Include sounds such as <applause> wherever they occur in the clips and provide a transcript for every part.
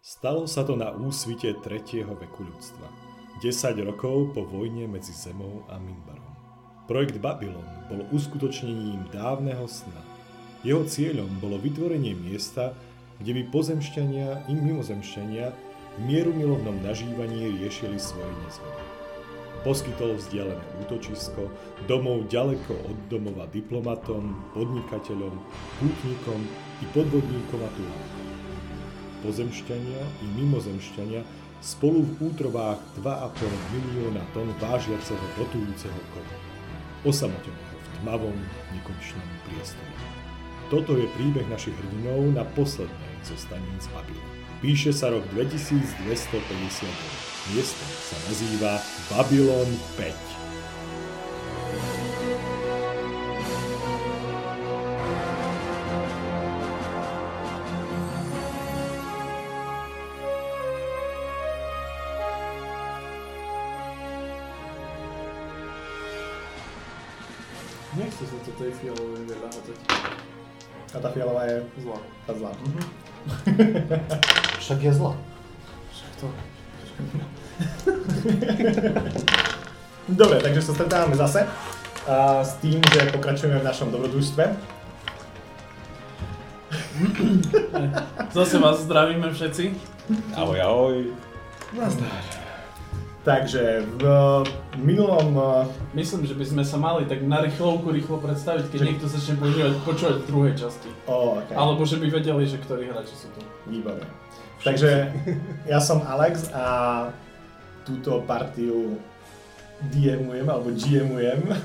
Stalo sa to na úsvite 3. veku ľudstva, 10 rokov po vojne medzi Zemou a Minbarom. Projekt Babylon bol uskutočnením dávneho sna. Jeho cieľom bolo vytvorenie miesta, kde by pozemšťania i mimozemšťania v mierumilovnom nažívaní riešili svoje nezhody. Poskytol vzdialené útočisko, domov ďaleko od domova diplomatom, podnikateľom, pútnikom i podvodníkom a tulákom. Pozemšťania i mimozemšťania spolu v útrovách 2,5 milióna tón vážiaceho rotujúceho kova, osamoteného v tmavom, nekonečnom priestore. Toto je príbeh našich hrdinov na poslednej zo staníc Babylon. Píše sa rok 2250. Miesto sa nazýva Babylon 5. Nechce sa No to tej fialovej veľa hádzať. A tá fialová je Zlá. tá zlá. Mhm. <laughs> Však je zla. Však to. <laughs> Dobre, takže sa stretávame zase a s tým, že pokračujeme v našom dobrodružstve. Zase vás zdravíme všetci. Ahoj, ahoj. Takže v eh, minulom... eh, Myslím, že by sme sa mali tak na rýchlovku rýchlo predstaviť, keď niekto začne počúvať, počúvať v druhej časti. O, okay. Alebo že by vedeli, že ktorí hráči sú tu. Výborné. Takže ja som Alex a túto partiu DMujem alebo GMujem. <laughs>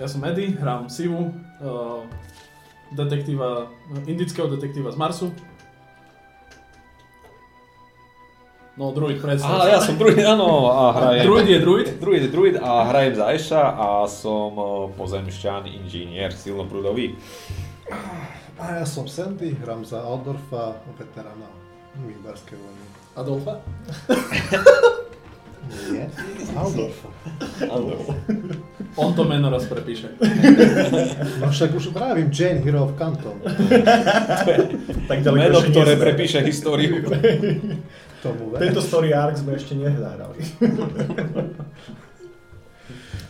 Ja som Eddie, hrám Sivu, eh, detektíva, indického detektíva z Marsu. No, druid predstav. Á, ja som druid, áno, a hrajem... Druid je druid? Druid je druid a hrajem za Eša a som eh, pozemšťan, inžinier, silnoprúdový. A ja som Sandy, hrám za Aldorfa, veterána Výbarskej <laughs> vojny. Adolfa? Nie? Aldorfa. Áno. On to meno raz prepíše. No však už vravím, Jane Hero of Canton. Tak ďaleko Meno, ešte nie ktoré sme. prepíše <laughs> históriu. Tomu ver. Tento story arc sme ešte <laughs> nehrali.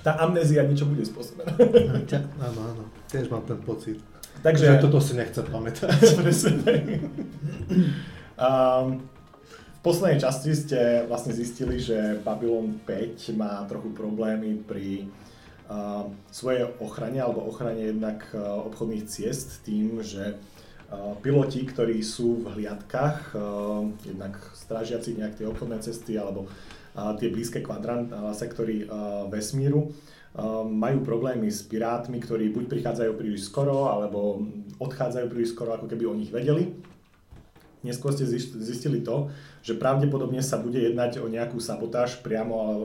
Tá amnézia niečo bude spôsobená. Ťa- Áno, áno. Tiež mám ten pocit. Takže Že toto si nechce <laughs> pamätať. Presne. Um, v poslednej časti ste vlastne zistili, že Babylon 5 má trochu problémy pri um, svojej ochrane alebo ochrane jednak uh, obchodných ciest tým, že uh, piloti, ktorí sú v hliadkach, uh, jednak strážiaci nejak tie obchodné cesty alebo uh, tie blízke kvadrant, uh, sektory uh, vesmíru, Um, majú problémy s pirátmi, ktorí buď prichádzajú príliš skoro, alebo odchádzajú príliš skoro, ako keby o nich vedeli. Neskôr ste ziš- zistili to, že pravdepodobne sa bude jednať o nejakú sabotáž priamo e,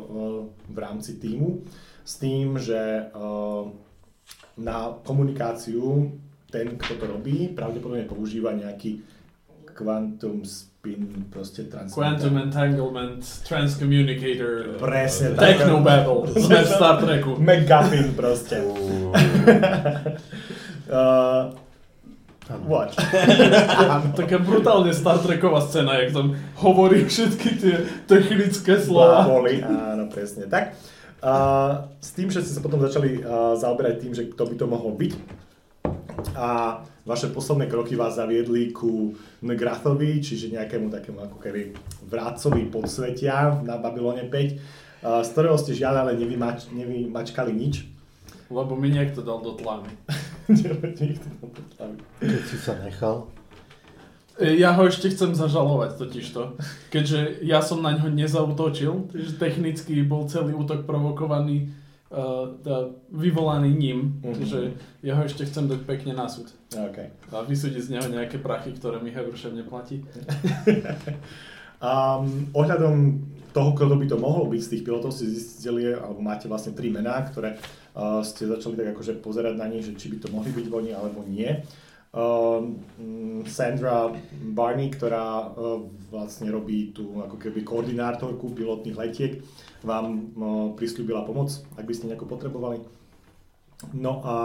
v rámci týmu s tým, že e, na komunikáciu ten, kto to robí, pravdepodobne používa nejaký quantum spin, proste Quantum transmitter. Entanglement, Transcommunicator, Presne tak. Technobabble, sme v Star Treku. McGuffin <laughs> proste. <laughs> Uh, <laughs> what? Taká brutálne Star Treková scéna, jak tam hovorí všetky tie technické slova. Boli, áno, presne tak. Uh, s tým všetci sa potom začali uh, zaoberať tým, že kto by to mohol byť. A vaše posledné kroky vás zaviedli ku Ngratovi, čiže nejakému takému ako keby vrácovi podsvetia na Babylone 5, uh, z ktorého ste žiaľ ale nevymač- nevymačkali nič. <laughs> Lebo mi niekto dal do tlamy. Keď si sa nechal. E, Ja ho ešte chcem zažalovať totižto, keďže ja som na ňo nezautočil, že technicky bol celý útok provokovaný, uh, tá, vyvolaný ním, Mhm. že ja ho ešte chcem dať pekne na súd okay. a vysúdiť z neho nejaké prachy, ktoré mi Hevršev neplatí. Um, ohľadom toho, kto by to mohol byť z tých pilotov, ste zistili, alebo máte vlastne tri mená, ktoré uh, ste začali tak akože pozerať na nich, že či by to mohli byť oni alebo nie. Um, mm, Sandra Barney, ktorá uh, vlastne robí tú ako keby koordinátorku pilotných letiek, vám uh, prislúbila pomoc, ak by ste nejako potrebovali. No a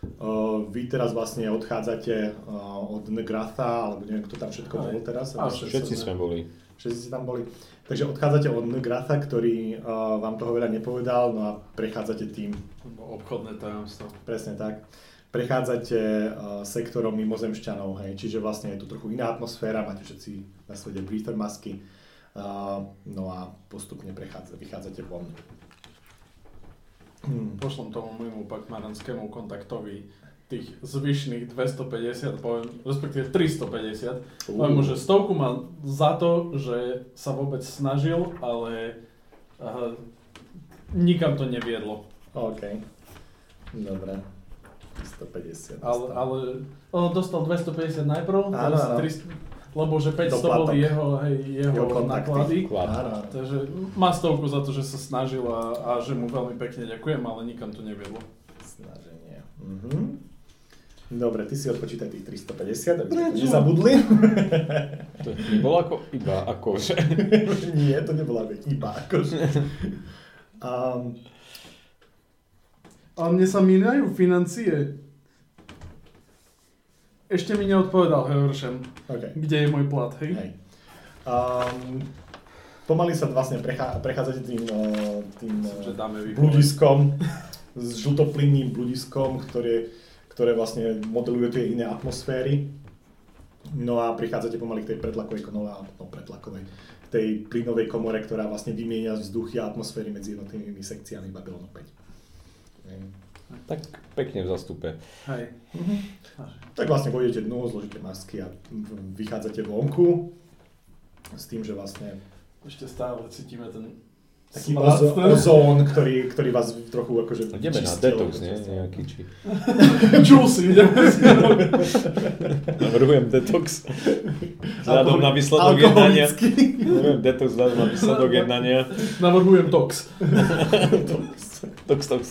Uh, vy teraz vlastne odchádzate uh, od Ngratha, alebo neviem, kto tam všetko Aj. bol teraz. A Myslím, Všetci že- sme boli. Všetci ste tam boli. Takže odchádzate od Ngratha, ktorý uh, vám toho veľa nepovedal, no a prechádzate tým, Obchodné tajomstvo. presne tak. Prechádzate uh, sektorom mimozemšťanov, hej, čiže vlastne je tu trochu iná atmosféra, máte všetci na svete breather masky, uh, no a postupne prechádza, vychádzate von. Hmm. Pošlom tomu môjmu pakmaranskému kontaktovi tých zvyšných 250, poviem, respektíve 350. Poviem mu, že stovku má za to, že sa vôbec snažil, ale aha, nikam to neviedlo. OK. Dobre. 150. Ale, dostal. ale on dostal 250 najprv, Áno, teraz áno. 300, lebo že 500 Doplatok. boli jeho, hej, jeho, Jeho kontakty. náklady. Klad. Áno, áno. Takže má stovku za to, že sa snažil a, a že mu veľmi pekne ďakujem, ale nikam to neviedlo. Snaženie. Mhm. Dobre, ty si odpočítaj tých 350, aby ste to Prečo? nezabudli. To nebolo ako iba akože. <laughs> Nie, to nebola veď iba akože. Um, Ale mne sa minajú financie. Ešte mi neodpovedal Heoršem, OK, kde je môj plat, hej? hej. Um, pomaly sa vlastne prechá, prechádzate tým, eh, tým Myslím, že eh, dáme výpoveď. bludiskom, <laughs> s žltoplinným bludiskom, ktoré, ktoré vlastne modeluje tie iné atmosféry. No a prichádzate pomaly k tej pretlakovej konole, alebo no, pretlakovej, k tej plynovej komore, ktorá vlastne vymieňa vzduchy a atmosféry medzi jednotlivými sekciami Babylonu 5. Hej. Tak pekne v zastupe. Hej. Tak vlastne pôjdete dnu, zložíte masky a v- vychádzate vonku s tým, že vlastne Ešte stále cítime ten taký smrad. <laughs> ozo- ozón, ktorý, ktorý vás trochu akože Ideme na čistil. detox, nie? Nejaký či... Juicy, <laughs> ideme si Navrhujem <laughs> detox. Vzhľadom na výsledok jednania. Alkoholický. Neviem, detox vzhľadom na <laughs> výsledok jednania. Navrhujem tox. Tox, tox.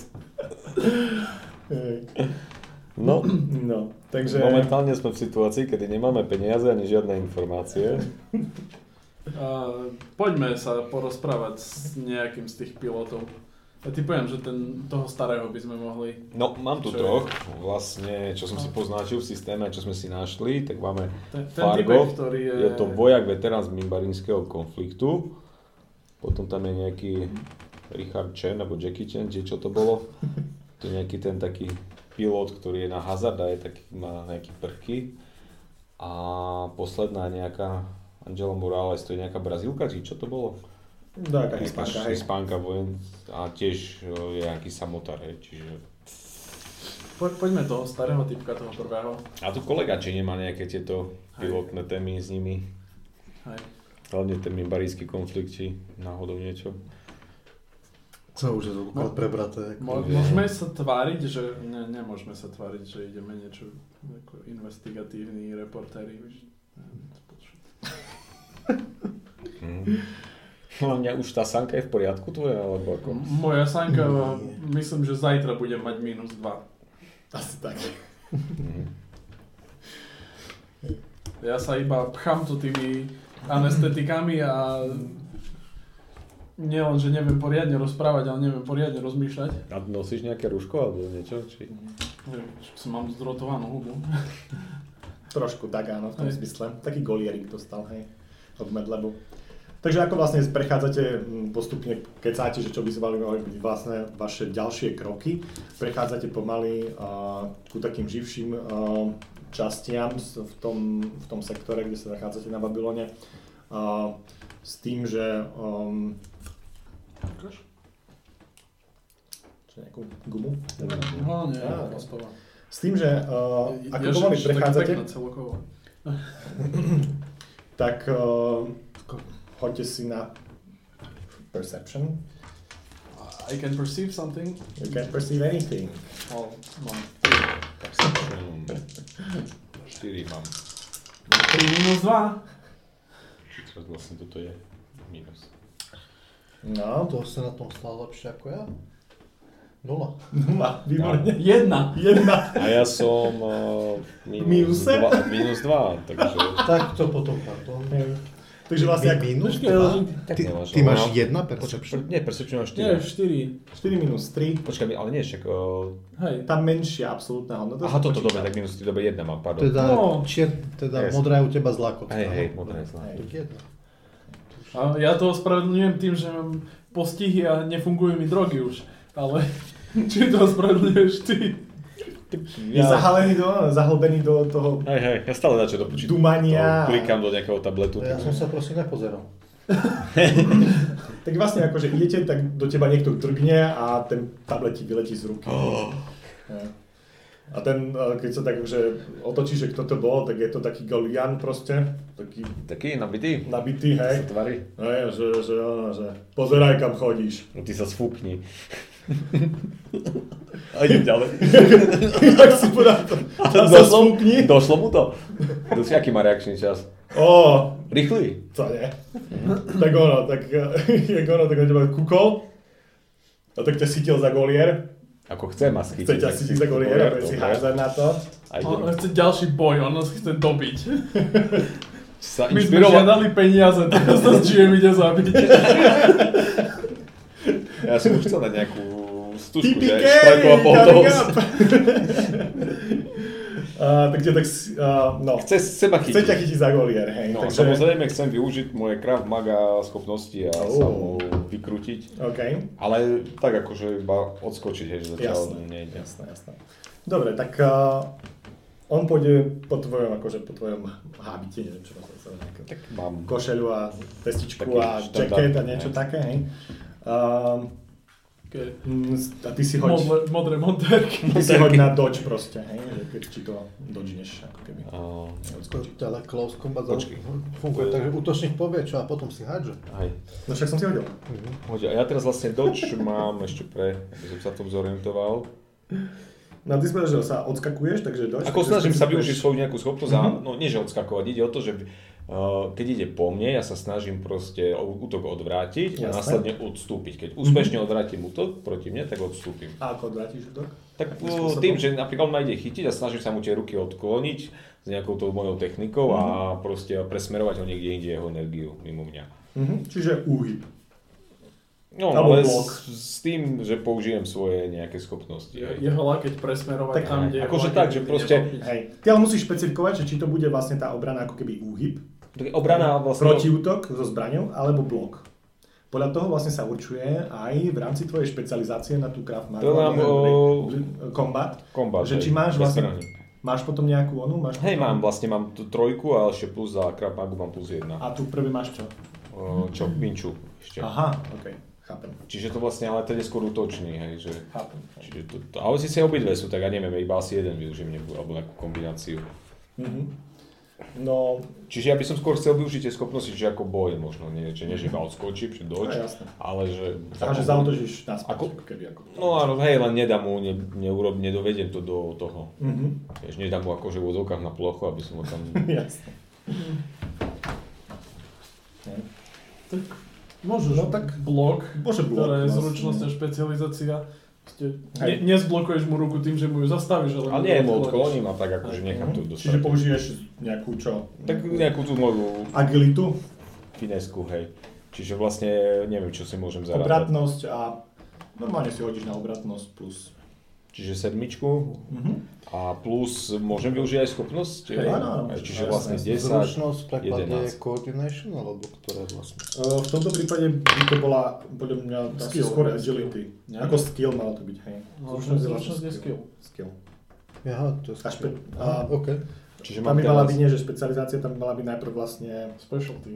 Hej. <clears throat> No, No, takže... momentálne sme v situácii, kedy nemáme peniaze ani žiadne informácie. Uh, poďme sa porozprávať s nejakým z tých pilotov. Ja ti poviem, že ten, toho starého by sme mohli... No, mám Čo tu je? No. troch, vlastne, čo som si poznačil v systéme, čo sme si našli, tak máme, Ten, ten Fargo, typek, ktorý je... je to vojak, veterán z mimbarinského konfliktu, potom tam je nejaký Richard Chen, alebo Jackie Chen, či čo <laughs> to bolo, to je nejaký ten taký pilot, ktorý je na hazard a je taký, má nejaké prvky. A posledná nejaká Angela Morales, to je nejaká Brazílka, či čo to bolo? Taká Nejaká hispanka, No, hej. Hispánka vojen a tiež e, je nejaký samotár, hej, čiže Po, poďme toho starého typka, toho prvého. A tu kolega, či nemá nejaké tieto pilotné témy s nimi? Hej. Hlavne ten mimbarísky konflikt, či náhodou niečo? Co už je toľko No. prebraté. Mo- môžeme sa tváriť, že... Ne, nemôžeme sa tváriť, že ideme niečo ako investigatívni reportéri. Víš? Hm. No a mňa už tá sanka je v poriadku tvoja, alebo ako? M- Moja sanka, myslím, že zajtra budem mať minus 2. Asi tak. Hm. Ja sa iba pchám tu tými anestetikami a nielen, že neviem poriadne rozprávať, ale neviem poriadne rozmýšľať. A nosíš nejaké rúško alebo niečo? Či... Neviem, či som mám zdrotovanú hubu. Trošku tak, áno, v tom Hej. zmysle. Taký golierik dostal, hej, od Medlebu. Takže ako vlastne prechádzate mm, postupne, kecáte, že čo by zvali mali byť vlastne vaše ďalšie kroky, prechádzate pomaly uh, ku takým živším uh, častiam s- v tom, v tom sektore, kde sa nachádzate na Babylone, uh, s tým, že um, čo, nejakú gumu? No nie, Á. rozpova. S tým, že uh, ako Ja, že- pomaly že taká prechádzate, pekná celkovo. tak uh, hoďte si na Perception. I can perceive something. You can't perceive anything. Well, mám Hm. 4 mám. 3 minus 2. Čo teraz vlastne toto je? Minus. No, <laughs> To sa na tom stále lepšie ako ja. Nula. nula, výborne. Jedna. Jedna. A ja som uh, Minuse? minus 2, minus 2, takže... Tak to potom, pardon. Hej. Takže vlastne ak... Minus Počkaj, ale 2? tak Ty, nemáš, ty ale- máš jedna Pr- perception? Nie, perception máš Nie, 4. 4. 4 minus 3, Počkaj, ale nie, však... Uh, Hej. tá menšia absolútna hodnota. sa aha, toto dobre, počíta. tak minus 3, dobre, jedna má, pardon. Teda, No. čier, teda Yes. modrá je u teba zlá kotka. Hej, no. hej, modré zlá. Hej. Tak jedna. A ja to ospravedlňujem tým, že mám postihy a nefungujú mi drogy už. Ale <laughs> či to ospravedlňuješ ty? Je zahalený do, zahlbený do toho Hej, hej, ja stále dačo do počítača. Dumania. To Klikám do nejakého tabletu. Ja tak- som sa proste nepozeral. Tak vlastne akože idete, tak do teba niekto drgne a ten tablet ti vyletí z ruky. Ja. A ten, e, keď sa tak akože otočí, že kto to bol, tak je to taký Golian proste, taký Taký nabitý. nabitý, Sa hej. tvári. Hej, že, že, že, že pozeraj kam chodíš. No ty sa sfúkni. A idem ďalej. <laughs> tak si podá to. Tam <laughs> sa spúkni. došlo mu to. Dosť, aký má reakčný čas? Ó, Rýchly. to nie. tak ono, tak, <laughs> e, jak ono, tak na teba kúkol. A No tak ťa chytil za golier. Ako chce ma schytiť. Chce ťa tak chytiť za golier a bude si dobre. házať na to. A idem. On chce ďalší boj, on nás chce dobiť. Sa My sme inšpiroval. žiadali peniaze, teraz nás GM ide <laughs> zabiť. Ja som už chcel na nejakú stužku, že TPK, štrajková coming pohotovosť. <laughs> <laughs> up. Uh, tak ťa tak, s- uh, no, Chce seba chce ťa chytiť. chytiť za golier, hej, No, takže, samozrejme chcem využiť moje krav maga schopnosti a sa mu vykrútiť. OK, Ale tak akože iba odskočiť, hej, že zatiaľ jasné, nejde. jasné, jasné. Dobre, tak uh, on pôjde po tvojom, akože po tvojom hábite, neviem, čo to sa nejaké Tak mám košeľu a testičku Taký a štandard, jacket a niečo hej. také, hej. Uh, Okay. mm, a ty si hoď, Modré, modré monterky. ty si hoď na dodge proste, hej, že keď či to dodžneš, ako keby. Uh, To neodskočí. je Ale close combat Počkej. funguje, takže útočník povie čo a potom si hádže. hej. No však som si hodil. Mhm. Hoď, a ja teraz vlastne Dodge mám ešte pre, aby som sa v tom zorientoval. No ty si povedal, že sa odskakuješ, takže dojď. Ako takže snažím sa skakuješ. využiť svoju nejakú schopnosť, Mhm. a, no nie že odskakovať, ide o to, že uh, keď ide po mne, ja sa snažím proste o- útok odvrátiť Jasné. a následne odstúpiť. Keď úspešne odvrátim útok proti mne, tak odstúpim. A ako odvrátiš útok? Tak Akým uh, spôsobom? tým, že napríklad on ma ide chytiť a snažím sa mu tie ruky odkloniť s nejakou tou mojou technikou a proste presmerovať ho niekde inde jeho energiu mimo mňa. Mhm, čiže úhyb. No, Alebo ale blok. s, s tým, že použijem svoje nejaké schopnosti. hej. Jeho lakeť presmerovať Tak, tam, kde... akože lakeť tak, že ide proste- dobiť. Hej. Ty ale musíš špecifikovať, že či to bude vlastne tá obrana ako keby úhyb, Tak Obrana vlastne... protiútok so zbraňou alebo blok. Podľa toho vlastne sa určuje aj v rámci tvojej špecializácie na tú Krav Maga, To nám, alebo o- pre- e, combat, Kombat, že hej, či máš bez vlastne, zbraní. máš potom nejakú onu, máš Hej, potom, mám, vlastne mám tu trojku a ešte plus za Krav Magu mám plus jedna. a tu prvý máš čo? O, Čo? Minču ešte. Aha, ok, chápem, Čiže to vlastne, ale ten je skôr útočný, hej, že... chápem. Čiže to, to, ale si si obidve sú, tak ja neviem, iba asi jeden využijem nejakú, alebo nejakú kombináciu. Mhm. No, Čiže ja by som skôr chcel využiť tie schopnosti, že ako boj možno, nie, že nie, že iba odskočím, že doč, Mhm. No, jasné. ale že... a že zautočíš naspäť, Ako- ako keby ako. No áno, hej, len nedám mu, ne, neurob, nedovedem to do toho. Mhm. <laughs> Vieš, nedám mu akože v úzovkách na plochu, aby som ho tam... Jasne. Tak môžeš. No tak blok, Môže blok, ktorá vlastne. je zručnosť a špecializácia. Ste- Hej. Ne, nezblokuješ mu ruku tým, že mu ju zastavíš, ale... Ale mu nie, mu odkloníš. odkloním a tak akože nechám to dostať. Mhm. Čiže použiješ nejakú čo? Tak nejakú tú moju Agilitu, finesku, hej. Čiže vlastne neviem, čo si môžem zarátať. obratnosť a normálne si hodíš na obratnosť plus. Čiže sedmičku Mhm. a plus môžem využiť aj schopnosť. Hej, áno, áno, Hej, Čiže jasné, vlastne jasné. 10, Zručnosť v preklade je 11. coordination, alebo ktoré vlastne? E, V tomto prípade by to bola podľa mňa skill, Skill, skôr hej, agility. skill. Ako skill malo to byť, hej. No, Zručnosť je zručnosť vlastne je skill. skill. Aha, to je A špe- a- skvelé. Aha, OK. Čiže Tam mám by mala teraz... byť nie, že špecializácia, tam by mala byť najprv vlastne... Specialty.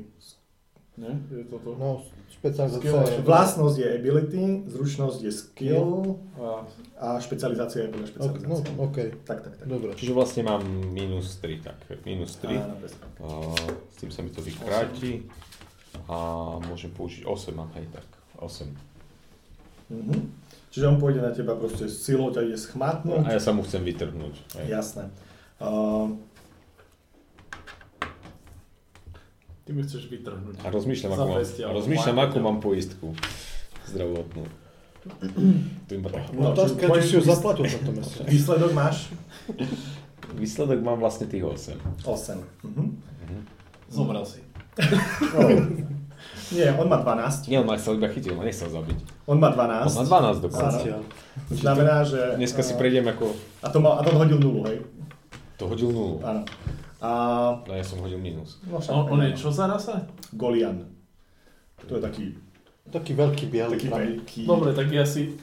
Ne? Je to to? No, špecializácia Skill- je... Vlastnosť je ability, zručnosť je skill A a špecializácia je podľa Ok, špecializácie. No, OK, Tak, tak, tak. dobre. Čiže vlastne mám minus 3, tak. Minus 3. Áno, no, presne. A, s tým sa mi to vykráti. A môžem použiť 8, mám hej, tak. 8. Mhm. Čiže on pôjde na teba proste s silou, ťa ide schmatnúť. A ja sa mu chcem vytrhnúť. Hej. Jasné. Ehm, ty mi chceš vytrhnúť. A rozmýšľam, ako mám, Zapestia, alebo rozmýšľam, dlani, ako alebo- mám poistku zdravotnú. To iba tak. No, Otázka, čiže či si ju môj- zaplatil tento mesiac. výsledok máš Výsledok mám vlastne tých 8. 8. Mhm. Zomrel si. No. <laughs> Nie, on má 12. Nie, on ma sa iba chytil, on nechcel zabiť. On má 12. On má 12 dokonca. Áno. Znamená, že... Dneska si a- prejdem ako... A, to mal, a to hodil nulu, hej? To hodil nulu. Áno. A... A ja som hodil minus. No však, On, on je čo za rasa? Golian. To je taký, <laughs> Taký veľký biely. taký práve. veľký... Dobre, tak ja si,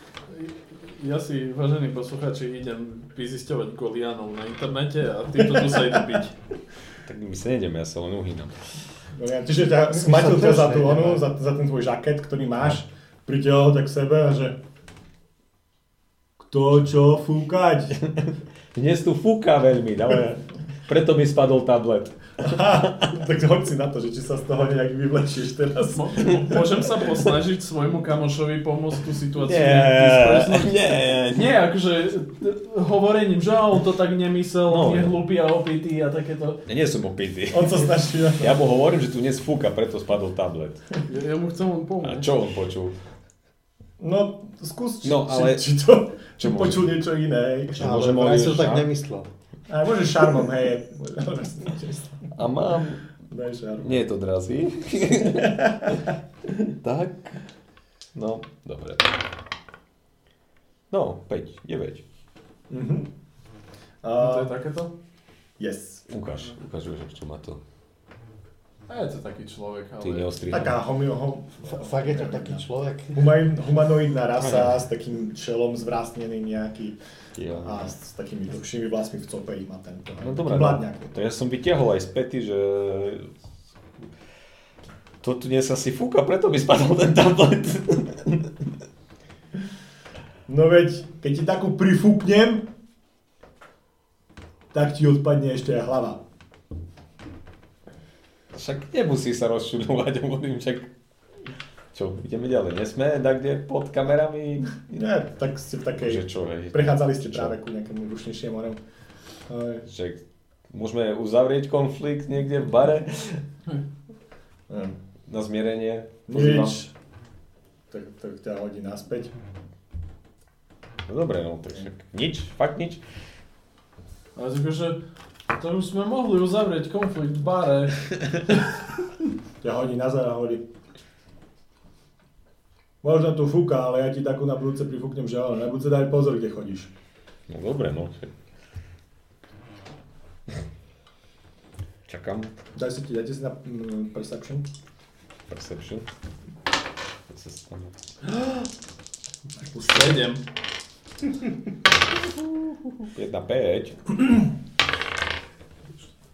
ja si, vážení poslucháči, idem vyzisťovať Golianov na internete a títo tu sa idú byť. Tak my sa nejdeme, ja sa len uhýnam. Golian. Čiže ťa smatil ťa za tú onu, za, za ten tvoj žaket, ktorý máš, pritiahol ťa k sebe a že... Kto čo fúkať? <laughs> Dnes tu fúka veľmi, ale preto mi spadol tablet. tak hoď si na to, že či sa z toho nejak vyvlečieš <laughs> teraz. Mo- mo- Môžem sa posnažiť svojmu kamošovi pomôcť tú situáciu nejak Nie, vyspresniť? nie, nie. Nie, akože t- hovorením, že on to tak nemyslel, No. on je hlupý a opitý a takéto. Ja nie som opitý. On sa snaží na to. Ja mu hovorím, že tu dnes fúka, preto spadol tablet. Ja, ja mu chcem len A pomôcť. čo on počul? No, skús, či, No, ale- či, či to či Čo môže? počul niečo iné. hej. Čo Ale môžem vraj hovoriť, som že tak šarm? nemyslel. A môžeš šarmom, hej. <laughs> A mám... Daj šarm. Nie je to drazí. tak. No, dobre. No, 5, 9. Mhm. A No No, to je Uh, takéto? yes. Ukáž, ukážuješ, čo má to. A je to taký človek, ale... Ty neostrý. Taká homio... Hom... F- Fakt je to no. taký človek. Humain, humanoidná rasa s takým čelom zvrástnený nejaký Ja. a s takými dlhšími vlasmi v cope má tento. hej. No dobré, no. Mladňák. to ja som vytiahol aj späty, že to tu dnes asi fúka, preto by spadol ten tablet. No veď, keď ti takú prifúknem, tak ti odpadne ešte aj hlava. Však nemusí sa rozčudovať, <laughs> hovorím, však čo, ideme ďalej, nesme, tak kde pod kamerami, Nie, tak ste v takej... že čo, hej. Prechádzali ste Čo? práve ku nejakému rušnejšiemu oremu. Eh, Že môžeme uzavrieť konflikt niekde v bare neviem. na zmierenie. Pozývam. Nič. Tak, tak ťa hodí naspäť. No dobre, no tak však nič, fakt nič. Ale akože, to už sme mohli uzavrieť konflikt v bare. Ťa hodí nazad a hovorí. Možno tu fúka, ale ja ti takú na budúce prifúknem, že ale na budúce daj pozor, kde chodíš. No dobre, no. však. Čakám. Daj si, dajte si na mm, perception. Perception. To sa stane. Plus 7. 1, 5.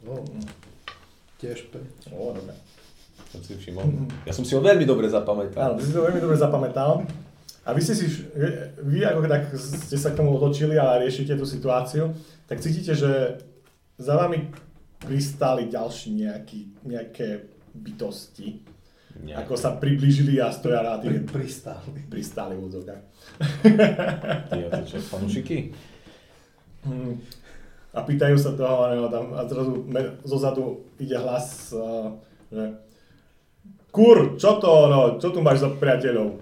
No, tiež pe- Ó, dobre. Som si všimol. Ja som si ho veľmi dobre zapamätal. Áno, ty si to veľmi dobre zapamätal. A vy ste si, vš- vy ako tak ste sa k tomu otočili a riešite tú situáciu, tak cítite, že za vami pristáli ďalší nejaký, nejaké bytosti, Nie. ako sa priblížili a stoja na pri, tých pristáli. pristáli v úzovkách. Ty, ja to čo, fanúšiky? Mm. A pýtajú sa toho a neho tam a zrazu me, zo zadu ide hlas, uh, že Kur, čo to ono, čo tu máš za priateľov?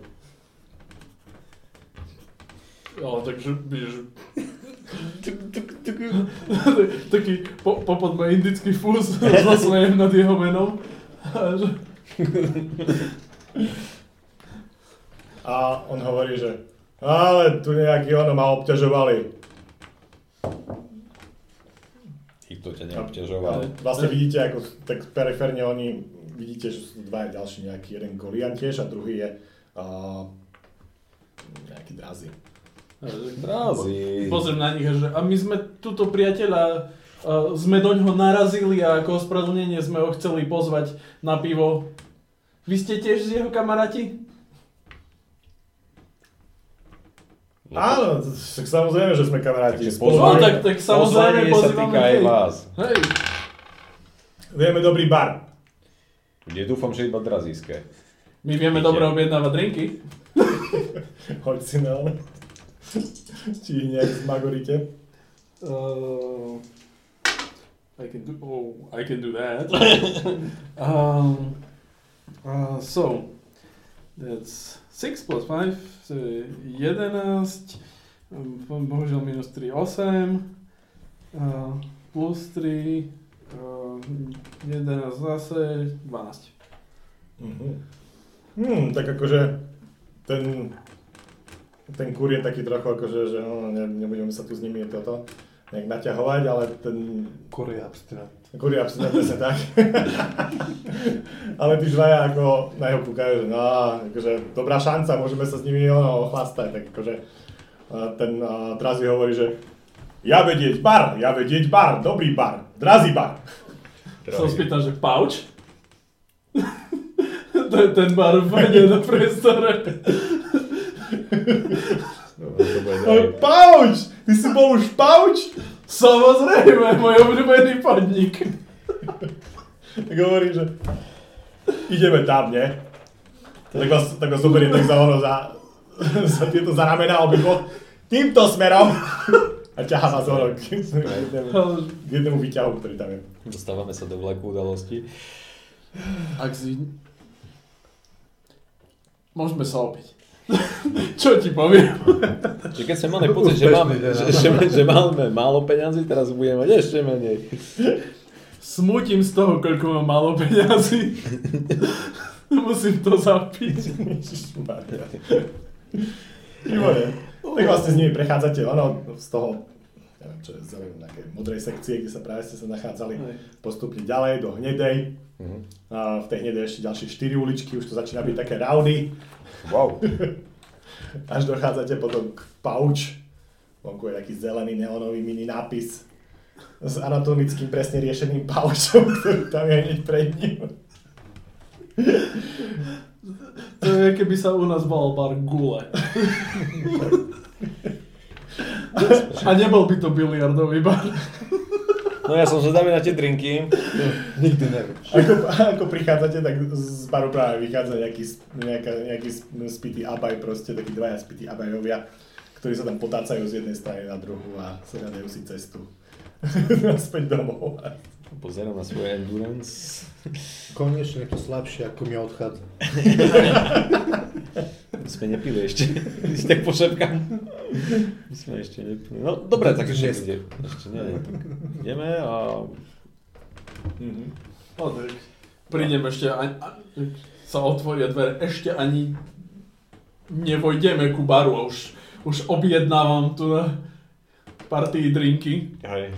Ale takže, vieš... Taký po- popadme indický fúz, <laughs> zasmejem nad jeho menom. A že- A on hovorí, že ale tu nejaký ono ma obťažovali. Nikto ťa Ale neobťažoval. vlastne vidíte, ako tak periférne oni, vidíte, že sú tu dva ďalší nejaký, jeden Golian tiež a druhý je uh, nejaký drazy. a že- Drázy. Pozriem na nich a že a my sme tuto priateľa, a sme do ňoho narazili a ako ospravedlnenie sme ho chceli pozvať na pivo. Vy ste tiež z jeho kamaráti? No, Áno, tak samozrejme, že sme kamaráti. Takže Spolu No Pozvanie- tak, tak samozrejme Pozvanie sa pozývame týka aj hej. vás. Hej, vieme dobrý bar. <laughs> Kde dúfam, že iba drazíske. my vieme Vidíte. dobre objednávať drinky. Hoď si na ono. Či ich nejak zmagorite. Uh, I can do. Oh, I can do that. um, uh, so that's six plus five, so jedenáct. um, Bohužiaľ minus 3, 8. Uh, plus 3, Uh, 11 zase, 12. Mhm. Hmm, tak akože ten, ten kur je taký trochu akože, že no, ne, nebudeme sa tu s nimi toto nejak naťahovať, ale ten Korej abstinent. kur je absolútne presne tak. <laughs> ale tí dvaja ako na jeho kúkajú, že no, akože dobrá šanca, môžeme sa s nimi ono, ochlastať, tak akože a ten a, Drazi hovorí, že ja vedieť bar, ja vedieť bar, dobrý bar, Drazi bar. Som spýtal, že pouch? <laughs> to je ten bar v vane na priestore. Dobre, to bude drahé. E, Pauč! Ty si bol už pauč? Samozrejme, môj obľúbený podnik. Tak hovorí, že ideme tam, nie? Tak vás, tak vás zoberie tak za ono, za, <laughs> za tieto za ramena obyko. Týmto smerom! <laughs> A ťahá vás ono k jednému, k jednému výťahu, ktorý tam je. Dostávame sa do vlaku udalosti. Ak si... Môžeme sa opiť. <laughs> Čo ti poviem? Čiže keď sme mali pocit, že Úspešný máme, deň, že, áno. že, že máme málo peňazí, teraz budeme mať ešte menej. Smutím z toho, koľko mám málo peňazí. <laughs> Musím to zapiť. Ježišmarja. Výborne. Tak vlastne s nimi prechádzate, ono z toho, neviem čo je, zelené, nejaké modrej sekcie, kde sa práve ste sa nachádzali, Hej. postupne ďalej do hnedej. A v tej hnedej ešte ďalšie 4 uličky, už to začína byť také raudy, Wow. až dochádzate potom k Pauč. Vonku je taký zelený neonový mini nápis s anatomickým presne riešeným paučom, <laughs> ktorý tam je hneď pred ním. To je, keby sa u nás bol bar gule. <laughs> A nebol by to biliardový bar. No ja som zvedavý na tie drinky. <laughs> Nikdy nevieš. Ako, ako prichádzate, tak z baru práve vychádza nejaký, nejaká, nejaký spitý abaj, proste takí dvaja spití abajovia, ktorí sa tam potácajú z jednej strany na druhú a sa hľadajú si cestu <laughs> naspäť domov. Pozerám na svoje endurance. Konečne je to slabšie, ako mi odchádza. My sme nepili ešte. <laughs> Keď si tak pošepkám. My sme ešte nepili. No dobre, tak ešte Dnes. ide. Ešte nie. Tak ideme a... Mhm. No tak prídem ešte a, a sa otvoria dvere, ešte ani nevojdeme ku baru a už, už objednávam tu na partii drinky. Hej.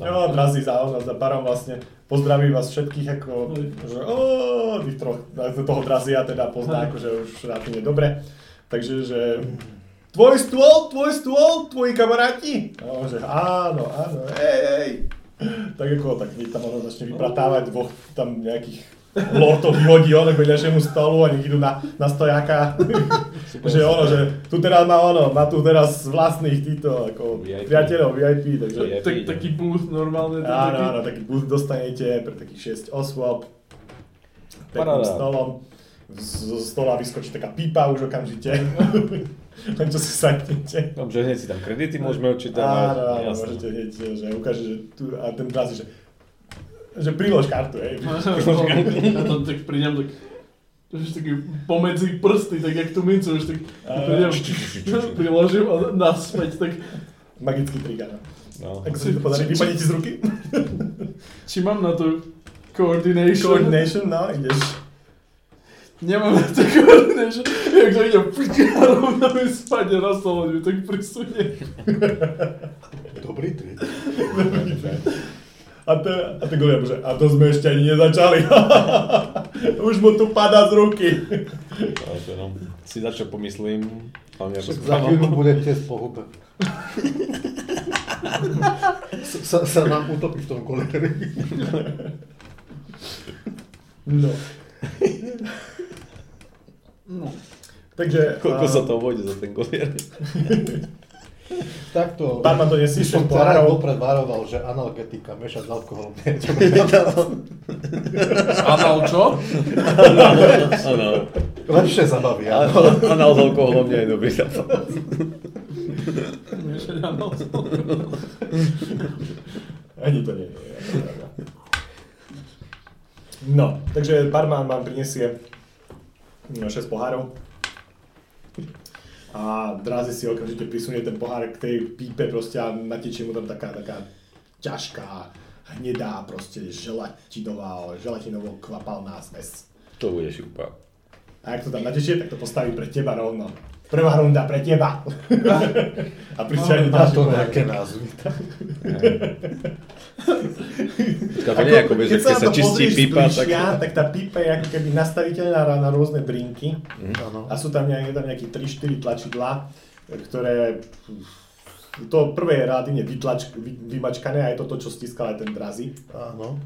No, drazí za, za barom vlastne pozdraví vás všetkých ako, že ó, tých troch, toho drazia teda pozná, akože už relatívne dobre. Takže, že tvoj stôl, tvoj stôl, tvoji kamaráti. A on, že áno, áno, hej, hej. Tak ako, tak hneď tam ono začne vypratávať dvoch tam nejakých lortov vyhodí on k vedľajšiemu stolu a nech idú na, na stojáka. že ono, že tu teraz má ono, má tu teraz vlastných týchto ako VIP. priateľov VIP, takže Ja Tak, prídem. taký booth normálne. ten Áno, taký- <laughs> áno, taký bus dostanete pre takých 6 osôb, pekným Paráda. stolom. Z, z stola vyskočí taká pípa už <laughs> okamžite. Len čo si sadnete. Tam, No, že hneď si tam kredity môžeme určite Áno, áno, môžete hneď, že ukáže, že tu, a ten práci, že, že prilož kartu, hej. Ja tam tak prídem tak už taký pomedzi prsty, tak jak tú mincu, už tak prídem, <laughs> priložím a naspäť, tak Magický trik, áno. No. Ak sa mi to podarí, vypadnete z ruky. či mám na to coordination? Coordination, no, ideš. Nemám na to coordination, <laughs> jak to ide pčka, rovno mi spadne na stolo, mi tak prisunie. Dobrý trik. A ten, a ten Goliam, že a to sme ešte ani nezačali. <laughs> už mu tu pada z ruky. Takže no, si za čo pomyslím. Hlavne ako Však za správam. chvíľu budete z <laughs> pohube. sa, sa nám utopí v tom koleri. No. No, Takže... Koľko a- sa to vojde za ten golier? Takto. Barman to nesie Už som šesť ťa rád pohárov. dopred varoval, že analgetika mešať s alkoholom. nie je dobré. anal <laughs> čo? Áno. Lepšie zabaví, <laughs> áno. Anal s alkoholom nie je dobrý nápad. Miešať anal s Ani to nie je. No, takže barman vám prinesie 6 pohárov. A dráze si okamžite prisunie ten pohár k tej pípe proste a natečie mu tam taká, taká ťažká, hnedá, proste želatinová, želatinovo kvapalná zmes. To bude šupa. A ak to tam natečie, tak to postaví pre teba rovno. Prvá runda pre <laughs> teba. a pričajne Má dáš to nejaké názvy. Počkaj, to nie je ako bez, keď sa čistí pipa, tak... tak... tak tá pipa je ako keby nastaviteľná na- na rôzne brinky Mhm. Mhm. Áno. a sú tam, nejak, je tam nejaké 3-4 tlačidlá, ktoré to prvé je rádine vytlač, vy, vymačkané a je to to, čo stiskal aj ten drazi. Áno.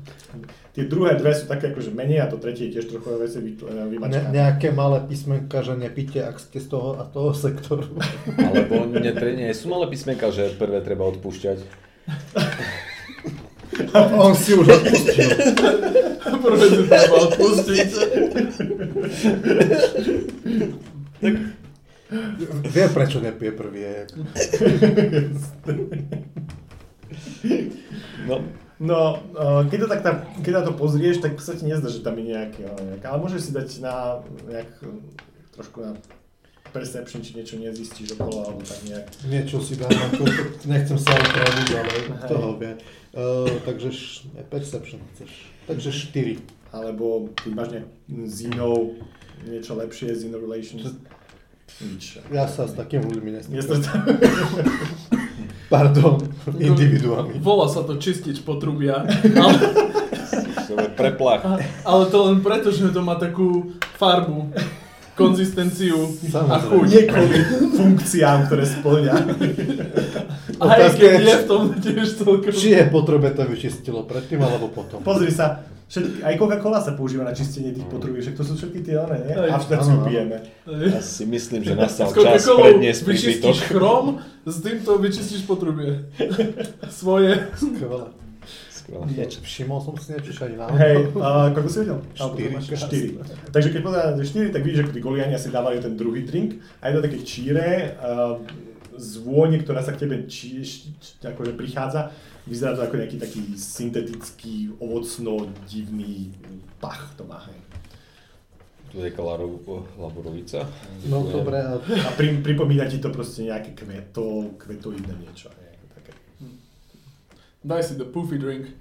Tie druhé dve sú také akože menej a to tretie je tiež trochu veci Ne, vymačkané. nejaké malé písmenka, že nepíte, ak ste z toho a toho <laughs> sektoru. Alebo netre, nie, sú malé písmenka, že prvé treba odpúšťať. On si už odpustil. Prvé si treba odpustiť. Vie, prečo nepije prvý. je. No, No, eh, keď to, tak tam, keď na to pozrieš, tak sa ti nezdá, že tam je nejaké, nejaké ale môžeš si dať na nejak, eh, trošku na perception, či niečo nezistíš okolo, alebo tak nejak. Niečo si dám, ako, nechcem sa opraviť, ale kto ho vie. Uh, takže š, ne, perception chceš. Takže 4. Alebo keď máš nejak s inou, niečo lepšie, z inou relations. Nič. Ja sa s takým ľuďmi Je to nestretnem. tam. <laughs> Pardon, individuami. Volá sa to čistič <laughs> potrubia, ale, to je preplach. ale to len preto, že to má takú farbu, konzistenciu a Samozrejme. chuť. Nie kvôli funkciám, ktoré splňa. Aj Otázka keď je, je či- v tom tiež toľko. Či je potrebe to vyčistilo predtým alebo potom? Pozri sa, všetky, aj Coca-Cola sa používa na čistenie tých potrubí, však to sú všetky tie one, nie? Aj, A všetci áno, ju áno. pijeme. Ja si myslím, že S nastal čas Coca-Colou predniesť vyčistíš príbytok. chrom, s týmto vyčistíš potrubie. <laughs> Svoje. Skvelé. Skvelé. Niečo, všimol som si niečo, čo ani náhodou. Hej, uh, koľko si vedel? Štyri. Štyri. Takže keď pozeráte 4, tak vidíš, že tí goliani asi dávali ten druhý drink a je to také číre, uh, zvône, ktorá sa k tebe či, či, akože prichádza, vyzerá to ako nejaký taký syntetický, ovocno divný pach to má. Hej. Tu je Klarov, Laborovica. No dobre, a A pri, pripomína ti to proste nejaké kveto, kvetoidné niečo. hej, ako také. Daj si the poofy drink.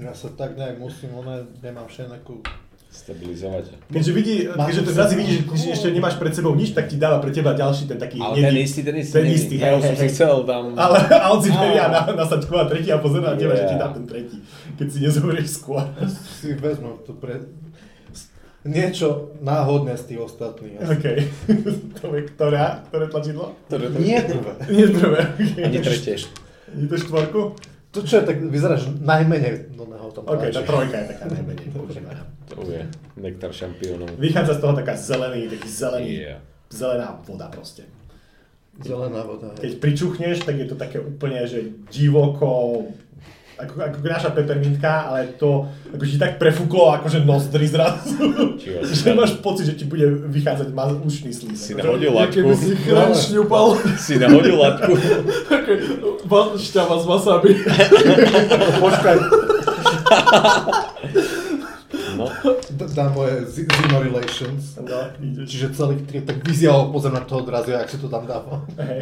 ja sa tak nejak musím, ona nemám všetku. Stabilizovať. Keďže, vidí, Mám keďže to sa- zrazu vidíš, že ešte nemáš pred sebou nič, tak ti dáva pre teba ďalší ten taký Ale hnedý- ten istý, ten istý. ten není. istý, Ja hej, už som hej, si hej. chcel tam... Ale, a on si dveria na, na sačku a tretí a pozerá na teba, že ti No. Yeah. dá ten tretí, keď si nezomrieš <laughs> skôr. Si vezmem to pre... s- Niečo náhodné z tých ostatných. OK. <laughs> to je ktorá? Ktoré tlačidlo? Nie prvé. <laughs> Nie prvé. Ani tretie. Je to štvorku? To čo je, tak vyzeráš najmenej do neho tam OK, tá tlačíš. trojka je taká najmenej používaná. To je nektar šampiónov. Vychádza z toho taká zelený, taký zelený, Yeah. zelená voda proste. Zelená voda. hej. Keď pričuchneš, tak je to také úplne, že divoko, ako, ako naša pepermintka, ale to ako ti tak prefúklo akože nozdry zrazu, Čiže asi <laughs> že tam- máš pocit, že ti bude vychádzať ma- ušný slíz. Si Akože- nahodil laťku. Keby si chraň šňupal, <laughs> Si nahodil laťku. také va- šťava z <laughs> wasabi. Počkaj, No, d- dám moje zi- Zima Relations. No, ideš. Čiže celých tri, tak vyziaľ pozor na toho drazu, ak si to tam dáva. Hej.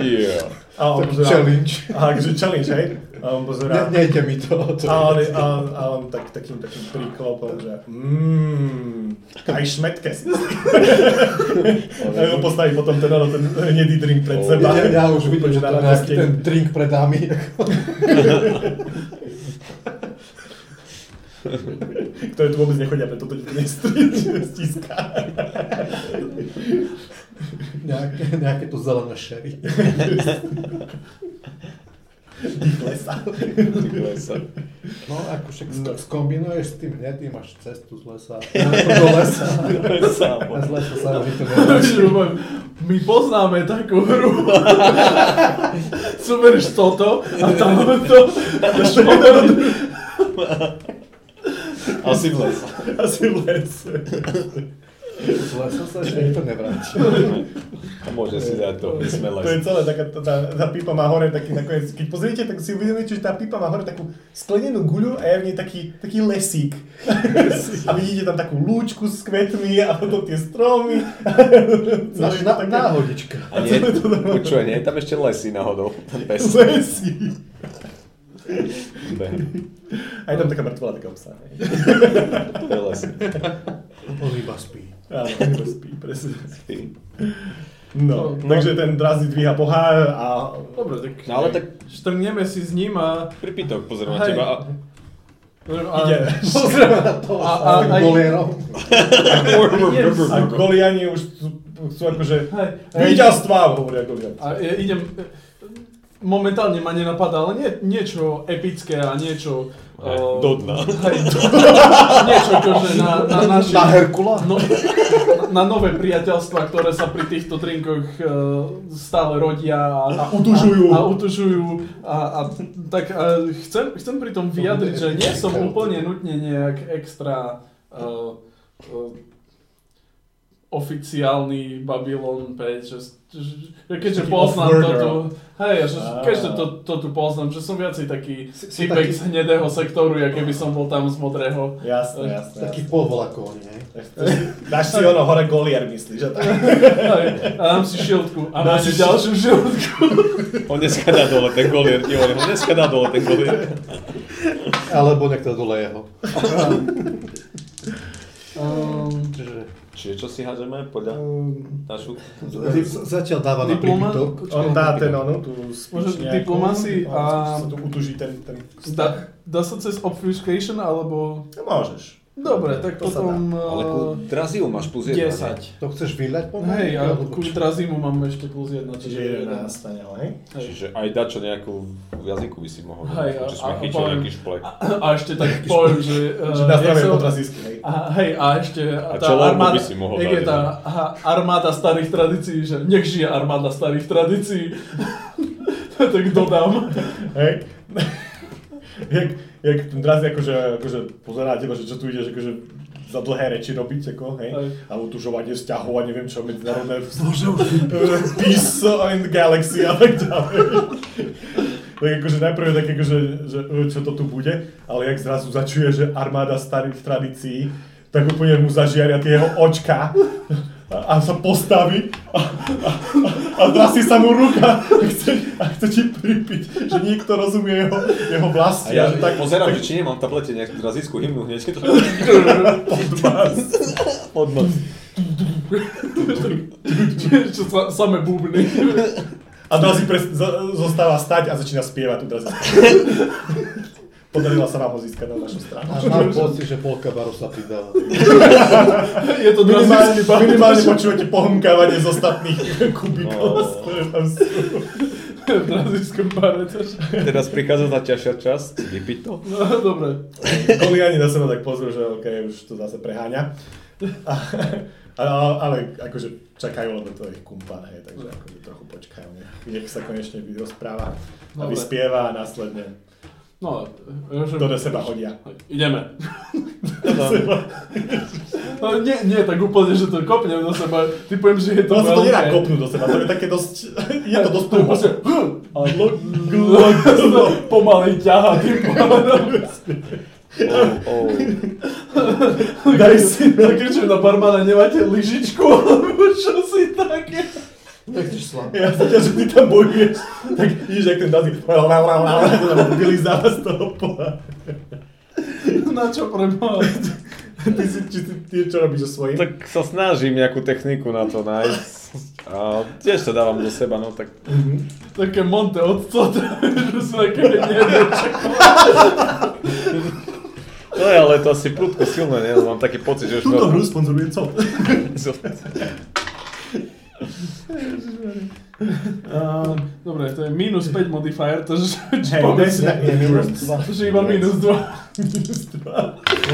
yeah. A on Taký pozerá- challenge. Aha, akože challenge, hej? A on pozerá. Ne, nejde mi to. to A on, a on, a on tak, takým, takým príklopom, že mmm, aj šmetke si. A ho postaví potom ten, ten hnedý drink pred seba. ja, ja už vidím, že to Úplne na je nejaký rasteň. ten drink pred nami. Ktoré tu vôbec nechodia, preto to ti tu nestri- <laughs> stiská. <laughs> nejaké, nejaké to zelené sherry. Dých lesa. Ty lesa. No ako však sk- skombinuješ s tým hnedým, máš cestu z lesa. <laughs> Do lesa. Lesa. A z lesa sa robí to <laughs> Že poviem, My poznáme takú hru. <laughs> Zoberieš toto a tam to. <laughs> Asi v lesa. Asi les. Z lesa sa ešte nikto nevráti. A môže si dať to. My sme To je les. celé, taká, tá, tá, tá pipa má hore taký nakoniec, keď pozriete, tak si uvedomíte, že tá pipa má hore takú sklenenú guľu a je v nej taký, taký lesík. a vidíte tam takú lúčku s kvetmi a potom tie stromy. Celé Naš je to na, také- náhodička. A nie, počúvaj, nie je tam ešte lesy náhodou. Ten pes. Lesík. A je tam taká mŕtvola, taká obsa. hej. Peles. On iba spí. Áno, iba spí, presne. No, takže ten drazí dvíha pohár a... Dobre, tak, No ale tak štrneme si s ním a... pripitok pozriem na Hej. teba a a Ide. Pozriem na to. A, a, A a, bolierom. idem- A goliani už sú- sú akože... Hej, a- Výťazstvá, hovoria goliani. A ja idem... Momentálne ma nenapadá, ale nie, niečo epické a niečo... eh, Hej, do dna. hej, niečo akože na, na naši... Na Herkula? No, na nové priateľstva, ktoré sa pri týchto drinkoch e, stále rodia a, a utužujú. A, a utužujú. A, a, tak a chcem, chcem pri tom vyjadriť, že nie som úplne nutne nejak extra e, e, oficiálny Babylon 5, že, že, že keďže Taký poznám off-worker. to tu, hej, že, Á. keďže to, to tu poznám, že som viacej taký Si- si typek taký- z hnedého sektoru, ja keby som bol tam z modrého. Jasné, jasné. Taký jasné. povlakón, nie? Dáš si ono hore goliar, myslíš, že tak? Hej, a dám si šiltku. A Dá máte si ďalšiu šiltku. On dneska dá dole ten golier, nie on, on dneska dá dole ten golier. Alebo niekto dole jeho. Ehm, Um, Čiže Čiže čo si hádžeme podľa našu? z- zatiaľ dáva na Diploma? príbytok. On dá ten ono, tu Môže spíš nejakú, diplomacy no, a- Sa tu utuží ten, ten... dá, dá sa cez obfuscation alebo... No môžeš. Dobre, tak To sa potom... Ale ku Drazilu máš plus eh, jedna. 10. To chceš vyľať No, po mne? Hej, a Alebo ku čo? Drazimu mám ešte plus 1, Čiže čiže jeden 11. nastane, hej? Čiže aj dačo nejakú v jazyku by si Hej, mohol. a- Hej, čiže a- sme a chytili poviem- nejaký šplek. A ešte <laughs> tak poviem, že... eh, Čiže na zdravie jak som- podrazísky, hej? a, hej, a ešte a A čo lombu by si mohol jak dať, je tá no? aha, armáda starých tradícií, že nech žije armáda starých tradícií, <laughs> tak dodám. <laughs> Hej? <laughs> jak, jak ten drazí akože, akože pozerá na teba, že čo tu ideš, akože za dlhé reči robiť, ako, hej? Hej. A utužovanie vzťahov a neviem čo, medzinárodné... <laughs> Peace and galaxy a tak ďalej. tak akože najprv je tak akože, že e, čo to tu bude, ale jak zrazu začuje, že armáda starých tradícií, tak úplne mu zažiaria tie jeho očka a, a sa postaví a, a, a zrasí sa mu ruka a chce, a chce ti pripiť, že niekto rozumie jeho, jeho A vlasti. ja že tak pozerám, že či nemám v tablete nejakú drazickú hymnu hneď. Odnos. čo sa, same bubny. A Drazi pres- z- zostáva stať a začína spievať tu Drazi. Podarila sa nám ho získať na našu stranu. A mám pocit, že polka baru sa pridáva. Je to Minimálne, drazícky minimálne počúvate pohmkávanie z ostatných kubikov. No. ktoré tam sú. v <laughs> drazíckom bare. tiež. Teraz prichádza tá ťažšia časť, vypiť to. No, dobre. Koliani na seba tak pozrú, že OK, už to zase preháňa. A, a, ale akože čakajú, lebo to je ich kumpán, hej, takže akože trochu počkajú, nech, nech sa konečne vyrozpráva a Dobre. vyspieva a následne No, že... to do seba hodia. Ideme. <laughs> No, nie, nie, tak úplne, že to kopnem do seba. Ty poviem, že je No, to To sa to veľké. vlastne, nedá kopnúť do seba, to je také dosť, <laughs> je to dosť prúho. Proste, Ale lo- no, Pomaly ťaha, ty povedal. Oh, oh. Daj si Zakričujem na barmana, nemáte lyžičku, <laughs> alebo čo si také. Nechceš slabý. Ja sa ťa, že ty tam bojuješ. Tak ideš, jak ten dazik. Vylizáva z toho pola. Na čo premávať? Ty si, či ty, ty čo robíš so svojím? Tak sa snažím nejakú techniku na to nájsť. A tiež to dávam do seba, no tak... Také monte od cota, že sú také nedoček. No je, ale to asi prudko silné, nie? Mám taký pocit, že už... Túto hru sponzoruje co? Dobre, to je minus 5 modifier, to že Ehm, <laughs> Hej, daj si tak endurance. že iba minus 2,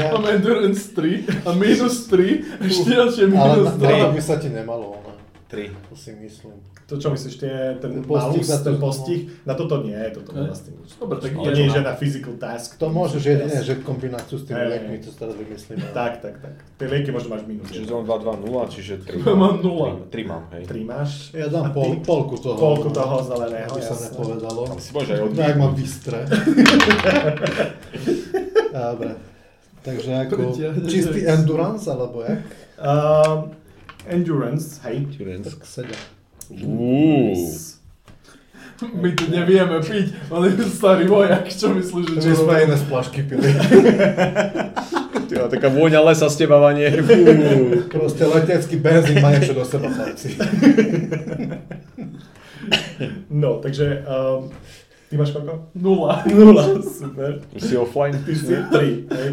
Ja, mám endurance 3 a minus 3, ešte ďalšie ale minus na, na to 2. by sa ti nemalo, ona. Tri. To si myslím. To čo myslíš, tie, ten Ten postih malus, na to- ten postih? Na toto nie, toto Ne? nemá s tým nič. Dobre, tak To idem nie je na- žiadna physical task. To môžeš musíš jedine, teraz- že kombináciu s tými Hej. lekmi, to si teraz vymyslím. ale- Tak, tak, tak. Tie lieky možno máš minus. Čiže mám 2, 2, 0, čiže 3. Ja mám nula. 3 mám, hej. 3 máš. Ja A dám ty? pol, polku toho. Polku toho zeleného, Aby sa jasné. nepovedalo. Tam si môžeš aj No, odbyť. ak mám vystre. <laughs> Dobre. Takže ako Preťahneš. čistý endurance, alebo jak? Ehm, endurance, hej. Tak sedem. Uuu. My tu nevieme piť, on je starý vojak, čo myslíš, že My sme aj iné splašky pili. Tyva, taká vôňa lesa z teba vanie. Fú. <laughs> Proste letecký benzín má niečo do seba, chlapci. No, takže... Um, ty máš koľko? Nula. Nula, <laughs> super. Si offline? Ty <laughs> si tri, hej.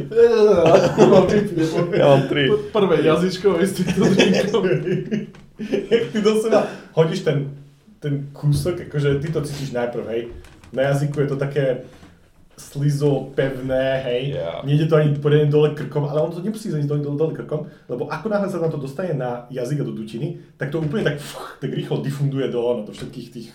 Kurva, vypni. Ja mám tri. Po- Prvé jazyčkové s týmto drinkom. Jak ty do seba hodíš ten, ten kúsok, akože ty to cítiš najprv, hej. Na jazyku je to také slizo, pevné, hej. Ja. Nejde to ani poriadne dole krkom, ale on to nemusí ísť ani dole, dole, dole krkom, lebo ako náhle sa nám to dostane na jazyk a do dutiny, tak to úplne tak, fuch, tak rýchlo difunduje do, ono, do všetkých tých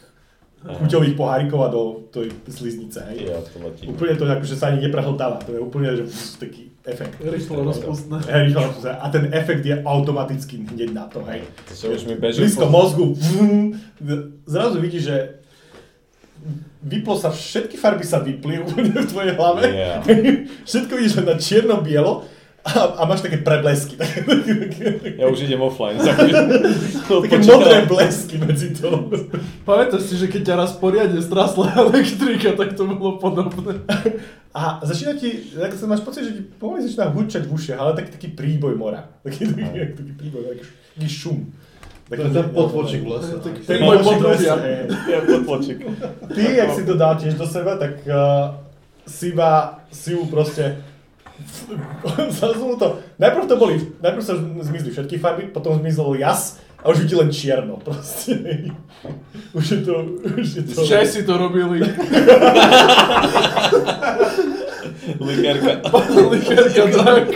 chuťových pohárikov a do tej sliznice, hej. Ja to letím. Úplne to akože sa ani neprehltáva, to je úplne že pff, taký efekt. Rýchlo rozpustné. Hej, rýchlo sa- A ten efekt je automaticky hneď na to, hej. To sa už mi beží. Blízko po- mozgu, vum, zrazu vidíš, že vyplo sa, všetky farby sa vypli úplne v tvojej hlave. Yeah. <laughs> Všetko vidíš len na čierno-bielo a, a máš také preblesky, <laughs> také, také, také, Ja už idem offline. za chvíľu. To také počítam. modré blesky medzi to. Pamätáš si, že keď ťa raz poriadne strasla elektrika, tak to bolo podobné. A začína ti, tak sa máš pocit, že ti pomaly začína hučať v ušiach, ale taký, taký príboj mora. Taký, taký, taký príboj, taký, š- taký šum. To je ten potvočík v lese. no. Tak- Ten Ten môj môj potrubia. potrubia. Ja potlačik. Ty, jak si to dal tiež do seba, tak uh, si iba, si ju proste... <laughs> Zrazu mu to... Najprv to boli, najprv sa zmizli všetky farby, potom zmizol jas a už vidí len čierno proste. <laughs> Už je to... Už je to... Česi to robili. Likérka. Likérka drak.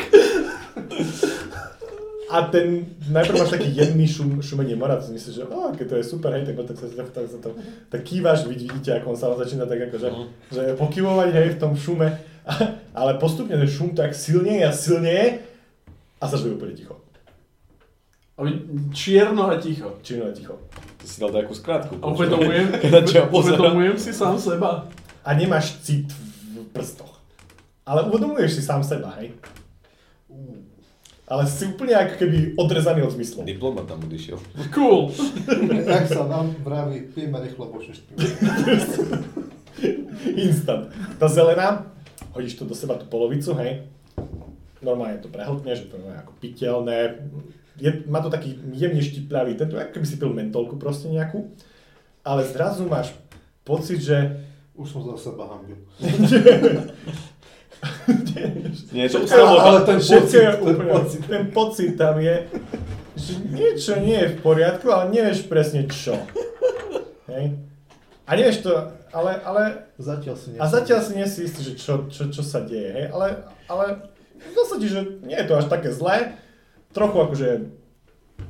A ten, najprv máš taký jemný šum, šumenie mora, to si myslíš, že oh, keď to je super, hej, tak, tak, sa, tak, tak, sa to, tak kývaš, vid- vidíte, ako on sa vám začína tak akože, že pokyvovať, hej, v tom šume, <laughs> ale postupne ten šum tak silneje a silneje a sa žije úplne ticho. A vy- Čierno a ticho. Čím je ticho. Ty si dal takú skrátku. A uvedomujem, <laughs> Keď na teba pozerám. uvedomujem si sám seba. A nemáš cit v prstoch. Ale uvedomuješ si sám seba, hej. Ale si úplne ako keby odrezaný od zmyslov. Diploma tam odišiel. Cool. <laughs> Jak sa nám vraví, pijme rýchlo počneš pivo. Instant. Tá zelená, hodíš to do seba tú polovicu, hej. Normálne to prehltneš, že to je ako piteľné. Je, má to taký jemne štipľavý, tento, ako keby si pil mentolku proste nejakú. Ale zrazu máš pocit, že... Už som za seba hambil. Nie, to Ale ten Všetko pocit, je ten úplne, pocit. ten pocit tam je, že niečo nie je v poriadku, ale nevieš presne čo. Hej. A nevieš to, ale, ale Zatiaľ si nie. A zatiaľ si nie si istý, že čo, čo, čo sa deje, hej? Ale, ale v zásade, že nie je to až také zlé. Trochu akože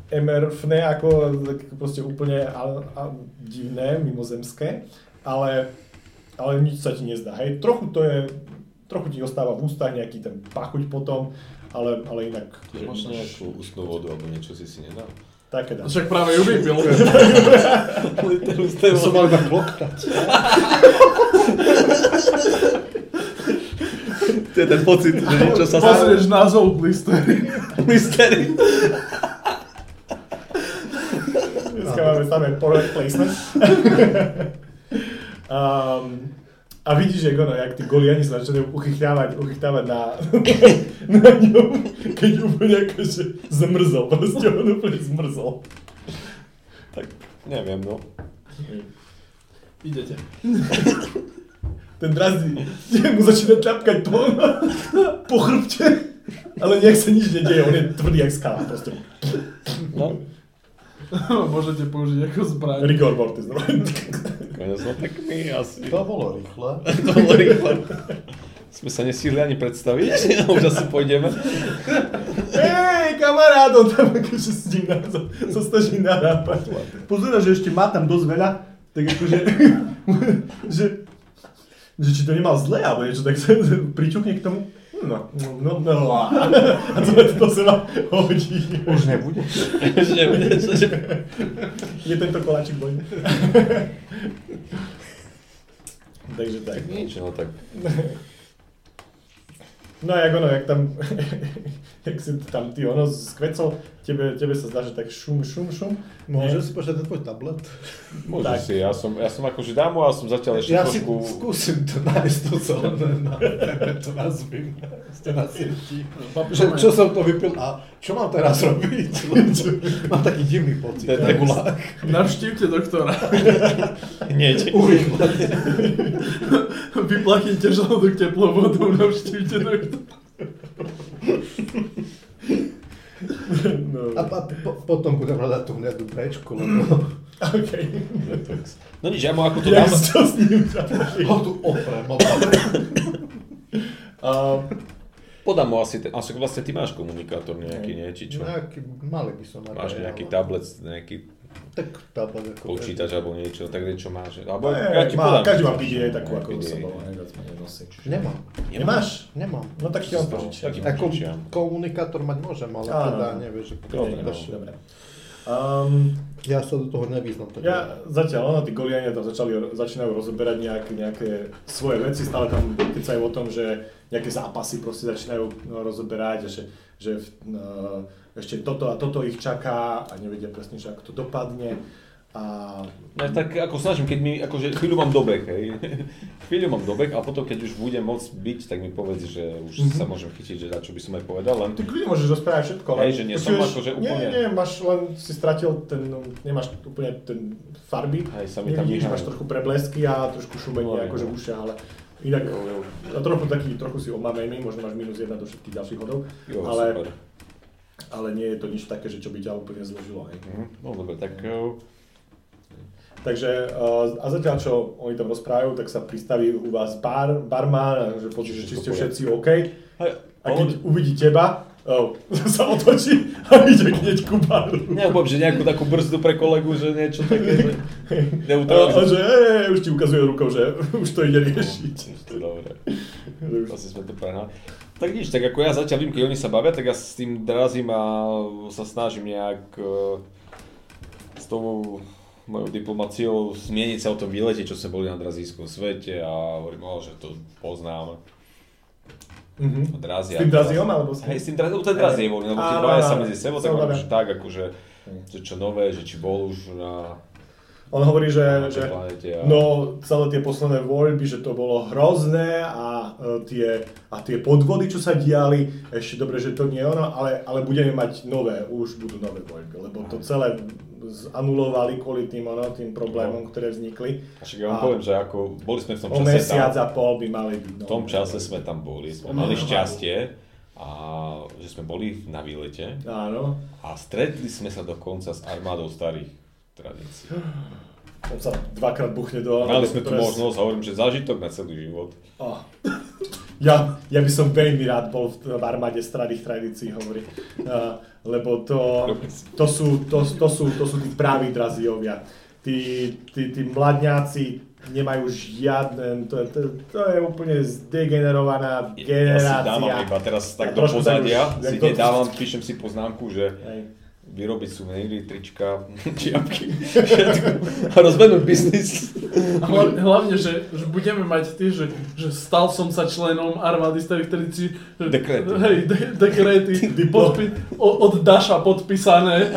emerfné, ako tak proste úplne a, a divné, mimozemské, ale, ale nič sa ti nezdá, hej? Trochu to je, trochu ti ostáva v ústach nejaký ten pachuť potom, ale, ale inak že Máš nič nejakú ústnú vodu alebo niečo si si <laughs> nedal? také dá. Však práve ju vypil. Ja som mal iba kloktať. To je ten pocit, že niečo sa stalo. Pozrieš názov blistery. Mystery. Dneska máme samé product placement. um, a vidíš, jak ono, jak tí goliani sa začali uchychtávať, uchychtávať na, na ňom, keď úplne akože zmrzol, proste on úplne zmrzol. Tak neviem, no. Idete. <laughs> Ten drazdí, mu začína čapkať po, po chrbte, ale nejak sa nič nedeje, on je tvrdý jak skala, proste. No, Môžete použiť ako zbraň. Rigor mortis, no. konec, no tak my asi. To bolo rýchle. To bolo rýchlo. Sme sa nestihli ani predstaviť, <laughs> už asi pôjdeme. Hej, kamarát, on tam akože s ním na, sa, sa snaží narábať. Pozera, že ešte má tam dosť veľa, tak akože, <laughs> že, že či to nemal zle, alebo niečo, tak sa sa pričuchne k tomu. No, no, no, no. A to, to sa vám hodí. Už nebude. Že budeš, že... Je tento koláčik boj. <laughs> Takže tak. Nič, no tak. No jak ono, jak tam, <laughs> jak si tam ty ono skvecol, tebe, tebe sa zdá, že tak šum, šum, šum. Môžem si počať na tvoj tablet? Môže Tak. si, ja som, ja som akože dám mu a som zatiaľ ešte Ja si trošku... skúsim to nájsť to celé na, na to nazvím. Ste na sieti. Že, Papier- čo som to vypil a čo mám teraz robiť? <laughs> Lebo mám taký divný pocit. To je nebulák. Navštívte doktora. Hneď. Vyplachnite žalúdok teplou vodou, navštívte doktora. No, A, a po, potom budem hľadať tú hnedu prečku, lebo OK. No nič, ja mu ako to Jak dám... si to s ním ťaží? ho tu oprem. o- Uh, Podám mu asi ten... A však vlastne ty máš komunikátor nejaký, nie? Či No, čo? Nejaký, mali by som. Máš materiál. nejaký tablet, nejaký Tak tablet. ako- počítač alebo niečo, tak niečo máš. Alebo ja ne, ti má, podám. každý má PDA takú, Aj ako PDA. sa bola. no, Nemám, Nemáš? nemám. No tak ti no. Čo mám stalo? požičiať. Tak ti Ako požičiam. komunikátor mať môžem, ale Áno. teda nevieš, že Dobre, no. Dobre. Um, Ja sa do toho nevyznam. Tak ja zatiaľ, ono, tí goliania tam začali, začínajú rozoberať nejak, nejaké svoje veci, stále tam kecajú o tom, že nejaké zápasy proste začínajú no, rozoberať, a že, že v, no, ešte toto a toto ich čaká a nevedia presne, že ako to dopadne. A No tak ako snažím, keď mi, akože chvíľu mám dobeh, hej. <laughs> chvíľu mám dobeh a potom keď už budem môcť byť, tak mi povedz, že už Mhm. sa môžem chytiť, že na čo by som aj povedal, len Ty kľudne môžeš rozprávať všetko, Hej, že nie som počuješ- akože Nie, úplne- nie, máš len, si stratil ten, no, nemáš úplne ten farby, Hej, sa mi tam nevidíš, vyháňa. máš trochu preblesky a trošku šumenie Hovorím, akože v no. ušiach, ale inak Jo, jo. a trochu taký, trochu si omamený, možno máš minus jedna do všetkých ďalších hodov, jo, super. ale, ale nie je to nič také, že čo by ťa úplne zložilo, hej. Mhm. No dobre, tak jo, Takže uh, a zatiaľ, čo oni tam rozprávajú, tak sa pristaví u vás bar, barman, že pocit, že či ste všetci OK. A keď uvidí teba, oh, <laughs> sa otočí a ide hneď ku baru. Nepoviem, že nejakú takú brzdu pre kolegu, že niečo <laughs> také, A, že a neutralizuje. že e, už ti ukazuje rukou, že <laughs> už to ide riešiť. Dobre, Že už- asi sme to prehnali. Tak nič, tak ako ja zatiaľ vím, keď oni sa bavia, tak ja s tým drazím a sa snažím nejak e, s tou mojou diplomáciou zmieniť sa o tom výlete, čo sme boli na drazískom svete a hovorím, o, že to poznám. Mhm. S Drazia. tým draziom alebo s Hej, s tým drazím, ten drazí je voľný, lebo tie Áno, dvaja sa áno, medzi sebou, sa tak hovorím, bavia. že tak, akože, že čo nové, že či bol už na... On hovorí, že, Na že tej planete a- no, celé tie posledné voľby, že to bolo hrozné a, e, tie, a tie podvody, čo sa diali, ešte dobre, že to nie je ono, ale, ale budeme mať nové, už budú nové voľby, lebo to celé zanulovali kvôli tým, ono, tým problémom, ktoré vznikli. A však ja vám A- poviem, že ako boli sme No. v tom O čase mesiac tam, a pol by mali byť v tom čase sme tam boli, sme mali šťastie a že sme boli na výlete Áno, a stretli sme sa dokonca s armádou starých tradícií. on sa dvakrát buchne do... Mali sme tu pres- možnosť, hovorím, že zážitok na celý život. Oh. <coughs> Ja, ja by som veľmi rád bol v, v armáde starých tradícií, hovorí. Uh, lebo to, to, sú, to, to, sú, to sú tí praví draziovia. Tí, tí, tí mladňáci nemajú žiadne, to, to, to je úplne zdegenerovaná Ja, ja si generácia. dávam iba teraz tak Ja do trošku tak pozadia, už- si jak to- nedávam, píšem si poznámku, že Hej. vyrobiť suveníry, trička, <laughs> čiapky, všetko a rozbehnúť biznis. A hla- Hlavne, že, že budeme mať ty, že, že stal som sa členom armády starých tradícií. že- Dekréty. Hej, de- dekréty. podpi- o- od Daša podpísané.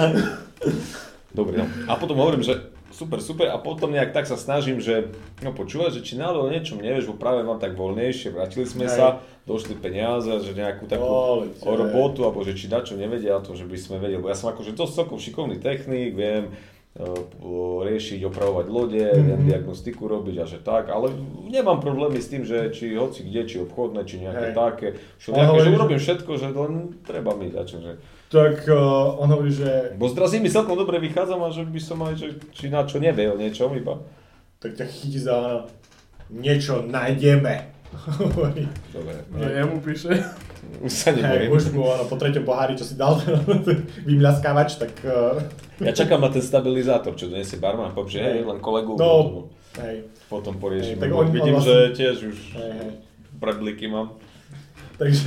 Dobre, no. A potom hovorím, že super, super a potom nejak tak sa snažím, že no počúvaj, že či náhodou o niečom nevieš, bo práve mám tak voľnejšie, vrátili sme Hej. sa, došli peniaze, že nejakú takú Ole, o robotu, alebo že či dačo nevedia to, že by sme vedeli, bo ja som akože dosť celkom šikovný technik, viem e, o- riešiť, opravovať lode, mm-hmm. Mhm. viem diagnostiku robiť a že tak, ale nemám problémy s tým, že či hoci kde, či obchodné, či Hej. nejaké také, čo Ale nejaké, že hovoríš, že- urobím všetko, že len treba mi dačo, že Tak uh, on hovorí, že bo s drazými celkom dobre vychádzam a že by som aj, že, či na čo nevie o niečom iba. tak ťa chytí za áno, niečo nájdeme. <laughs> Hovorí. Dobre. Že No, jemu píše. Už sa Hej, nebojím. už mu áno, po treťom pohári, čo si dal <laughs> vymľaskávač, tak uh, Ja čakám na ten stabilizátor, čo donesie barman. Poviem, že hej, len kolegu. No. potom- hej, Potom poriešim. Hej, tak Tak on- on Vidím, vlastne- že tiež už hej, hej. bradliky mám. Takže,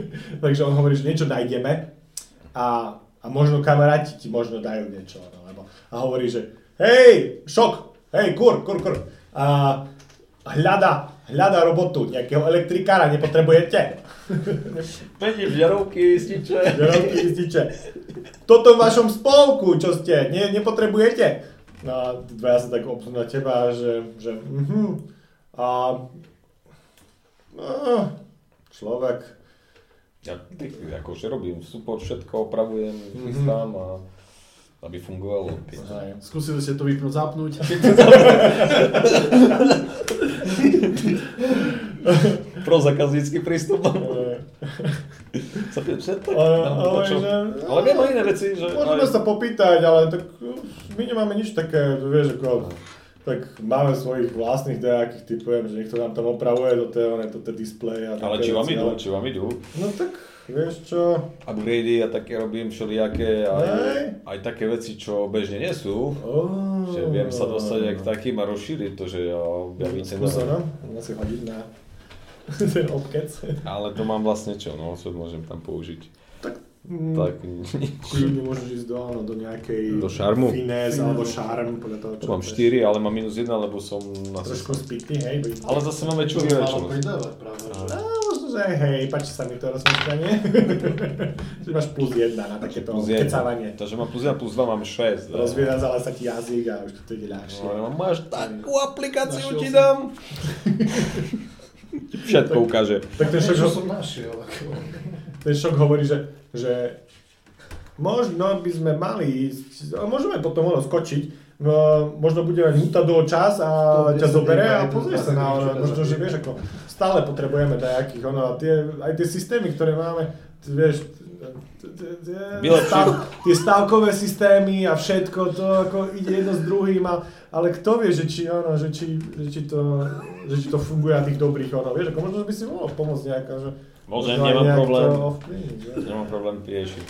<laughs> takže on hovorí, že niečo nájdeme a, a možno kamaráti ti možno dajú niečo. No, lebo, a hovorí, že hej, šok, hej, kur, kur, kur. A hľada hľadá robotu, nejakého elektrikára nepotrebujete. Vedím, žiarovky, stiče. Žerovky izdiče. Toto v vašom spolku, čo ste, nie, nepotrebujete. No a tí dvaja sa tak opnú na teba, že, že mhm. A, a človek, Ja ty- akože robím support, všetko opravujem, Mhm. chystám a aby fungovalo. no, hej. Skúsili ste to vypnúť, zapnúť. Pro zákaznícky <laughs> prístup. Eh, Sa pýtam, že tak, Ale- dám to, ale čo? že- ale viem aj iné veci, že... Môžeme aj- sa popýtať, ale tak uh, my nemáme nič také, vieš, ako... Tak máme svojich vlastných nejakých typujem, že niekto nám tam opravuje do tej, one, do tej displeje a Ale také či vám veci, idú, ale- či vám idú. No tak, vieš čo, Upgrady a také robím všelijaké aj, Hej. aj také veci, čo bežne nie sú. Oh. Že viem sa dostať aj k takým a rozšíriť to, že ja objaví ten Skúsa, no? Ja si hodiť na <laughs> ten obkec. Ale to mám vlastne čo, no, čo môžem tam použiť. Mm, Tak, <laughs> Kľudne môžeš ísť do, áno, do nejakej... Do šarmu? Finés alebo šarm, podľa toho, čo... to mám chceš. 4, ale mám minus 1, lebo som na Trošku spity, hej. by- Ale zase mám väčšiu Malo výračnosť. pridávať práve, že? Á, No, možno, že hej, páči sa mi to <laughs> rozmýšľanie. Že máš plus jedna na takéto Plus jeden. kecávanie. Takže mám plus 1, plus 2, mám 6. Rozvierazala sa ti jazyk a už to ide ľahšie. No, máš takú aplikáciu, Našiel ti <laughs> som. dám. Všetko ukáže. Tak ten šok, Niečo som našiel. ako. ten šok hovorí, že, že možno by sme mali ísť, a môžeme potom ono skočiť, No, možno bude mať húta dlho čas a To ťa bude zobere sa a týka aj pozrieš sa do na vás, ono. čo ťa Možno, že zabije. vieš, ako stále potrebujeme dajakých ono a tie, aj tie systémy, ktoré máme, t- vieš, t- t- t- Vylepšiť. stav- tie stavkové systémy a všetko to ako ide jedno s druhým, a, ale kto vie, že či, ono, že, či, že, či to, že či to funguje na tých dobrých, ono, vieš, ako možno že by si mohol pomôcť nejaká, že možno Môžem, aj nemám nejak problém. No to ovplyvniť, vieš. Nemám problém riešiť.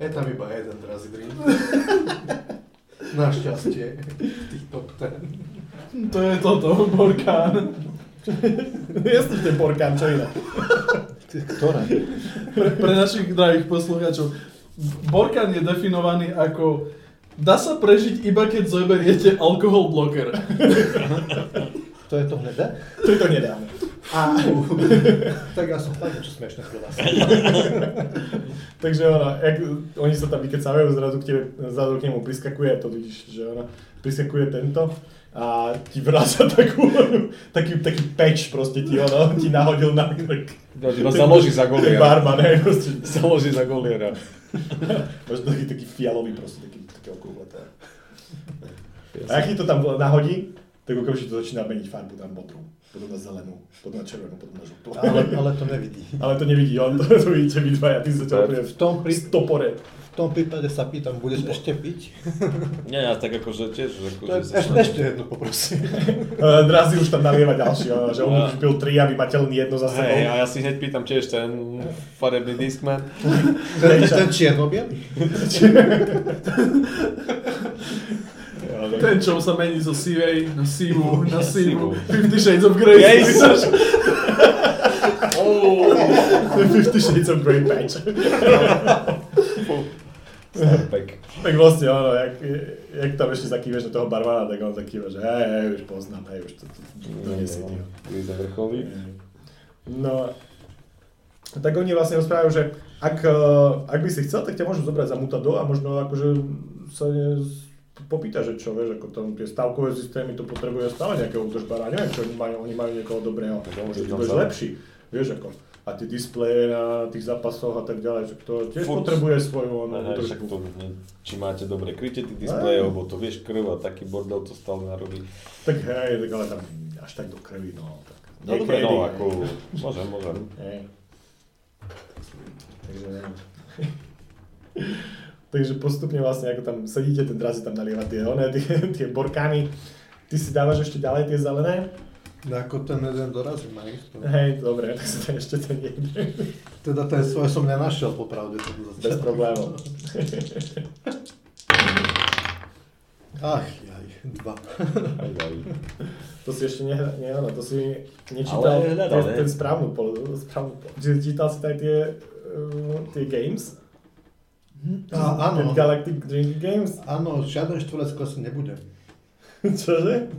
Je tam iba jeden drazí drink. <laughs> Našťastie. Tých top ten. To je toto, Borkán. <laughs> Jasne, ten porkán, čo iné. Ktoré? Pre, pre našich drahých poslucháčov. Borkán je definovaný ako dá sa prežiť iba keď zoberiete alkohol blocker. To je to <laughs> hnedé? To je to nedávne. A, Tak ja som fakt niečo smiešne pre vás. takže ona, jak, oni sa tam vykecavajú, zrazu k, tebe, zrazu k nemu priskakuje, to vidíš, že ona priskakuje tento a ti vráca <laughs> takú, taký, taký peč proste ti, ono, ti nahodil na krk. Ja ti to založí za Ten goliera. barman, hej, proste, <laughs> Založí za goliera. <laughs> máš taký, taký fialový proste, taký, taký okrúhleté. A aký to tam nahodí, tak okamžite to začína meniť farbu, tam modrú, potom na zelenú, potom na červenú, potom na žltú. Ale, ale to nevidí. Ale to nevidí on, to, <laughs> to vidíte vy dvaja, ty sa ťa úplne v V tom, pri pri, stopore. v tom prípade sa pýtam, budeš ešte piť? Nie, ja tak akože tiež... Akože To je, ešte, začnem- ešte jednu <laughs> poprosím. Uh, Drazi už tam nalieva ďalšie, áno, že on už pil tri a vy máte len jedno za sebou. E, Hej, a ja si hneď pýtam tiež ten farebný diskman. Ten, ten čiernobiel? Ten, čo sa mení zo sivej na sivú, na sivú. sivú. 50 Shades of Grey. Fifty Shades of Grey patch. Starback. tak vlastne, áno, jak, jak tam ešte zakýveš na toho barmana, tak on zakýva, že hej, hej, už poznám, hej, už to, to, to nie no. si ty. Kríza vrcholí. Mhm. No, tak oni vlastne rozprávajú, že ak, eh, ak by si chcel, tak ťa môžu zobrať za mutado a možno akože sa ne, popýta, že čo, vieš, ako tam tie stavkové systémy, to potrebuje stále nejakého údržbára, neviem, čo oni majú, oni majú niekoho dobrého, Tak on možno ty tam budeš za- lepší, vieš, ako a tie displeje na tých zápasoch a tak ďalej, že to tiež Furt. potrebuje svoju Ne, no, ne, však to, údržbu. ne- či máte dobre krytie tých displejov, bo to vieš krv a taký bordel to stále narobí. Tak hej, tak ale tam až tak do krvi, no. Tak. No dobre, Niekedy. no ako... Môžem, môžem. Hej. Takže neviem. <laughs> Takže postupne vlastne, ako tam sedíte, ten draz si tam nalieva tie, one, tie, tie borkány. Ty si dávaš ešte ďalej tie zelené? No ako ten jeden dorazí, ma ich to. Hej, dobre, tak si to ešte ten jedne. Teda ten svoj som nenašiel popravde. Ten zatiaľ. Bez problémov. Ach, jaj, dva. Aj, aj. To si ešte nehra, nie, áno, to si nečítal Ale hľadal, ne? ten, ten správnu pol, správnu pol. Čiže čítal si aj tie, uh, tie games? Á, áno, Ten Galactic Drink Games? <laughs> áno, žiaden štvorec klesť nebudem. Čože?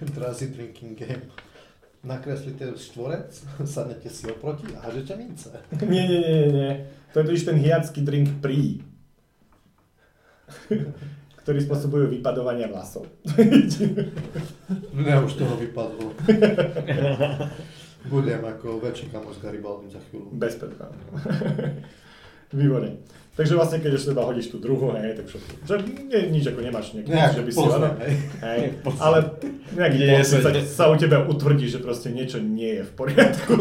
Drazy drinking game. Nakreslíte štvorec, <laughs> sadnete si oproti a hážete mince. Nie, nie, nie, nie, nie. To je totiž ten hiacký drink prí. ktorý spôsobujú vypadovania vlasov. Mňa už toho vypadlo. <laughs> Budem ako väčší kamoš s Garibaldom za chvíľu. Bez Petra. <laughs> Výborne. Takže vlastne, keď už teda hodíš tú druhú, hej, tak všetko. Že nie, nič ako nemáš nejaký, Nejak že by si, poznám, áno, hej. hej, ale nejaký Nie, pocit sa, nie. sa u teba utvrdí, že proste niečo nie je v poriadku.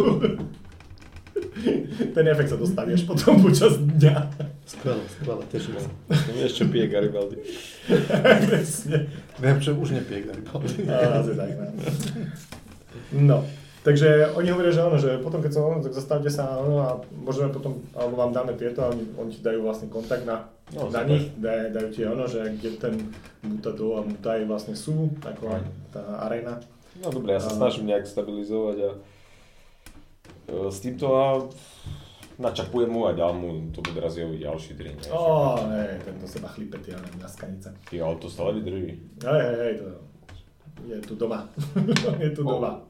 <laughs> Ten efekt sa dostaví až potom počas dňa. <laughs> Skvelé, skvelé, teším sa. Ešte pije Garibaldi. Presne. Viem, že už nepije Garibaldi. A, asi tak, no. no. Takže oni hovoria, že áno, že potom keď sa ono, tak zastavte sa áno, a môžeme potom, alebo vám dáme tieto a oni, oni ti dajú vlastne kontakt na, no, No, na super. nich, daj, dajú ti ono, že kde ten Mutado a Mutaj vlastne sú, taková tá arena. No dobre, ja sa snažím nejak stabilizovať a e, s týmto a načapujem mu a dám mu to bude raz jeho ďalší drink. Ó, oh, hej, tento seba chlípe, ty, ale na skanice. Ty, ale to stále vydrží. Hej, hej, hej, to je tu doma. <laughs> je tu doma.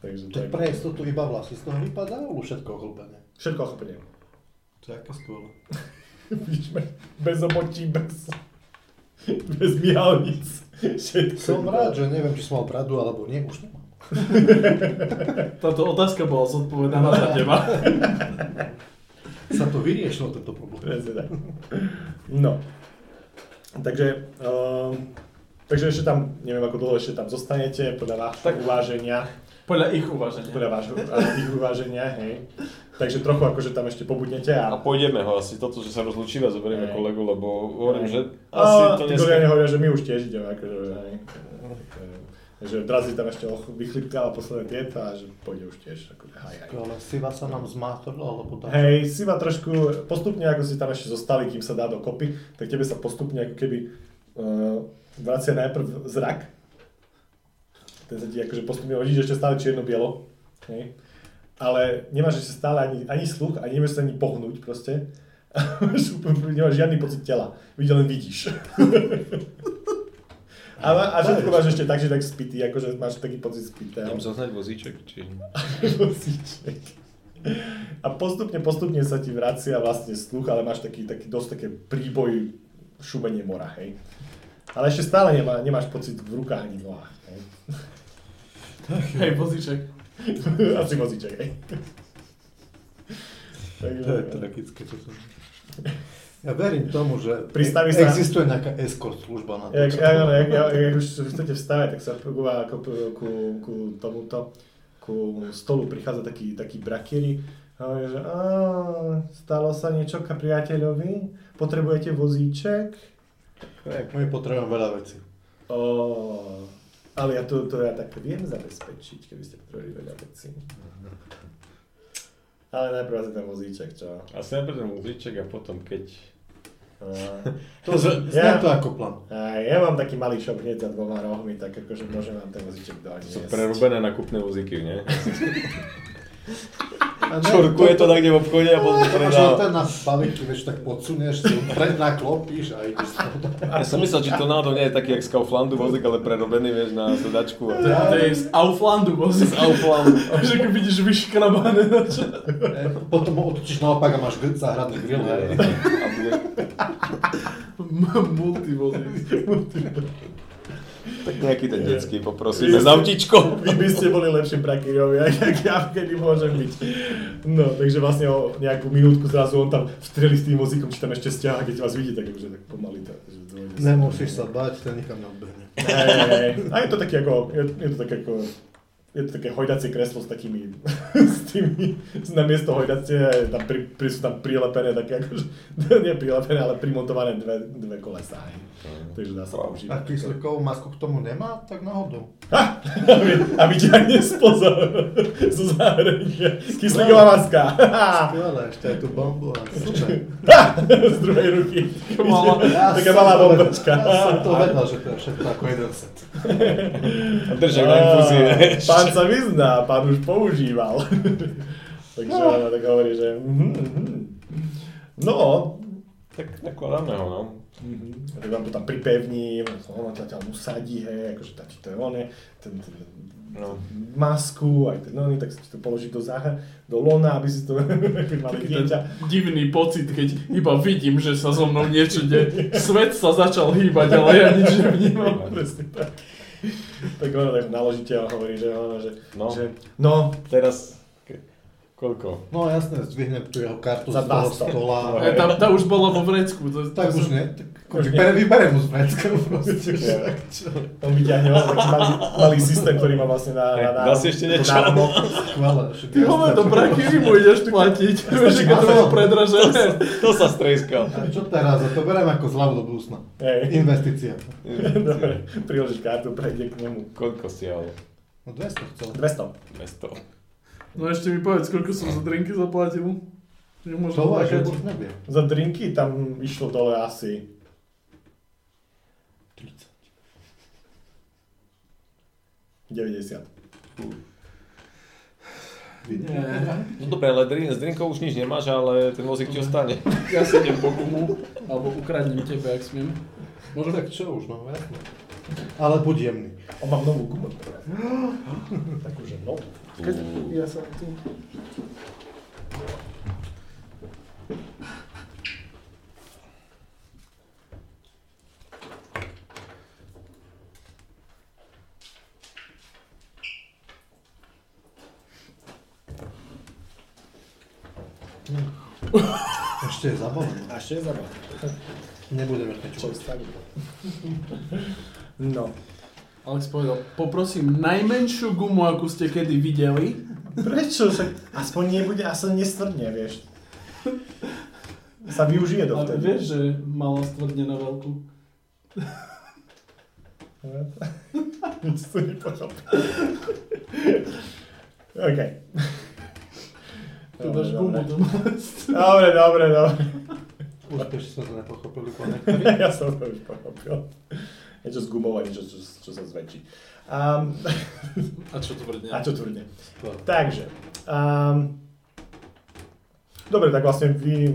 Takže <laughs> Tak pre istotu iba vlasy z toho vypadá, alebo všetko ohlbené? Všetko ochopenie. To je aké skvelé. Vidíme, bez obotí, bez, bez mihalnic. Všetko. Som rád, že neviem, či som mal bradu alebo nie, už nemám. Táto otázka bola zodpovedaná za teba. Sa to vyriešilo, tento problém. Presne tak. No. Takže, ehm, takže ešte tam, neviem ako dlho ešte tam zostanete, podľa vášho uváženia. Podľa ich uvaženia. Podľa vášho áno, ich uváženia, hej. Takže trochu akože tam ešte pobudnete a... A pôjdeme ho asi toto, že sa rozlučíme, zoberieme Hej. kolegu, lebo hovorím, že asi asi a, to to dnes... nehovoria, že my už tiež ideme, akože, hej. Takže Drazi tam ešte och- vychlipkala posledné tieto a že pôjde už tiež, akože haj, haj. Skvelé, siva sa nám zmátorila, alebo tak. Hej, si ma trošku, postupne ako si tam ešte zostali, kým sa dá dokopy, tak tebe sa postupne ako keby uh, vracia najprv zrak. Ten sa ti akože postupne hodíš ešte stále čierno-bielo. Hej. Ale nemáš ešte stále ani, ani sluch, ani nemáš sa ani pohnúť proste. <laughs> Máš úplne- nemáš žiadny pocit tela. Videl len vidíš. <laughs> A, a všetko máš ešte tak, že tak spity, akože máš taký pocit spitého. Tam zohnať vozíček, či... Vozíček. A postupne, postupne sa ti vracia vlastne sluch, ale máš taký, taký dosť také príboj šumenie mora, hej. Ale ešte stále nemá, nemáš pocit v rukách ani v nohách, hej. <laughs> Hej, vozíček. Asi vozíček, hej. Takže, To je tragické, čo som... Ja verím tomu, že Pristaví sa- existuje nejaká escort služba na to. jak, jak, jak, jak, jak, už chcete vstávať, tak sa prvá ku, ku, ku tomuto, ku stolu prichádza taký, taký brakieri. A hovorí, že "Á, stalo sa niečo ka priateľovi? Potrebujete vozíček? My potrebujeme veľa vecí. Ó, ale ja to, to ja tak viem zabezpečiť, keby ste potrebovali veľa vecí. Ale najprv asi ten vozíček, čo? Asi najprv ten vozíček a potom keď... Á. To z... Ja- Znam to ako plán. A ja mám taký malý šok hneď za dvoma rohmi, tak akože môžem vám ten vozíček Sú doniesť. prerobené na kupné vozíky, nie? A ne, Čorkuje to tak, kde v obchode a potom Čo predáva. ten na balíky, vieš, tak podsunieš, si pred naklopíš a ideš tam. Ja som myslel, či to náhodou nie je taký, jak z Kauflandu vozík, ale prerobený, vieš, na sedačku. To, to je z Auflandu vozík. Z <laughs> Auflandu. A že keď vidíš vyškrabané na čo. E, Potom ho otočíš naopak a máš gr- záhradný grill. hej. A bude... M- Multivozík. Tak nejaký ten detský poprosíme za autíčko. Vy by ste boli lepšie prakýrovia, jak ja kedy môžem byť. No, takže vlastne o nejakú minútku zrazu on tam vstrelí s tým vozíkom, či tam ešte stiaha, keď vás vidí, tak akože tak pomaly. Tak, že dojde sa. Nemusíš sa bať, ten nikam neodbehne. Hej, hej, hej. A je to také ako, je, je to také ako, je to také hojdacie kreslo s takými, <laughs> s tými, s na miesto hojdacie, tam pri, pri, sú tam prilepené také akože, <laughs> nie prilepené, ale primontované dve, dve kolesá, hej. Takže dá sa použiť. A kyslíkovú masku k tomu nemá, tak náhodou. A vy- A vyťahne spozor <laughs> zo zahrania. Kyslíková maska. Skvelé, ešte aj tu bombu a super. <laughs> Z druhej ruky. Ja Taká som malá to vedel, bombačka. Ja som to vedel, že to je všetko ako jeden set. A držek na infúzii, <laughs> vieš. Ah, Pán sa vyzná, pán už používal. Takže ona tak hovorí, že... mhm, mhm. No, Tak nakladáme ho, no. Mm-hmm. Že vám to tam pripevní, ono ťa tam usadí, hej, akože taký to je one, ten, ten, no. masku, aj ten oný, tak si to položí do záha, do lona, aby si to <laughs> mali Taký ten <laughs> dieťa. divný pocit, keď iba vidím, že sa so mnou niečo deje. Svet sa začal hýbať, ale ja nič nevnímam. Presne tak. Tak ono tak naložíte a hovorí, že ono, že, No. že no, Teraz, ke- koľko? No jasné, zdvihnem tú jeho kartu Za z toho 200. stola. E, Tá, tá už bola vo vrecku. To, Tak to už som- nie. Tak vyberem, vyberem mu z vrecka <laughs> proste. Ja. Tak čo? on vyťahne on taký malý, malý systém, ktorý má vlastne na, na, na Dá si ešte niečo? Skvelé. však Ty jasné, vole, čo- dobrá, kedy mu ideš platiť? Vieš, aké to bolo predražené. To sa streskal. A čo teraz? A to berem ako zľavu do budúcna. Hej. Investícia. Dobre, priložíš kartu, prejde k nemu. Koľko stiahol? No 200 chcel. 200. 200. No ešte mi povedz, koľko som za drinky zaplatil? Nemôžem To až plakať. už neviem. Za drinky tam išlo dole asi 30. 90. No dobre, ale drink, z drinkov už nič nemáš, ale ten vozík ti ostane. Ja si idem po gumu, alebo ukradnem tebe, ak smiem. Možno tak čo už, no jasné. Ale buď jemný. On mám novú gumu <gasps> teraz. Takúže novú. Ja sa tu... Ešte je zabavené. A ešte je zabavné. Nebudeme ešte Čo je čo. tak? No. Alex povedal, poprosím najmenšiu gumu, akú ste kedy videli. Prečo? Však aspoň nebude, aspoň nestvrdne, vieš. Sa využije A dovtedy. vieš, že malo stvrdne na veľkú. Nic tu nepochopil. <laughs> OK. Tu dáš gumu do most. Dobre, dobre, dobre. <laughs> Úspešne sme to nepochopili po Ja som to už pochopil. Niečo z gumou a niečo, čo, čo sa zväčší. Um, A čo tvrdne? <laughs> a čo tvrdne. No. Takže. Um, dobre, tak vlastne vy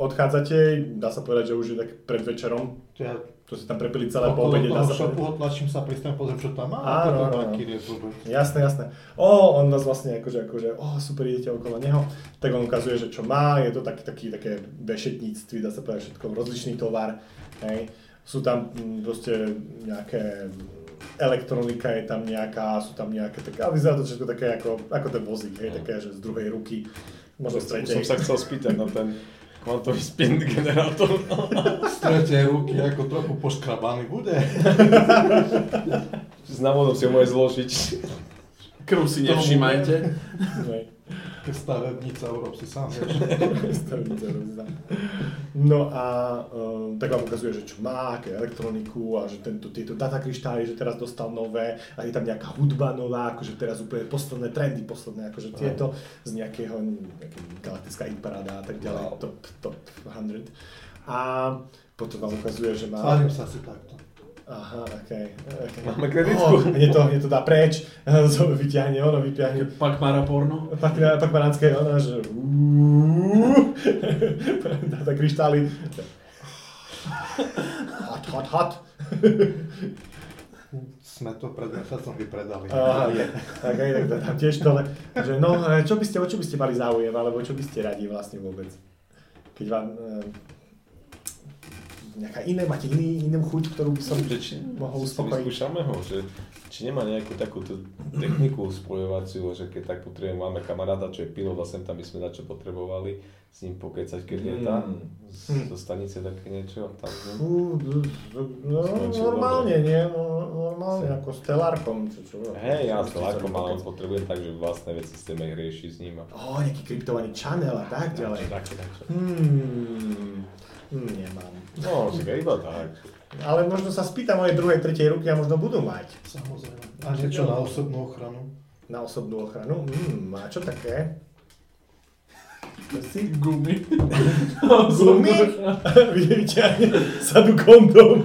odchádzate, dá sa povedať, že už je tak pred večerom, Ja to si tam prepili celé po okolo obede, dá toho sa šopu povedať. odlačím sa, pristanem, pozriem, čo tam má. Áno, A to áno, tam áno. aký je vôbec. Jasné, jasné. O, on vás vlastne akože, akože, o, super, idete okolo neho. Tak on ukazuje, že čo má, je to taký, taký také bešetníctví, dá sa povedať všetko, rozličný tovar. Hej. Sú tam mm, proste nejaké mm, elektronika je tam nejaká, sú tam nejaké také, ale vyzerá to všetko také ako, ako ten vozík, hej, také, že z druhej ruky, možno z tretej. Som sa chcel spýtať na ten kvantový spin generátor. Z tretej ruky, ako trochu poškrabaný bude. S návodom si ho môže zložiť. Krv si nevšímajte. Hej. Keď stavebnica, urob si sám. <laughs> vieš. Stavnice rozdá. <laughs> No a um, tak vám ukazuje, že čo má, aké elektroniku a že tento, tieto datakryštály, že teraz dostal nové a je tam nejaká hudba nová, akože teraz úplne posledné trendy, posledné akože tieto z nejakého, nejaká galaktická hitparáda a tak ďalej, Wow. top, top 100. A potom vám ukazuje, že má... Sladím sa si takto. Aha, okej. okej. Máme kreditku. O, mne to, mne to dá preč, <laughs> Zo- vyťahne ono, vyťahne Pak má porno. Pak, pak Baranské, ona, že uuuu, dá sa kryštály. Hot, hot, hot. Sme to pred mesiacom vypredali. Aha, je. Tak aj tak tam tiež tohle. Že no, e, čo by ste, o čo by ste mali záujem, alebo čo by ste radi vlastne vôbec? Keď vám e, nejaká iné, máte iný, inú chuť, ktorú by som Že či, mohol si uspokojiť. Vyskúšame ho, že či nemá nejakú takúto techniku spojovaciu, že keď tak potrebujem, máme kamaráta, čo je pilot a sem tam by sme na čo potrebovali, s ním pokecať, keď lieta, z, zo stanice také niečo, tam s ním. Fú, No, Skončil normálne, nie? No, normálne, ako s telárkom. Čo, čo, Hej, ja s čo- čo- Lákom, ale on čo- potrebujem tak, že vlastné veci chceme ich riešiť s ním. A... Ó, nejaký kryptovaný channel a tak ďalej. Také, také. Hmm, hmm, nemám. No, že iba tak. Ale možno sa spýta mojej druhej, tretej ruky a možno budú mať Samozrejme. A niečo na osobnú ochranu. na osobnú ochranu. Hmm, a čo také? Si Gumy. gumy? <laughs> Vidíte, sadu kondom.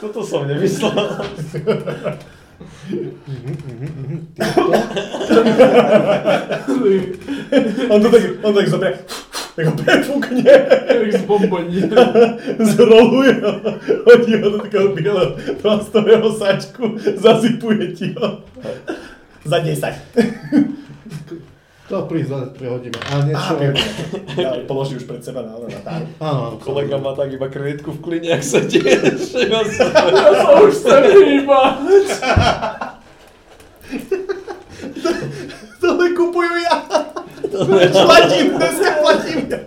Toto som nemyslel. On to tak, on tak zobrie. tak ho prefúkne, Erik z bomboní. zroluje ho, hodí ho do takého bieleho plastového sačku, zasypuje ti ho. Za 10. To prísť, prehodíme. A niečo... Ja položí už pred seba na, na tá. Áno, Kolega má tak iba kreditku v kline, ak sa tiež. <laughs> Ja som- Ja sa už chcem hýbať. Tohle kupujú ja. Dnes platím, dneska platím ja.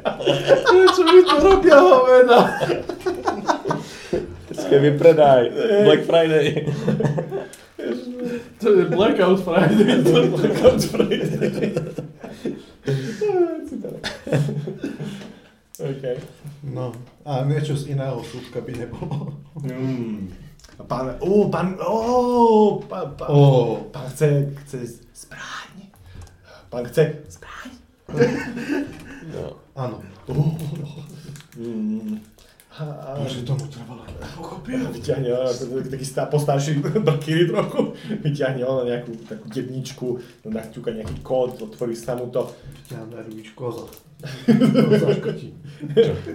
Čo mi to robia hoveda? Dneska vypredaj. Black Friday. To je Blackout Friday. To je Blackout OK. No. A niečo z iného šúbka by nebolo. Mm. A Pán, ó, pán, ó, pán, pán, Ó. pán chce, chce zbraň. Pán chce zbraň. No. Áno. Mm. A, a, Bože, tomu trvalo. vyťahne ona, tak- taký stá, postarší brkýry trochu, vyťahne ona nejakú takú jedničku, naťuka nejaký kód, otvorí sa mu to, Ja na rubič <laughs> koza. Koza škrtí.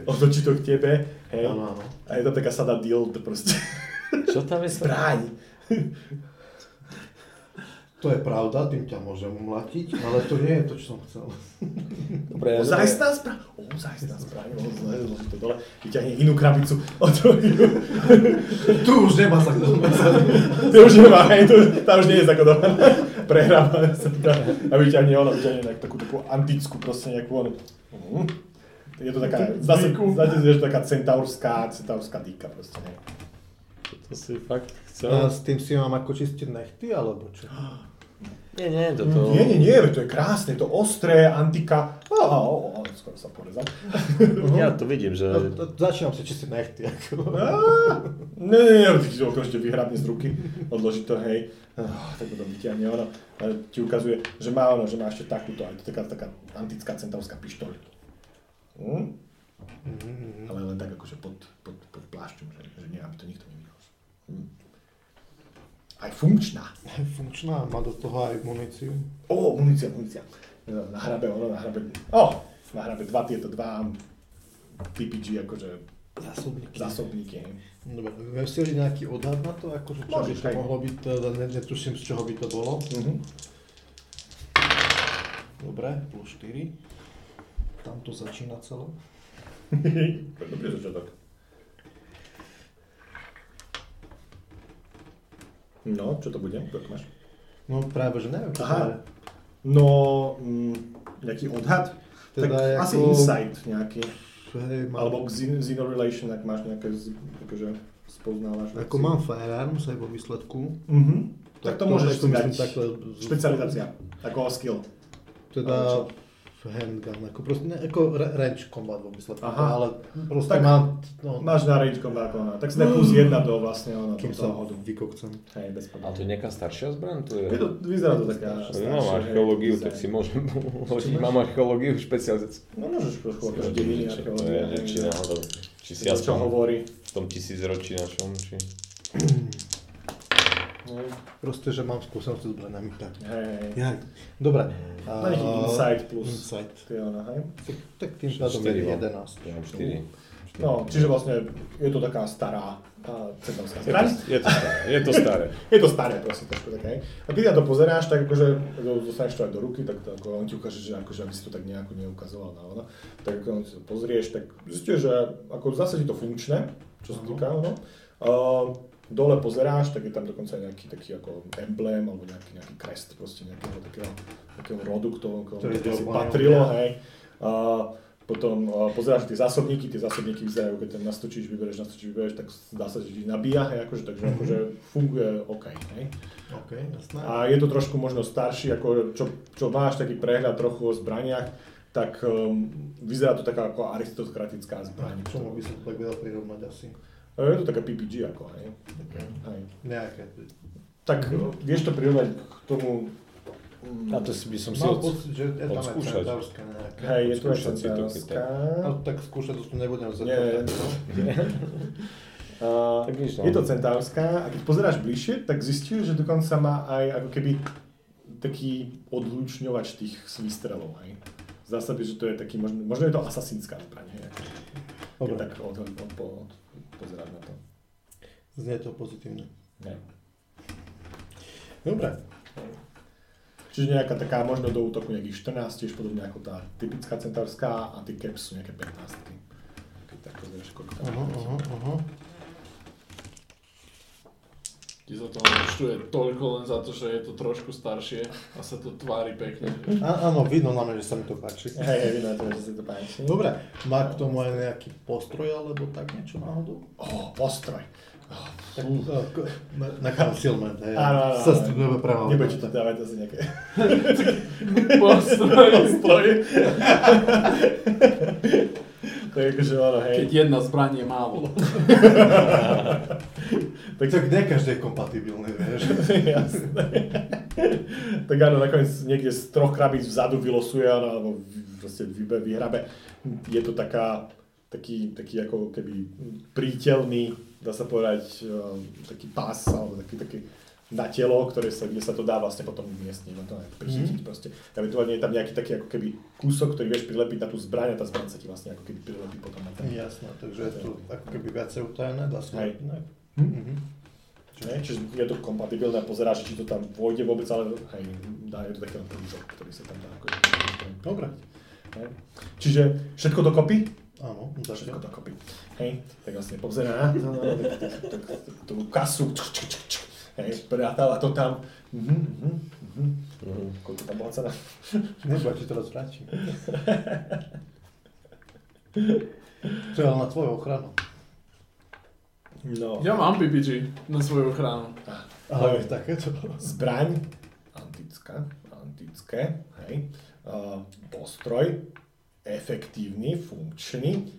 otočí to k tebe, hej. Áno, áno. A je tam taká sada deal, to proste Čo tam je? sa- bráň. To je pravda, tým ťa môžem umlatiť, ale to nie je to, čo som chcel. Dobre, ja- <laughs> Ozajstná zbraň, ozajstná zbraň, ozaj- zloží to dole, vyťahne inú krabicu, otvorí ju, <laughs> Tu už nemá sa kto <laughs> to už nemá, hej, to, tá už nie je zakodovaná, <laughs> prehráva sa tá, a vyťahne ona, vyťahne nejak takú, takú antickú, proste nejakú onu. Mhm. Je to taká, zase, zase je to taká centaurská, centaurská dýka proste, hej. To si fakt <laughs> A chcel. No. s tým si mám ako čistiť nechty, alebo čo? Nie, nie, toto... Nie, nie, nie, veď to je krásne, to ostré, antika, á, á, á, skoro sa porezal. Ja to vidím, že... No, to- Začínam si čistiť nechty, ako... Á, Ne, ne, ne, ty to okamžite vyhrabne z ruky, odloží to, hej, Ah, tak potom vyťahne ona, eh, ti ukazuje, že má ona, že má ešte takúto, aj to taká, taká antická centaurská pištoľ. Hm? Ale len tak akože pod, pod, pod plášťom, že, že nie, aby to nikto nevidel. Hm. Aj funkčná. Je <laughs> funkčná, má do toho aj muníciu. Ó, munícia, munícia. No, Nahrabe ono, nahrabe, ó, nahrabe dva tieto, dva PPG, akože Zásobníky. zásobníky. hej. Dobre, viem si robiť nejaký odhad na to, akože čo by Môžeš, to hej. mohlo byť, teda ne, netuším z čoho by to bolo. Mhm. Dobre, plus 4. Tam to začína celé. Dobrý začiatok. No, čo to bude? Koľko máš? No práve, že neviem, čo to Aha. je. No, mm, nejaký odhad? Teda tak ako- asi insight nejaký. Hej, mám, Alebo Xeno Xeno relation, ak máš nejaké, z- akože spoznávaš. Ako veci. mám firearm sa aj vo výsledku. Mhm. Tak to, môžeš si ako dať. myslím Takhle, z- Špecializácia. Ako skill. teda v handgun, ako proste, ne, ako ra- range combat vo výsledku, Aha. ale proste Tak- mám, no, Máš na range combat, ona. tak si daj plus jedna do vlastne ona. kým Kým sa toho hodu. vykokcem. Hej, bez A to je problémov. nejaká staršia zbraň? To je... Je to, vyzerá to taká Ja mám staršia, hej, archeológiu, design. tak si môžem hodiť. máš? <laughs> Mám archeológiu špecializáciu. No môžeš trochu akože dediny Či- to archeológia, je, že hej, Či no. náhodou. Či si To, čo aspoň hovorí. v tom tisícročí našom, či... Proste, že mám skúsenosti s zbraniami, tak. Hej. Jak? Dobre. Na nejaký insight plus. Insight. To je ona, hej. Tak, tak tým pádom je Štyri mám. 11. Ja mám 4. No, čiže vlastne je to taká stará tá centovská Je to, zbraň. je to staré, je to staré. Je to staré proste trošku také. hej. A keď na to pozeráš, tak akože ako dostaneš to aj do ruky, tak to ako on ti ukáže, že akože aby si to tak nejako neukazoval na ono. Tak ako on si to pozrieš, tak zistíš, že ako zase ti to funkčné, čo sa týka ono. Uh, dole pozeráš, tak je tam dokonca aj nejaký taký ako emblém alebo nejaký, nejaký krest proste nejakého takého, takého rodu, ktorého To ktorého je to si ďalej. patrilo, hej. Uh, potom uh, pozeráš tie zásobníky, tie zásobníky vyzerajú, keď tam nastočíš, vybereš, nastočíš, vybereš, tak dá sa, že ti nabíja, hej, akože, Mhm. takže akože funguje OK, hej. OK, No. jasné. A je to trošku možno starší, ako čo, čo máš taký prehľad trochu o zbraniach, tak um, vyzerá to taká ako aristokratická zbraň. No, K čomu by som to tak vedel prirovnať asi? E, Je to taká PPG ako, hej. hej. Nejaké. Tak Mhm. e, vieš to prirovnať k tomu, A to si by som si Mám od... <laughs> pocit, že je tam aj odskúšať. centárske nejaké. hej, je to aj Skúšať si to, keď centrálska. No tak skúšať to tu nebudem za Nie, <laughs> Uh, Tak nič, no. je to centaurská a keď pozeráš bližšie, tak zistíš, že dokonca má aj ako keby taký odlučňovač tých svistrelov. Hej. Zdá sa byť, že to je taký, možno, možno je to asasínska zbraň. hej. Keď Dobre. tak od, od, od, od, pozerať na to. Znie to pozitívne. Hej. Dobre. Čiže nejaká taká možno do útoku nejakých 14, tiež podobne ako tá typická centárska a tie caps sú nejaké 15. Keď tak pozrieš, koľko tam Aha, aha, aha. Ti za to naúčtuje toľko len za to, že je to trošku staršie a sa to tvári pekne. A, áno, vidno na mňa, že sa mi to páči. Hej, hej, vidno je to, že si to páči. Dobre, má k tomu aj nejaký postroj alebo tak niečo náhodou? Ó, ostroj. Tak, eh, k- na, na concealment, hej. Áno, áno, Sa áno. stredujeme právo. Nebudete to dávať zase nejaké Postroj. ostroje. to je akože ono, hej. Keď jedna zbraň je málo. Tak, tak nie každý je kompatibilný, vieš. <laughs> Jasné. tak áno, nakoniec niekde z troch krabíc vzadu vylosuje, áno, alebo vy- proste vybe, vyhrabe. Je to taká, taký, taký ako keby prítelný, dá sa povedať, ehm, taký pás, alebo taký, taký na telo, ktoré sa, kde sa to dá vlastne potom umiestniť, na to aj prichytiť proste. Tam je, je tam nejaký taký ako keby kúsok, ktorý vieš prilepiť na tú zbraň a tá zbraň sa ti vlastne ako keby prilepí potom na ten. <laughs> Jasné, takže je to ako keby viacej utajené, dá sa. Hej. Ne? Ne? Čiže je to kompatibilné, pozeráš, či to tam vôjde vôbec, ale hej, dá, je to taký len prúžok, ktorý sa tam dá ako Dobre. Ne? Čiže všetko dokopy? Áno, takže. Všetko dokopy. Hej, tak vlastne pozerá na to, no, tak- tak- tak- tak tú kasu, čuk, čuk, čuk, čuk. hej, prátala to tam. Mhm, mhm, mhm. Koľko tam bola cena? Nebo ja ti teraz <laughs> vrátim. To je ale na tvoju ochranu. No, Ja mám BBG na svoju ochranu. Ale takéto. <laughs> zbraň, antická, antické, hej, uh, postroj, efektívny, funkčný,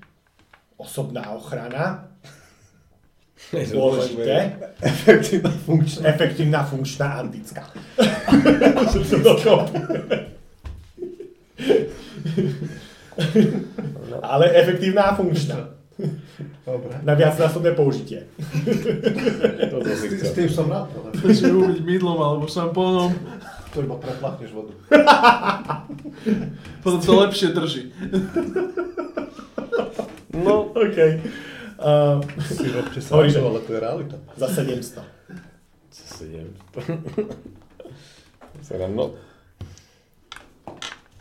osobná ochrana, dôležité, Efektívna funkčná. efektívna, funkčná, antická. Že to dokopy. Ale efektívna a funkčná. Dobre. Na viacnásobné použitie. S, s tým som rád, ale <laughs> Čiže ubiť mydlom alebo šampónom, to iba prepláchneš vodu. potom to lepšie drží. No, OK. Uh, Si robte sa, Hovoríš, že- ale to je realita. za 700. <laughs> 7. Serem, no,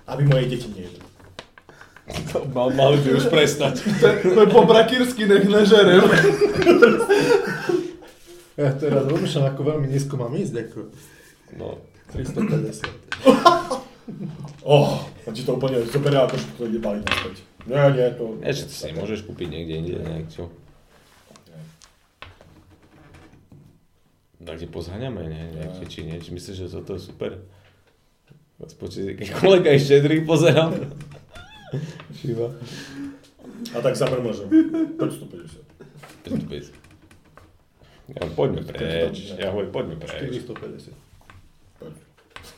Aby moje deti nejedli. to mal, mali by už prestať. To je- To je po brakírsky nech nežerem. Ja teraz rozmýšľam, ako veľmi nízko mám ísť, ako <laughs> No, 350. Oh, on ti to úplne zoberá, akože to ide baliť naspäť. Nie, nie, to... ešte to si môžeš kúpiť niekde inde nejak čo. Tak ti pozhaňame, nie? Nejaké či nie? Či myslíš, že toto je super? Aspoň keď kolega je štedrý, pozerám. Šiva. A tak zamer môžem. 550. 550. Ja hovorím, poďme preč. Ja hovorím, poďme preč. 450.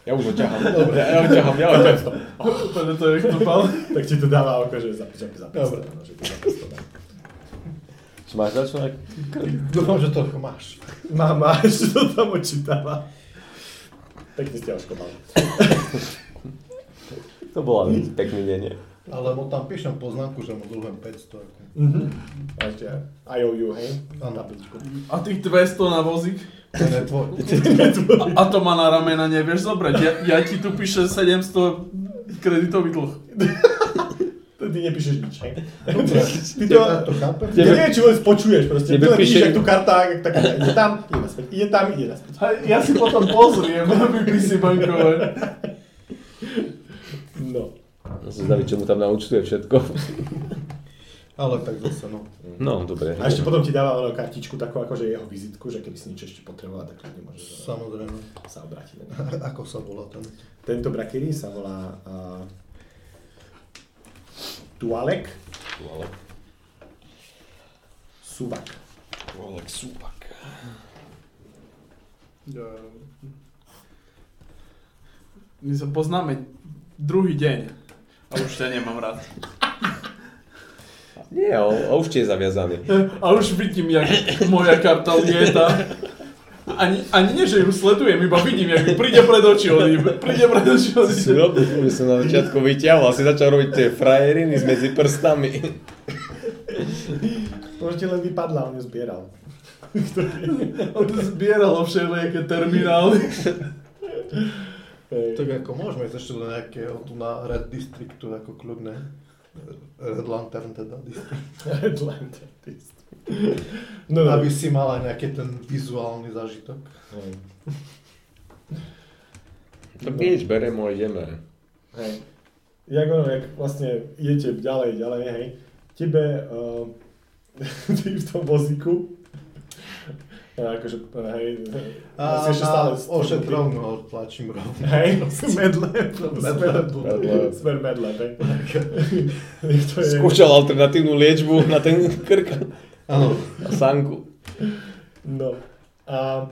Ja už ho ťahám. Ja, ja ho ťahám, ja ho ťahám. Úplne to je kto pal. Tak ti to dáva akože za pičak za 500. Dobre. no, že to za 500 dá. Čo máš za čo? Dúfam, že toľko máš. Mama, <laughs> že to tam očítava. Pekne ste oškodali. To bola vec, pekný deň. nie? Ale mu tam píšem poznámku, že mu dlhujem 500. ako. A ešte IOU, hej? No, Áno. Tabličku. A tých 200 na vozík? To je tvoj. A, a to ma na ramena nevieš zobrať. Ja, ja ti tu píšem 700 kreditový dlh. To Ty nepíšeš nič, <laughs> hej? Dobre. Ty to... Ja to chápem. Ja neviem, či vôbec počuješ proste. Ty Tebe len vidíš, píše- jak tu karta, jak taká ide tam, ide naspäť, ide tam, ide naspäť. A ja si potom pozriem, robím si bankové. No. Ja sa zdaví, čo mu tam naučtuje všetko. Ale tak zase, no. No, dobre. A ešte potom ti dáva ono kartičku takú akože jeho vizitku, že keby si niečo ešte potreboval, tak kľudne môžeš sa, Samozrejme. sa obrátiť. na neho. A- Ako sa volá ten? Tento brakýry sa volá uh, Tualek Suvak. Oleg Súpak. hm. My sa poznáme druhý deň. A už ťa nemám rád. <laughs> Nie, a, a už ti je zaviazaný. A už vidím, jak moja karta lieta. ani, ani nie, že ju sledujem, iba vidím, jak ju príde pred oči oni, príde pred oči oni. Robil som na začiatku vyťahol a si začal robiť tie frajeriny s medzi prstami. Možno ti len vypadla, on ju zbieral. On zbieral všelijaké terminály. Tak ako môžeme ísť ešte do nejakého tu na Red Districtu, ako kľudne. Red Lantern teda. <laughs> District. Atlantis. No, aby si mala nejaký ten vizuálny zážitok. Hej. To nič, berem a ideme. Hej. Jak, ono, jak vlastne idete ďalej, ďalej, hej. Tebe, uh, <laughs> ty v tom vozíku, ja, akože, hej, A si ešte stále... s- ošetrovno tlačím rovno. <laughs> <laughs> Hej, medle, smer, Medle. smer medle, hej. eh. Nech to je- Skúšal alternatívnu liečbu na ten krk Áno, a sanku. No. A,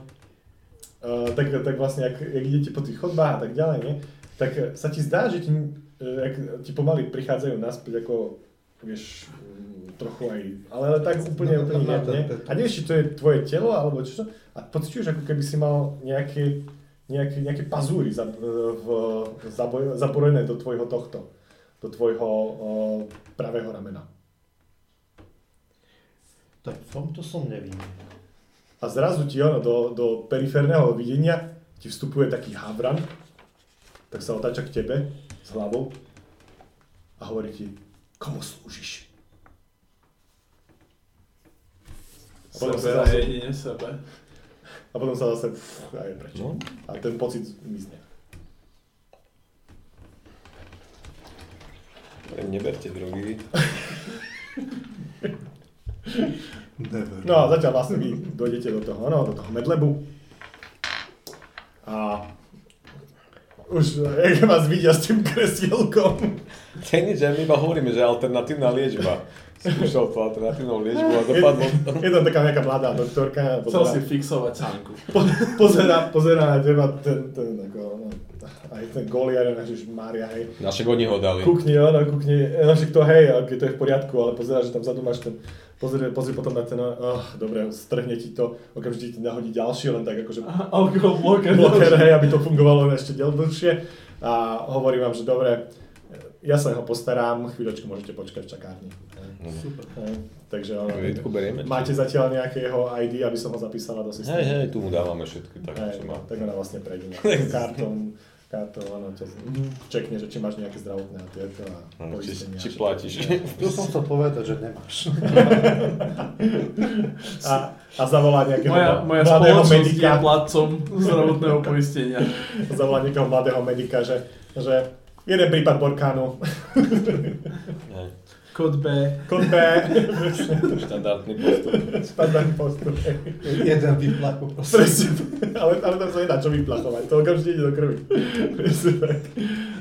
a tak, tak vlastne, ak, ak idete po tých chodbách a tak ďalej, nie, tak e, sa ti zdá, že ti, e, ak ti pomaly prichádzajú naspäť ako, vieš, mm, trochu aj, ale, ale tak úplne, No, úplne no, inak, no, nie? to- to- A nevieš, či to je tvoje telo, alebo čo to, a pociťuješ, ako keby si mal nejaké, nejaké, nejaké pazúry za, e, v, zaboj, zaborené do tvojho tohto, do tvojho o, pravého ramena. tak v tomto som nevím. A zrazu ti ono do, do periférneho videnia ti vstupuje taký havran, tak sa otáča k tebe s hlavou a hovorí ti, komu slúžiš? A potom, sa Sebe a zase, jedine sebe. a potom sa zase pff, a je preč. No. A ten pocit mizne. Berem, Neberte drogy. Never. No a zatiaľ vlastne vy dojdete do toho, no, do toho medlebu. A už, eh, <laughs> jak vás vidia s tým kresielkom. To je nič, že my iba hovoríme, že alternatívna liečba. Skúšal tú alternatívnu liečbu a dopadlo. to. Je, je tam taká nejaká mladá doktorka. Chcel pozerá- si fixovať sánku. po, pozera, pozera na teba ten, ten, ako, no, aj ten goliar, našiš Mária, hej. Naše oni ho dali. Kúkni, ona kúkni, no však to hej, ok, to je v poriadku, ale pozera, že tam vzadu máš ten, pozri, pozri potom na ten, oh, dobre, strhne ti to, okamžite ti nahodí ďalší, len tak akože Alkohol bloker. bloker, hej, aby to fungovalo ešte del- dlhšie. A hovorí vám, že dobre, ja sa ho postarám, chvíľočku môžete počkať v čakárni. Super. Takže ona- Kvitku Mhm. berieme? máte zatiaľ nejakého ID, aby som ho zapísala do systému. Hej, hej, tu mu dávame všetky také, Hej, čo má. no, tak ona vlastne <laughs> prejde na kartom, kartou, ono ťa čekne, že či máš nejaké zdravotné a tieto a Hm, Či, poistenia. či všetko. platíš. Chcel som to povedať, že nemáš. A, a zavolá nejakého Moja, moja mladého spoločnosť medika, je platcom zdravotného poistenia. zavolá nejakého mladého medika, že, že jeden prípad Borkánu, Hej, Kod B. konbe, <laughs> Štandardný postup. spadám postup. <laughs> Jeden vyplak poprosím. Presne, ale, ale tam sa nedá čo vyplachovať, to okamžite ide do krvi. Presne tak.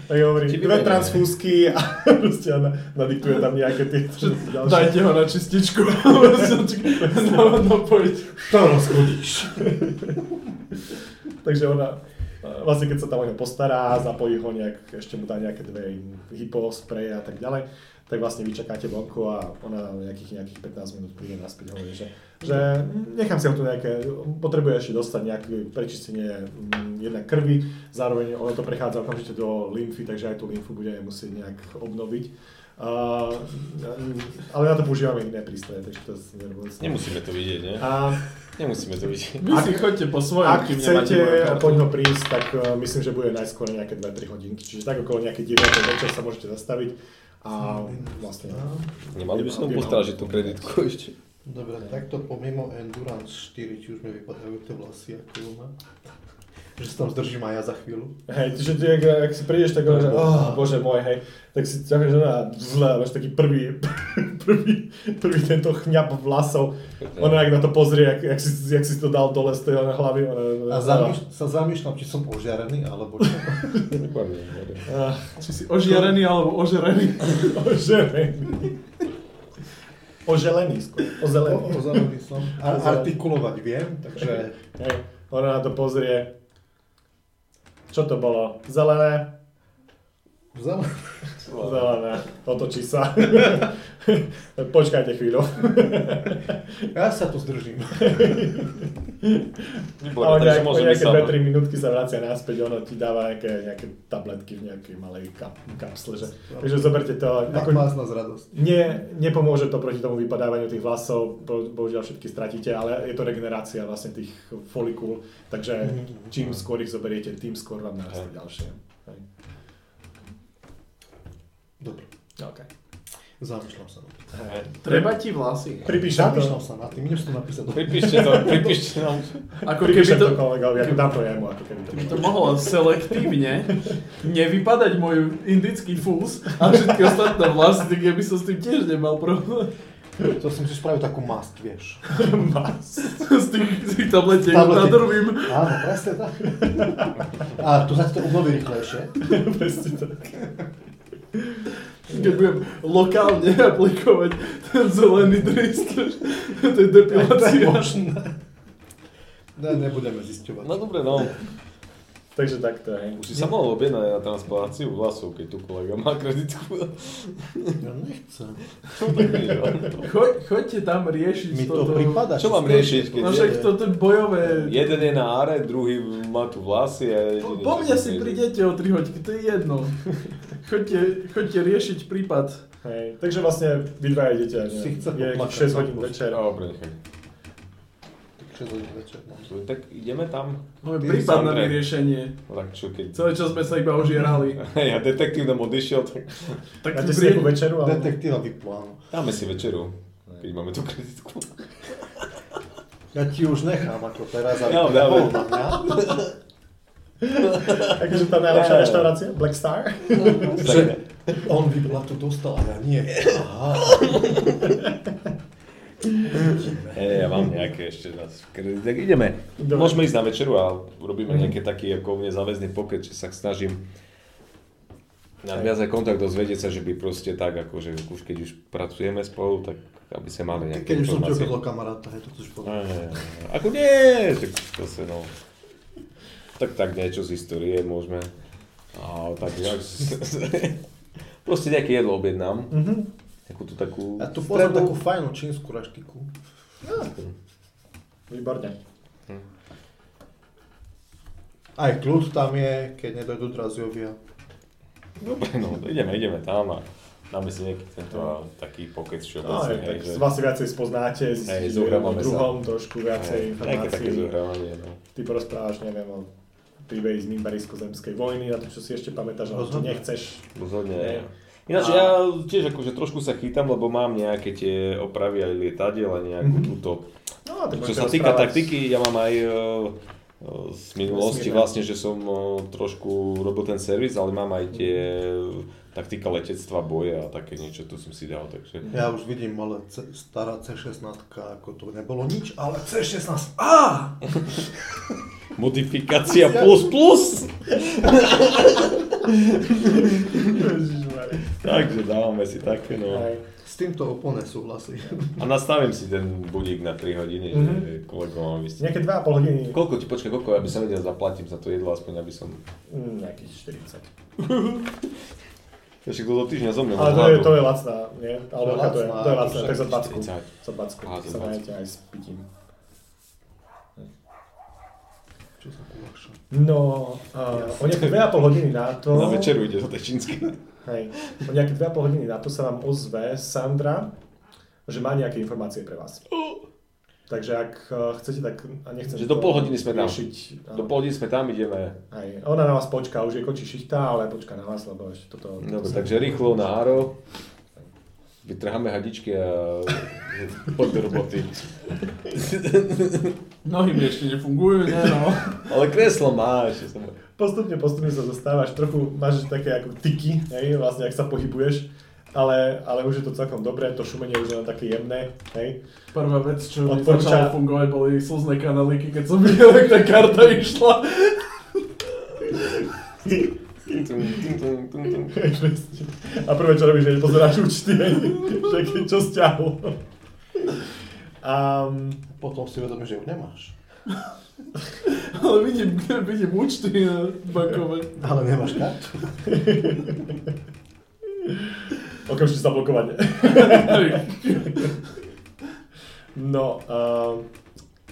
Tak hovorí, Ti dve vyberiem. transfúzky a <laughs> proste ona nadiktuje tam nejaké tie Že ďalšie. Dajte ho na čističku. na napojiť. To rozchodíš. <laughs> Takže ona, e, vlastne keď sa tam o ňo postará, zapojí ho nejak, ešte mu dá nejaké dve hypo, spreje a tak ďalej, tak vlastne vy čakáte vonku a ona nejakých, nejakých 15 minút príde naspäť hovorí, že, že nechám si ho tu nejaké, potrebuje ešte dostať nejaké prečistenie mm, jednak krvi, zároveň ono to prechádza okamžite do lymfy, takže aj tú lymfu budeme musieť nejak obnoviť. Uh, ale na to používame iné prístroje, takže to si nervujúce. Nemusíme to vidieť, ne? A Nemusíme to vidieť. Vy si chodte po svojom, ak kým nemáte moju chcete kartu. po ňo prísť, tak uh, myslím, že bude najskôr nejaké 2-3 hodinky. Čiže tak okolo nejaké 9. večer sa môžete zastaviť. A vlastne... Nemali by som postražiť tú kreditku ešte. No, Dobre, takto pomimo Endurance 4 ti už mi vypadajú tie vlasy ako luna. Že sa tam zdržím aj ja za chvíľu. Hej, čiže ty, ak, ak si prídeš, tak hovoríš, oh, bože môj, hej, tak si ťaháš na zle, máš taký prvý, <laughs> prvý, prvý tento chňap vlasov. Ona ak na to pozrie, jak, jak, si, jak si to dal dole z tej ona hlavy. Ona, A zamýš- sa zamýšľam, či som ožiarený alebo <laughs> čo. Ah, Či si ožiarený alebo ožerený. <laughs> Oželený. Oželený skôr. Ozelený. O- Ozelený <laughs> som. A- Artikulovať viem, takže... Hej, ona na to pozrie. Čo to bolo? Zelené? <laughs> Zelený. Zelené. Otočí sa. <laughs> Počkajte chvíľu. Ja sa tu zdržím. Výborne, Ale takže nejak, po môžeme nejaké sa... 2-3 minútky sa vracia naspäť, ono ti dáva nejaké, nejaké tabletky v nejakej malej kap, kapsle. Že. Takže zoberte to. Tak Ako, vás nás radosť. nie, nepomôže to proti tomu vypadávaniu tých vlasov, bo- bohužiaľ všetky stratíte, ale je to regenerácia vlastne tých folikúl, takže čím skôr ich zoberiete, tým skôr vám narastie ďalšie. Hej. Dobre, No, OK. zamýšľam sa. na to. Hej. Treba ti vlasy. Pripíšem to. Zamýšľam sa na tým, idem si to <laughs> napísať. Pripíšte to, pripíšte nám. Ako keby Pripíšem to, to kolegovi, ako dám to jemu, ako keby to keby to mohlo selektívne nevypadať môj indický fús a všetky ostatné vlasy, tak ja by som s tým tiež nemal problém. To si musíš spraviť takú mast, vieš. <laughs> S tým, s tým tabletiek Tabletiek. nadrvím. Áno, presne tak. A to sa ti to obnoví rýchlejšie. Presne tak. Keď budem lokálne aplikovať ten zelený drist, to je depilácia. Ne, nebudeme zisťovať. No dobre, no. Takže takto, hej. Už si sa mohol objednať na transplantáciu vlasov, keď tu kolega má kreditku. Ja nechcem. Choď, choďte tam riešiť Mi to toto. pripadá. Čo že mám ste- riešiť, keď No je, však toto je bojové. jeden je na áre, druhý má tu vlasy a Po, jediný, po čo mňa sa si nejde. prídete o 3 hoďky, to je <laughs> jedno. Choďte, choďte riešiť prípad. Hej. Takže vlastne vy dva idete, ne? Si chce je poplakať. no. 6 hodín večer. Dobre, nechaj. Tak 6 hodín večer. no. Tak ideme tam. Máme Ty, prípad na Sandra. vyriešenie. No tak čo keď... Celý čas sme sa iba <laughs> ožierali. Ja detektív nám odišiel, tak Tak Máte tu si príde- nejakú večeru? alebo- Detektíva no. vyplánu. dáme si večeru, keď máme tú kreditku. Ja ti už nechám ako teraz, ale Ja, ja, dáme. na mňa. Akože tá najlepšia Ne. reštaurácia? Black <laughs> Star? Že on vybrala to dostal a ja nie. Aha. Hej, ja mám nejaké ešte raz kredit. Tak ideme. Dobre. Môžeme ísť na večeru a robíme Mhm. nejaký taký ako nezáväzný pokec, že sa snažím nadviazať kontakt, dozvedieť sa, že by proste tak, akože už keď už pracujeme spolu, tak aby sme mali nejaké Keď už som ti informácie. objedol kamaráta, hej, to chceš Ne, povedať. ne, ne, ne. Ako nie, tak zase no. Tak tak niečo z histórie môžeme. A tak jak... <laughs> Proste nejaké jedlo objednám. Mhm. Nejakú tú takú... Ja tu poznám takú fajnú čínsku raštiku. Výborne. Aj kľud tam je, keď nedojdu drazovia. Dobre, <laughs> no ideme, ideme tam a dáme si nejaký tento a taký pokec No, všeobecný. hej, tak že- vás si viacej spoznáte, s Hej, o zohrávame sa. druhom trošku viacej Nejaké také informácií. zohrávanie, no. Ty porozprávaš, neviem, o príbehy z Nimbarisko-zemskej vojny a to, čo si ešte pamätáš, ale čo Rozhodne. nechceš. Rozhodne. no. Hej. Ináč A- ja tiež akože trošku sa chytám, lebo mám nejaké tie opravy aj lietadiel a nejakú Mhm. túto No, tak Čo môžete sa týka rozprávať. taktiky, ja mám aj e, e, z minulosti Vesmírne. vlastne, že som e, trošku robil ten servis, ale mám aj tie e, taktika letectva, boje a také niečo, to som si dal, takže... Ja už vidím, ale C- stará C16, ako to nebolo nič, ale C16, á! Modifikácia plus plus! <laughs> Ježišmarja. Takže dávame si také, no. Hej. S týmto úplne súhlasím. <laughs> A nastavím si ten budík na 3 hodiny, že Mhm. koľko mám vysť. Nejaké 2,5 hodiny, Koľko ti, počkaj, koľko, aby som vedel, zaplatím za to jedlo, aspoň aby som... mm, nejakých 40. Ešte kto do týždňa no zo mňa Ale to je, to je lacná, nie? Alebo To je aká to je? lacná, To je lacná, akože tak za 20. 40. Za 20 Aha, za sa 20. dajete aj s pitím. Čo sa uľahšam. No, uh, o nejaké 2,5 hodiny na to... Na večeru ide do tej čínskej. Hej. O nejaké 2,5 hodiny na to sa vám ozve Sandra, že má nejaké informácie pre vás. Takže ak eh, chcete, tak a nechcem... Že do to pol hodiny sme tam. riešiť, áno. Do pol hodiny sme tam, ideme Hej. Ona na vás počká, už je končí šichta, ale počká na vás, lebo ešte toto... Dobre, takže rýchlo na Aro. Vytrháme hadičky a pod do roboty. Nohy mi ešte nefungujú, ne <laughs> no. Ale kreslo máš. že som- Postupne, postupne sa dostávaš, trochu máš také ako tyky, hej, vlastne, ak sa pohybuješ. Ale, ale už je to celkom dobré, to šumenie už je len také jemné, hej. <laughs> Prvá vec, čo mi Odporúča- začalo fungovať, boli slzné kanaliky, keď som <laughs> videl, ak tá karta išla. <laughs> Tum, tum, tum, tum, tum. Presne. A prvé, čo robíš, že pozeráš účty, hej, <laughs> že keď čo stiahol. A Potom si uvedomíš, že ju nemáš. Ale vidím, vidím účty na <laughs> bankové. Ale nemáš kartu. <laughs> okamžite zablokovanie. No, a, a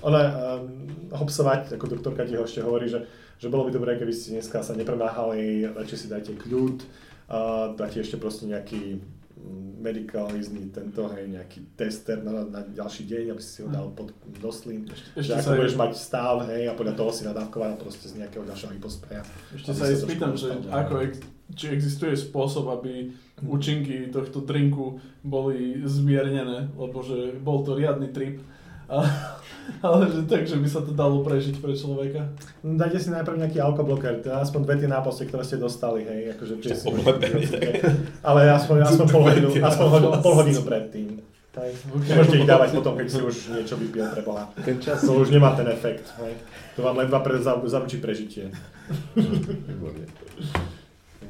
Ona um, Hobsovať, ako doktorka ti ešte hovorí, že, že bolo by dobré, keby ste dneska sa nepremáhali, radšej si dajte kľud, uh, dáte ešte proste nejaký mm, medicalizný tento, hej, nejaký tester na, na ďalší deň, aby si si ho dal pod doslím, že Ešte sa aj- ako budeš mať stav, hej, a podľa toho si nadávkovať proste z nejakého ďalšieho hypospreja. Ešte Aby sa sa aj trošku spýtam, že dostal ďalej. ako ex- či existuje spôsob, aby účinky tohto drinku boli zmiernené, lebo že bol to riadny trip. A, <laughs> ale že tak, že by sa to dalo prežiť pre človeka. No, Dajte si najprv nejaký alkobloker, teda aspoň dve tie náposte, ktoré ste dostali, hej, akože tie si <laughs> oblepený, tak. Ale aspoň, aspoň, pol, hodinu, tie aspoň hodinu, pol hodinu predtým. Tak. Okay. Nemôžete ich dávať potom, keď si už niečo vypil pre Boha. Ten čas To už nemá ten efekt, hej. To vám len dva pre, za- zaručí prežitie. Výborne.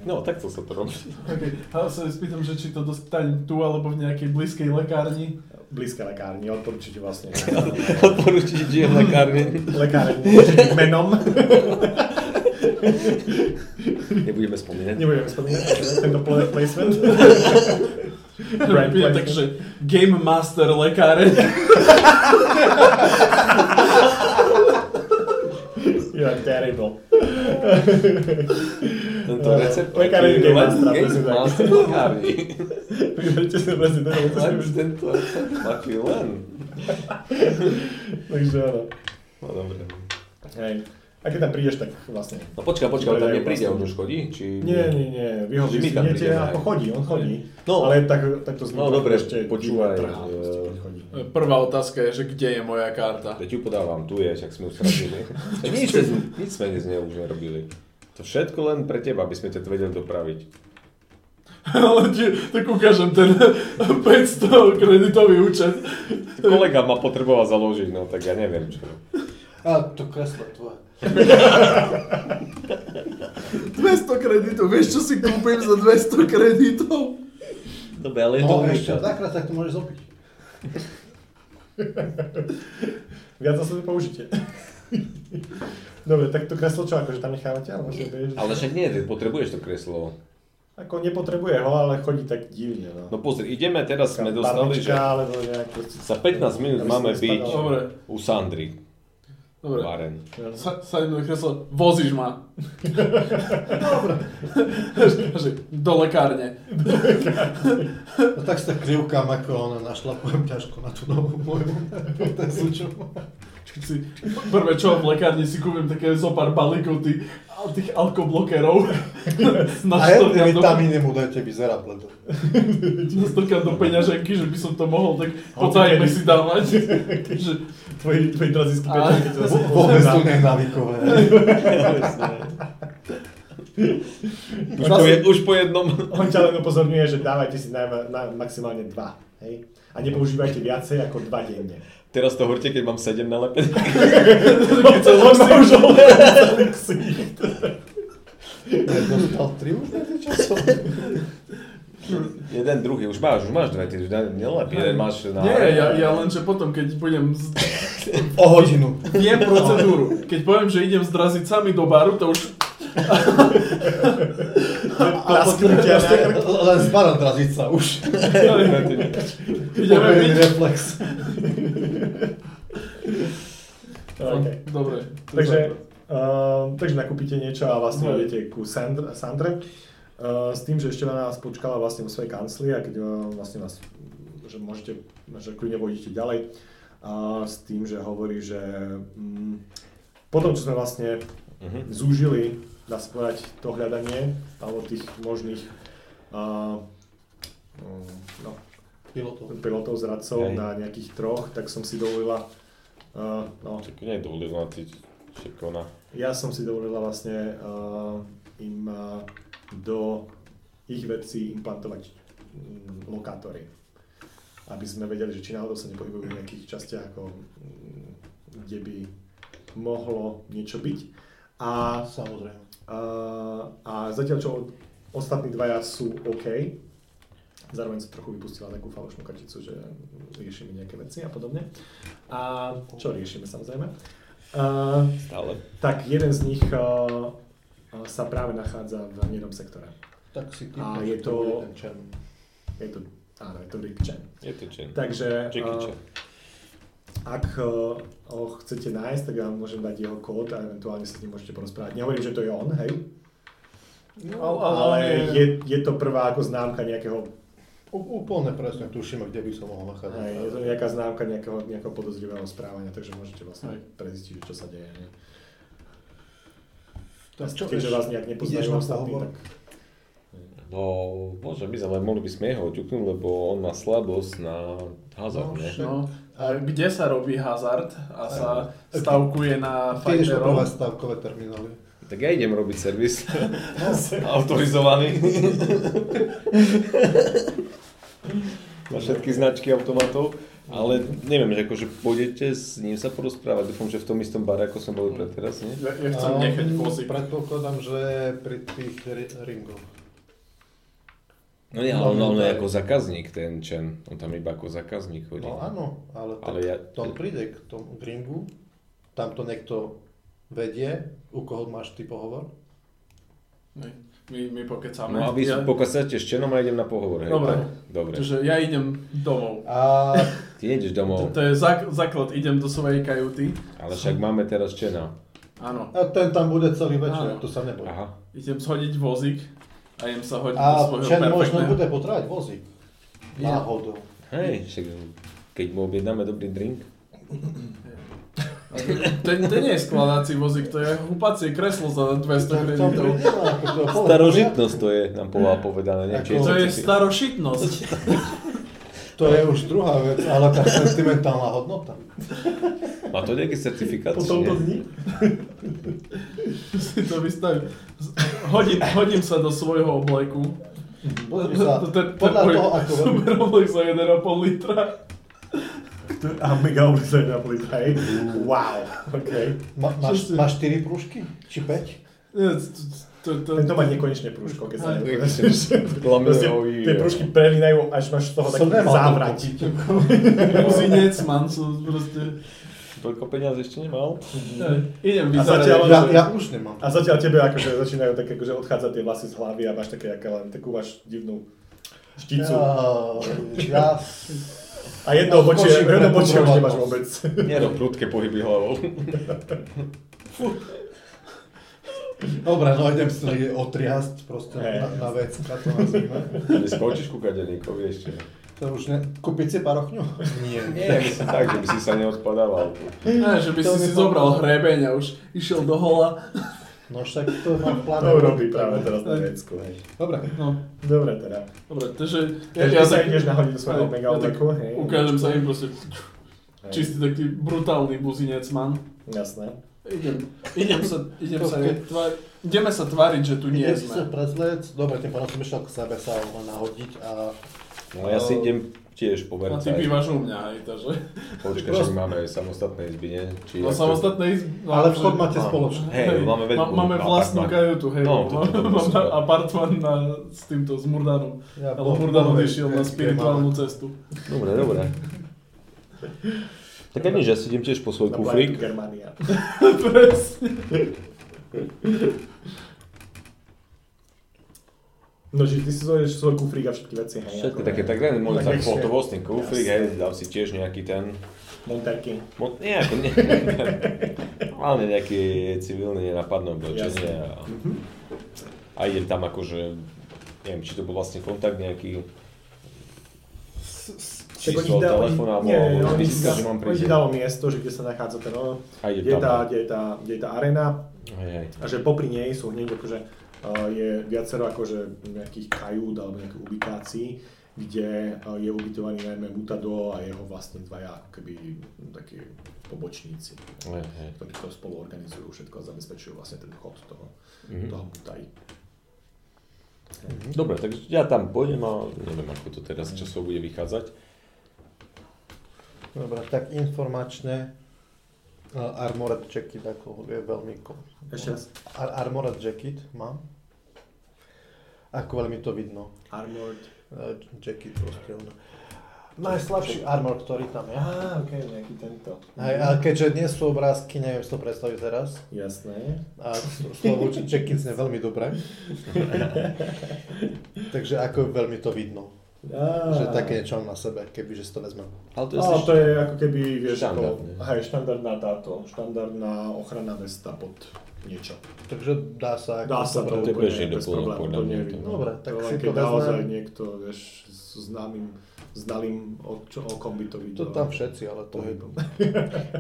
No, takto sa to robí. Okay. A sa spýtam, že či to dostanem tu alebo v nejakej blízkej lekárni. Blízke lekárni, odporúčite vlastne. Odporúčiť je v lekárni. Lekárni určite menom. Nebudeme spomínať. Nebudeme spomínať tento product placement. Brand Pýtam, placement. takže Game Master lekáreň. You are terrible. Tento recept. Lekárni taký- Game Mastera, Game presne tak. Master lekárni. Vyberte si presne to, čo Len si- tento recept taký len. Takže áno. No dobre. Hej. A keď tam prídeš, tak vlastne... No počkaj, počkaj, on tam nepríde, on už chodí? Či... Nie, nie, nie, vy ho Že my tam vyzvinete prídeme a aj. chodí, on chodí. No. ale tak, tak to No, trochu dobre, ešte počúvaj, trhá, eh, proste, keď chodí. Prvá otázka je, že kde je moja karta. Teď ju podávam, tu je, však sme ju stratili. nič, sme, nič sme z nej už nerobili. To všetko len pre teba, aby sme ťa to vedeli dopraviť. <laughs> Ale ti, tak ukážem ten <laughs> 500 kreditový účet. Kolega ma potreboval založiť, no tak ja neviem čo. A to kreslo tvoje. 200 kreditov, vieš čo si kúpim za 200 kreditov? Dobre, ale No ešte dvakrát, tak to môžeš zopiť. Viac zase to použite. <laughs> Dobre, tak to kreslo čo, akože tam nechávate? Alebo že bež... Ale však nie, ty potrebuješ to kreslo. Ako nepotrebuje ho, ale chodí tak divne, no. No pozri, ideme, teraz sme Taká dostali, barmička, že alebo nejak proste... za 15 minút Aby máme som byť nespadal. Dobre, u Sandry. dobre. Baren. Sa, sadím do kresla, vozíš ma. dobre. Že do lekárne. No tak sa krivkám, ako ona našla pojem ťažko na tú novú moju <laughs> protézu, čo má. Keď si, prvé čo v lekárni si kúpim také zo pár balíkov tých, tých alkoblokerov. na A jedné vitamíny mu dajte, vyzerá bledo. Nastrkám do peňaženky, že by som to mohol, tak potajme si dávať. <laughs> že, Tvoji, tvoji drazísky A- peťaženky <laughs> keď zase Vôbec to <laughs> nie je návykové. Už, po, je, už po jednom. <laughs> On ťa len upozorňuje, že dávajte si najma, na, maximálne dva, hej? A nepoužívajte viacej ako dva denne. Teraz to horte, keď mám 7 na lepe. <laughs> Keď <laughs> sa on má už obrovský <laughs> ksicht. Dostal tri už na tie časom. <laughs> Jeden, druhý, už máš, už máš dve, ty už na- nelep. Jeden máš na... nie, <laughs> ja, ja len, že potom, keď budem z, O hodinu. Viem procedúru. Keď poviem, že idem zdraziť sami do baru, to už... Prasknutia na Proste Len z barandrazica už. <laughs> Ideme Ideme byť. reflex. OK. Dobre. to je Takže, super. uh, takže nakúpite niečo a vlastne Hej. idete ku Sandr- Sandre. Uh, s tým, že ešte na nás počkala vlastne vo svojej kancli a keď uh, vlastne vás, že môžete, že kľudne pôjdete ďalej. A s tým, že hovorí, že um, po tom, čo sme vlastne zúžili, dá sa povedať, to hľadanie, alebo tých možných uh, um, no, Pilotov. pilotov zradcov Hej. na nejakých troch, tak som si dovolila uh, no, Čak nedovolila, ty šikona. ja som si dovolila vlastne uh, im uh, do ich vecí implantovať mm, lokátory. Aby sme vedeli, že či náhodou sa nepohybujú v nejakých častiach, ako, mm, kde by mohlo niečo byť. A, Samozrejme. uh, a zatiaľ, čo od- ostatní dvaja sú OK, zároveň som trochu vypustila takú falošnú karticu, že riešime nejaké veci a podobne. A čo riešime samozrejme. Uh, Stále. tak jeden z nich uh, sa práve nachádza v jednom sektore. Tak si ty, A je že to- bude ten černý. Je to, áno, je to Rick Chen. Je to čin. Takže, Jackie uh, Chan. Ak eh, ho chcete nájsť, tak ja vám môžem dať jeho kód a eventuálne sa s ním môžete porozprávať. Nehovorím, že to je on, hej? No, Ale, Ale je, je to prvá ako známka nejakého, Ú- Úplne presne tušíme, kde by som mohol nachádzať. hej, je to nejaká známka nejakého, nejakého podozrivého správania, takže môžete vlastne Hej. prezistiť, čo sa deje. Ne? Tak čo, Keďže vieš, vás nejak ideš nepoznajú na ostatní, pohovor? tak... <laughs> No, môžem ísť, ale mohli by sme jeho ťuknúť, lebo on má slabosť na hazard, No, ne? však. No, a kde sa robí hazard a sa Áno. stavkuje na Ty ideš prvé fighterov? stávkové terminály. Tak ja idem robiť servis. No <laughs> Autorizovaný. Na všetky značky automatov. Ale neviem, že akože pôjdete s ním sa porozprávať. Dúfam, že v tom istom bare, ako sme Hm. boli predteraz, nie? Ja, ja chcem nechať Ehm, kozy. Predpokladám, že pri tých ri- ringoch. No nie, ale on, on je ako zákazník, ten Chen. On tam iba ako zákazník chodí. No áno, ale, tak Ale ja- tom príde k tomu k ringu, tam to niekto vedie, u koho máš ty pohovor. Hej. My, my pokecáme. No a vy ja, pokasujete s Chenom a idem na pohovor, hej? Dobre. tak? Dobre. Čiže ja idem domov. A Ty nejdeš domov, To je zak- základ, idem do svojej kajuty. ale však máme teraz Chena. Áno, A ten tam bude celý večer, Áno. to sa neboj. Aha. idem shodiť vozík a idem sa hodiť A do svojho Čen možno perfektného. bude potrebovať vozík. Ja. Náhodou. Hej, však keď mu objednáme dobrý drink. To, to nie je skladací vozík, to je húpacie kreslo za 200 Tak kreditov. tam príde, no, ako to je pol- Starožitnosť to je, nám bola povedané. Nie? Ako- Čiže Oh, To je si- starošitnosť. To je už druhá vec, ale tá sentimentálna hodnota. Má to nejaký certifikát? Po či tomto dni? nie? si to vystavím. Hodím, hodím sa do svojho obleku. Pozri sa, <laughs> To- to- to- podľa môj toho, ako veľmi... Super oblek za 1,5 litra. A mega obľúbený na plyn, hej? Wow, <laughs> OK. Ma, máš, máš 4 prúžky? Či 5? Nie, to- to- to- to- Tento má nekonečné prúško, keď sa Aj. nepovedeš. Proste, Lamerový, tie jo. prúšky prelínajú, až máš z toho taký závrať. Gruzinec, man sú proste... Toľko peniaz ešte nemal? Mhm. Ne, Idem A vyzerať. zatiaľ- Ja, ja už nemám. A zatiaľ tebe akože začínajú tak akože odchádzať tie vlasy z hlavy a máš také, aké len takú máš divnú Ja, šticu. ja, A jedno Košík bočie, pre jedno bočie už nemáš pozorovateľnosť. vôbec. Nie, no prudké pohyby hlavou. <laughs> dobre, no idem si je otriasť proste Hej. na, na vec, to nazvime. Neskončíš ku kadeníkovi ešte. To už ne... Kúpiť si parochňu? <laughs> Nie. Nie, myslím tak, že by si sa neodpadával. Ne, že by To si mi si pomohlo. zobral hrebeň a už išiel do hola. No však to mám v pláne. To robí práve teraz na Grécku. hej. Dobre. No, Dobre teda. dobre, takže... Takže ty sa ideš nahodiť do svojho Aj, mega ja tak obleku, hej? Ukážem sa im proste Hej. čistý taký brutálny buzinec, man. Jasné. Idem, idem sa, idem sa, Dobre. tvár, ideme sa tváriť, že tu nie Idem si sa sme. prezlec, dobre, tým pádom som išiel k sebe sa ma nahodiť a No ja si idem tiež po A ty mercaj. bývaš u mňa, hej, takže. Počkaj, že my máme samostatné izby, nie? Či No ako- samostatné izby. No, Ale vchod akože- máte Áno. spoločný. Hej, máme Ma- veľkú máme vlastnú apartman. kajutu, hej, No, no, toto to bolo máme super. apartman na, s týmto, s Murdanom. Ja Ale po- Murdanov poviem, išiel kde- na kde spirituálnu máme. cestu. <laughs> Dobre, dobre. Tak ja nič, ja si idem tiež po svoj Na planetu kufrík. Germania. Presne. No, že ty si zoberieš svoj kufrík a všetky veci, hej? Všetky ako- také, tak len môj Tak tak ešte- pohotovostný kufrík, Jasne. hej, dám si tiež nejaký ten, Monterky. mo, nie, ako nie, hlavne nejaký civilný nenapadné oblečenie Jasne. Mhm. a, a idem tam akože, neviem, či to bol vlastne kontakt nejaký, Tak oni ti číslo dá- oni- telefóna, nie, alebo oni ti výska, dá- že mám oni ti prísť. dalo miesto, že kde sa nachádza ten, ono, A idem kde je tam. no. tá, kde je tá, kde je tá arena Hej, hej. a že popri nej sú hneď akože eh, je viacero akože nejakých kajút alebo nejakých ubikácií, kde eh, je ubytovaný najmä Mutado a jeho vlastne dvaja akoby takí pobočníci, hej, hej. ktorí to spolu organizujú všetko a zabezpečujú vlastne ten chod toho, Mhm. toho Mutai. Dobre, takže ja tam pôjdem a neviem, ako to teraz časov bude vychádzať. Dobre, tak informačne uh, Armored Jacket ako je veľmi... ko- Ešte raz. Ar- armored Jacket mám. Ako veľmi to vidno. Armored. Uh, jacket proste. ono. Najslabší armor, ktorý tam je. Á, ok, nejaký tento. Hej, a keďže nie sú obrázky, neviem si to predstaviť teraz. Jasné. A slovo Jacket znie veľmi dobre. Takže ako veľmi to vidno. Že také niečo mám na sebe, kebyže si to vezmem. Ale to je No, Ale to je ako keby, vieš, Štandardné. ako, hej, štandardná táto, štandardná ochranná vesta pod niečo. Takže dá sa... ako Dá sa dobre. to to je úplne, bežný bez doplnok, problémov, podľa to mňa nie to. je vidno. Dobre, tak To len si keď to naozaj vezmem. niekto, vieš, s známym, znalým o, čo, o kombi to videl. To tam všetci, ale to je... Pohybom.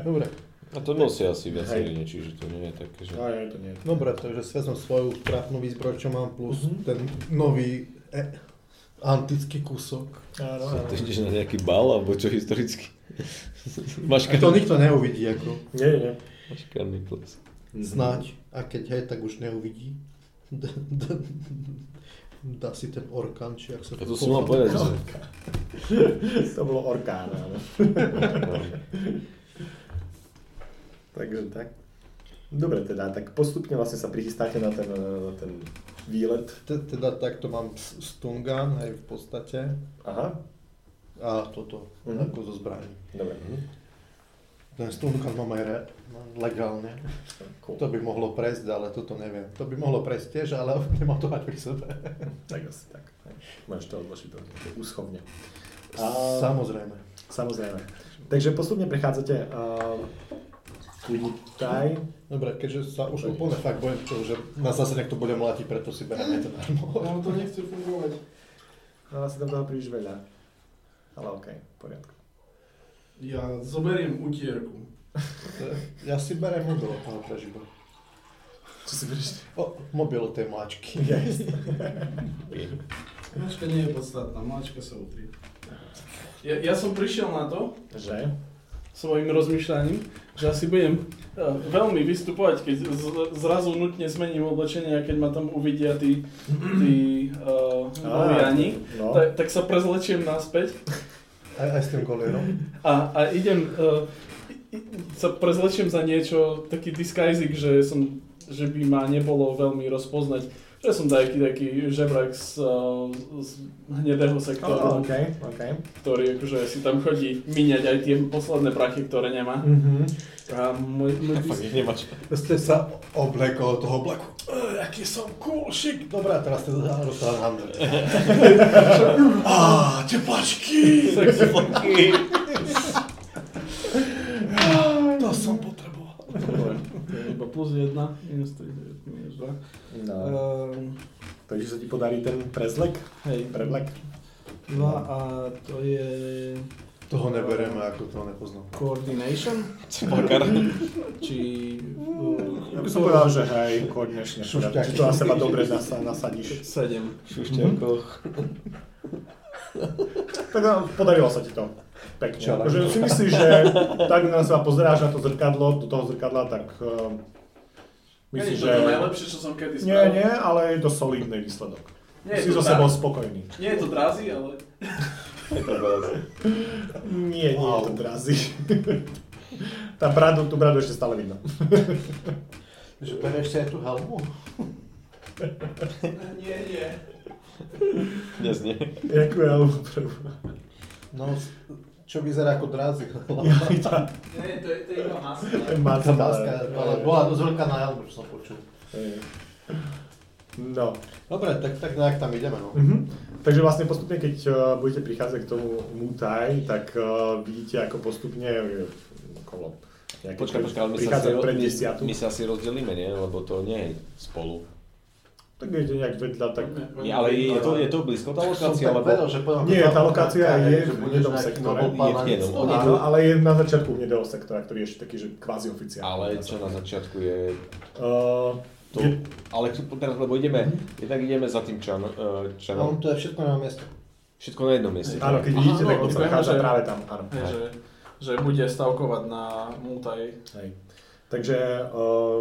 Dobre, A to nosia asi Hej. viacerí, nie, čiže to nie je také, že... No je, to nie je. dobre, takže si vezmem svoju trafnú výzbroj, čo mám, plus ten nový e, antický kúsok. Áno, áno. Ty ideš na nejaký bal, alebo čo historicky? Máš A to karný, nikto neuvidí, ako. Nie, nie. máš karný ples. <laughs> Mhm. Snáď. A keď hej, tak už neuvidí. D- d- Dá si ten orkan, či ak sa Ja to som mal povedať, že... To bolo orkán, áno. Takže tak. Dobre teda, tak postupne vlastne sa prichystáte na ten, na ten výlet. Te- Teda takto mám s- stun gun, hej, v podstate. Aha, A toto, Mhm. ako zo zbraní. dobre. Mhm. Ten stun gun mám aj re- legálne. Cool. To by mohlo prejsť, ale toto neviem. To by mohlo prejsť tiež, ale <laughs> nemám to mať pri sebe. Tak asi tak. Máš to odložiť do do úschovne. A- Samozrejme. Samozrejme. Takže postupne prechádzate uh, Kuditaj. Dobre, keďže sa už úplne fakt bojím, čo, že nás zase niekto bude mlátiť, preto si bereme ten armor. Ono to nechce fungovať. No asi tam toho príliš veľa. Ale OK, v poriadku. Ja zoberiem utierku. <laughs> Ja si berem mobil od toho prežibu. Čo si budeš? O, mobil od tej mláčky. Mačka nie je podstatná, mačka sa utrie. Ja, ja som prišiel na to, Že? svojim rozmýšľaním, že asi budem eh, veľmi vystupovať, keď z- zrazu nutne zmením oblečenie a keď ma tam uvidia tí, tí uh, noviani, no. tak, tak sa prezlečiem naspäť Aj, aj s tým kolierom. a, a idem, eh, i- i- sa prezlečiem za niečo, taký disguising, že som, že by ma nebolo veľmi rozpoznať, že som taký, taký žebrak z, eh, z hnedého Oh, sektoru, OK, OK. ktorý akože si tam chodí miňať aj tie posledné prachy, ktoré nemá. Mhm. A môj, môj <laughs> Fakt, ich nemáš. Ste sa oblekol toho obleku. Eh, Aký som cool, chic. Dobre, a teraz ste rozprávali handel. Sexy. To som potreboval. Iba plus jedna, minus 3, minus 2. No. Um, Takže sa ti podarí ten prezlek? hej, Prevlek? no a to je Toho nebereme, ako toho nepoznám. coordination, Makar. či uh, Ja by som povedal, že hej, konečne. Šušťaky. Či to na seba dobre nasa- nasadíš. 7. Šušťarkoch. Tak no, podarilo sa ti to. Pekne. Čo, Akože si myslíš, že tak na seba pozeráš na to zrkadlo, do toho zrkadla, tak uh, myslíš, že... čo som kedy Nie, nie, ale je to solidný výsledok. Nie, si to so tak. sebou spokojný. Nie je to drazí, ale... Nie, nie je to <laughs> drazí. Tá bradu, tú bradu ešte stále vidno. Že bereš si aj tú helmu? Nie, nie. Dnes nie. Jakú ja prvú. <laughs> No, s- čo vyzerá ako drázy. Nie, to je, to je iba maska. Tá maska, ale bola dosť veľká na helmu, čo som počul. No. Dobre, tak, tak nejak tam ideme, no. Mhm. Takže vlastne postupne, keď eh, budete prichádzať k tomu Mutaj, tak eh, vidíte, ako postupne eh, okolo nejaké- Počkaj, počkaj, ale my sa, prichádza asi, pred my, desiatu. my sa asi rozdelíme, nie? Lebo to nie je spolu. Tak budete nejak vedľa, tak... No, Nie, ale je to, je to blízko tá lokácia, Som tak vedel, lebo... že potom... Nie, tá lokácia je v bude jednom sektore. Je v jednom, oni Áno, ale je na začiatku hnedého sektora, ktorý je ešte taký, že kvázi oficiálny. Ale čo na začiatku je... Eh, To, je ale teraz, lebo ideme, jednak ideme za tým čan, eh, On čanom. to je všetko na miesto. Všetko na jednom mieste. áno, keď Aha, vidíte, no, tak on sa my nachádza vieme, že- práve tam. Áno. Hej, že, že bude stavkovať na multaj. Hej. Takže eh,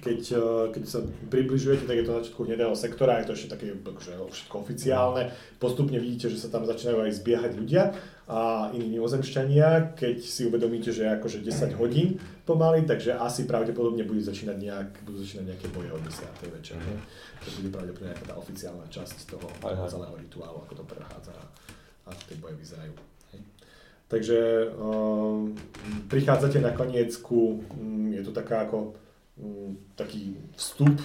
keď, eh, keď sa približujete, tak je to na začiatku hnedého sektora, je to ešte také akože, všetko oficiálne. Postupne vidíte, že sa tam začínajú aj zbiehať ľudia a iní mimozemšťania, keď si uvedomíte, že je akože 10 hodín pomaly, takže asi pravdepodobne budú začínať, nejak, budú začínať nejaké boje od 10. večer. Mm-hmm. To bude pravdepodobne nejaká tá oficiálna časť toho Aj, aj. celého rituálu, ako to prechádza a ako tie boje vyzerajú. Hej. Takže um, mm, prichádzate nakoniec ku, um, je to taká ako um, taký mm, vstup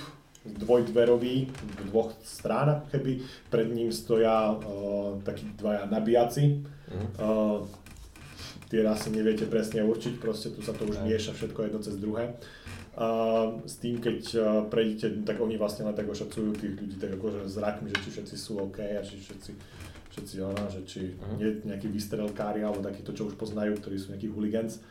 dvojdverový, v dvoch strán ako keby. Pred ním stoja uh, takí dvaja nabíjaci. Uh, tie rasy neviete presne určiť, proste tu sa to už mieša všetko jedno cez druhé. A s tým, keď a, prejdete, tak oni vlastne len tak ošacujú tých ľudí tak akože zrakmi, že či všetci sú OK a či všetci, všetci ona, že či Mhm. nie je nejakí vystrelkári alebo takíto, čo už poznajú, ktorí sú nejakí hooligans.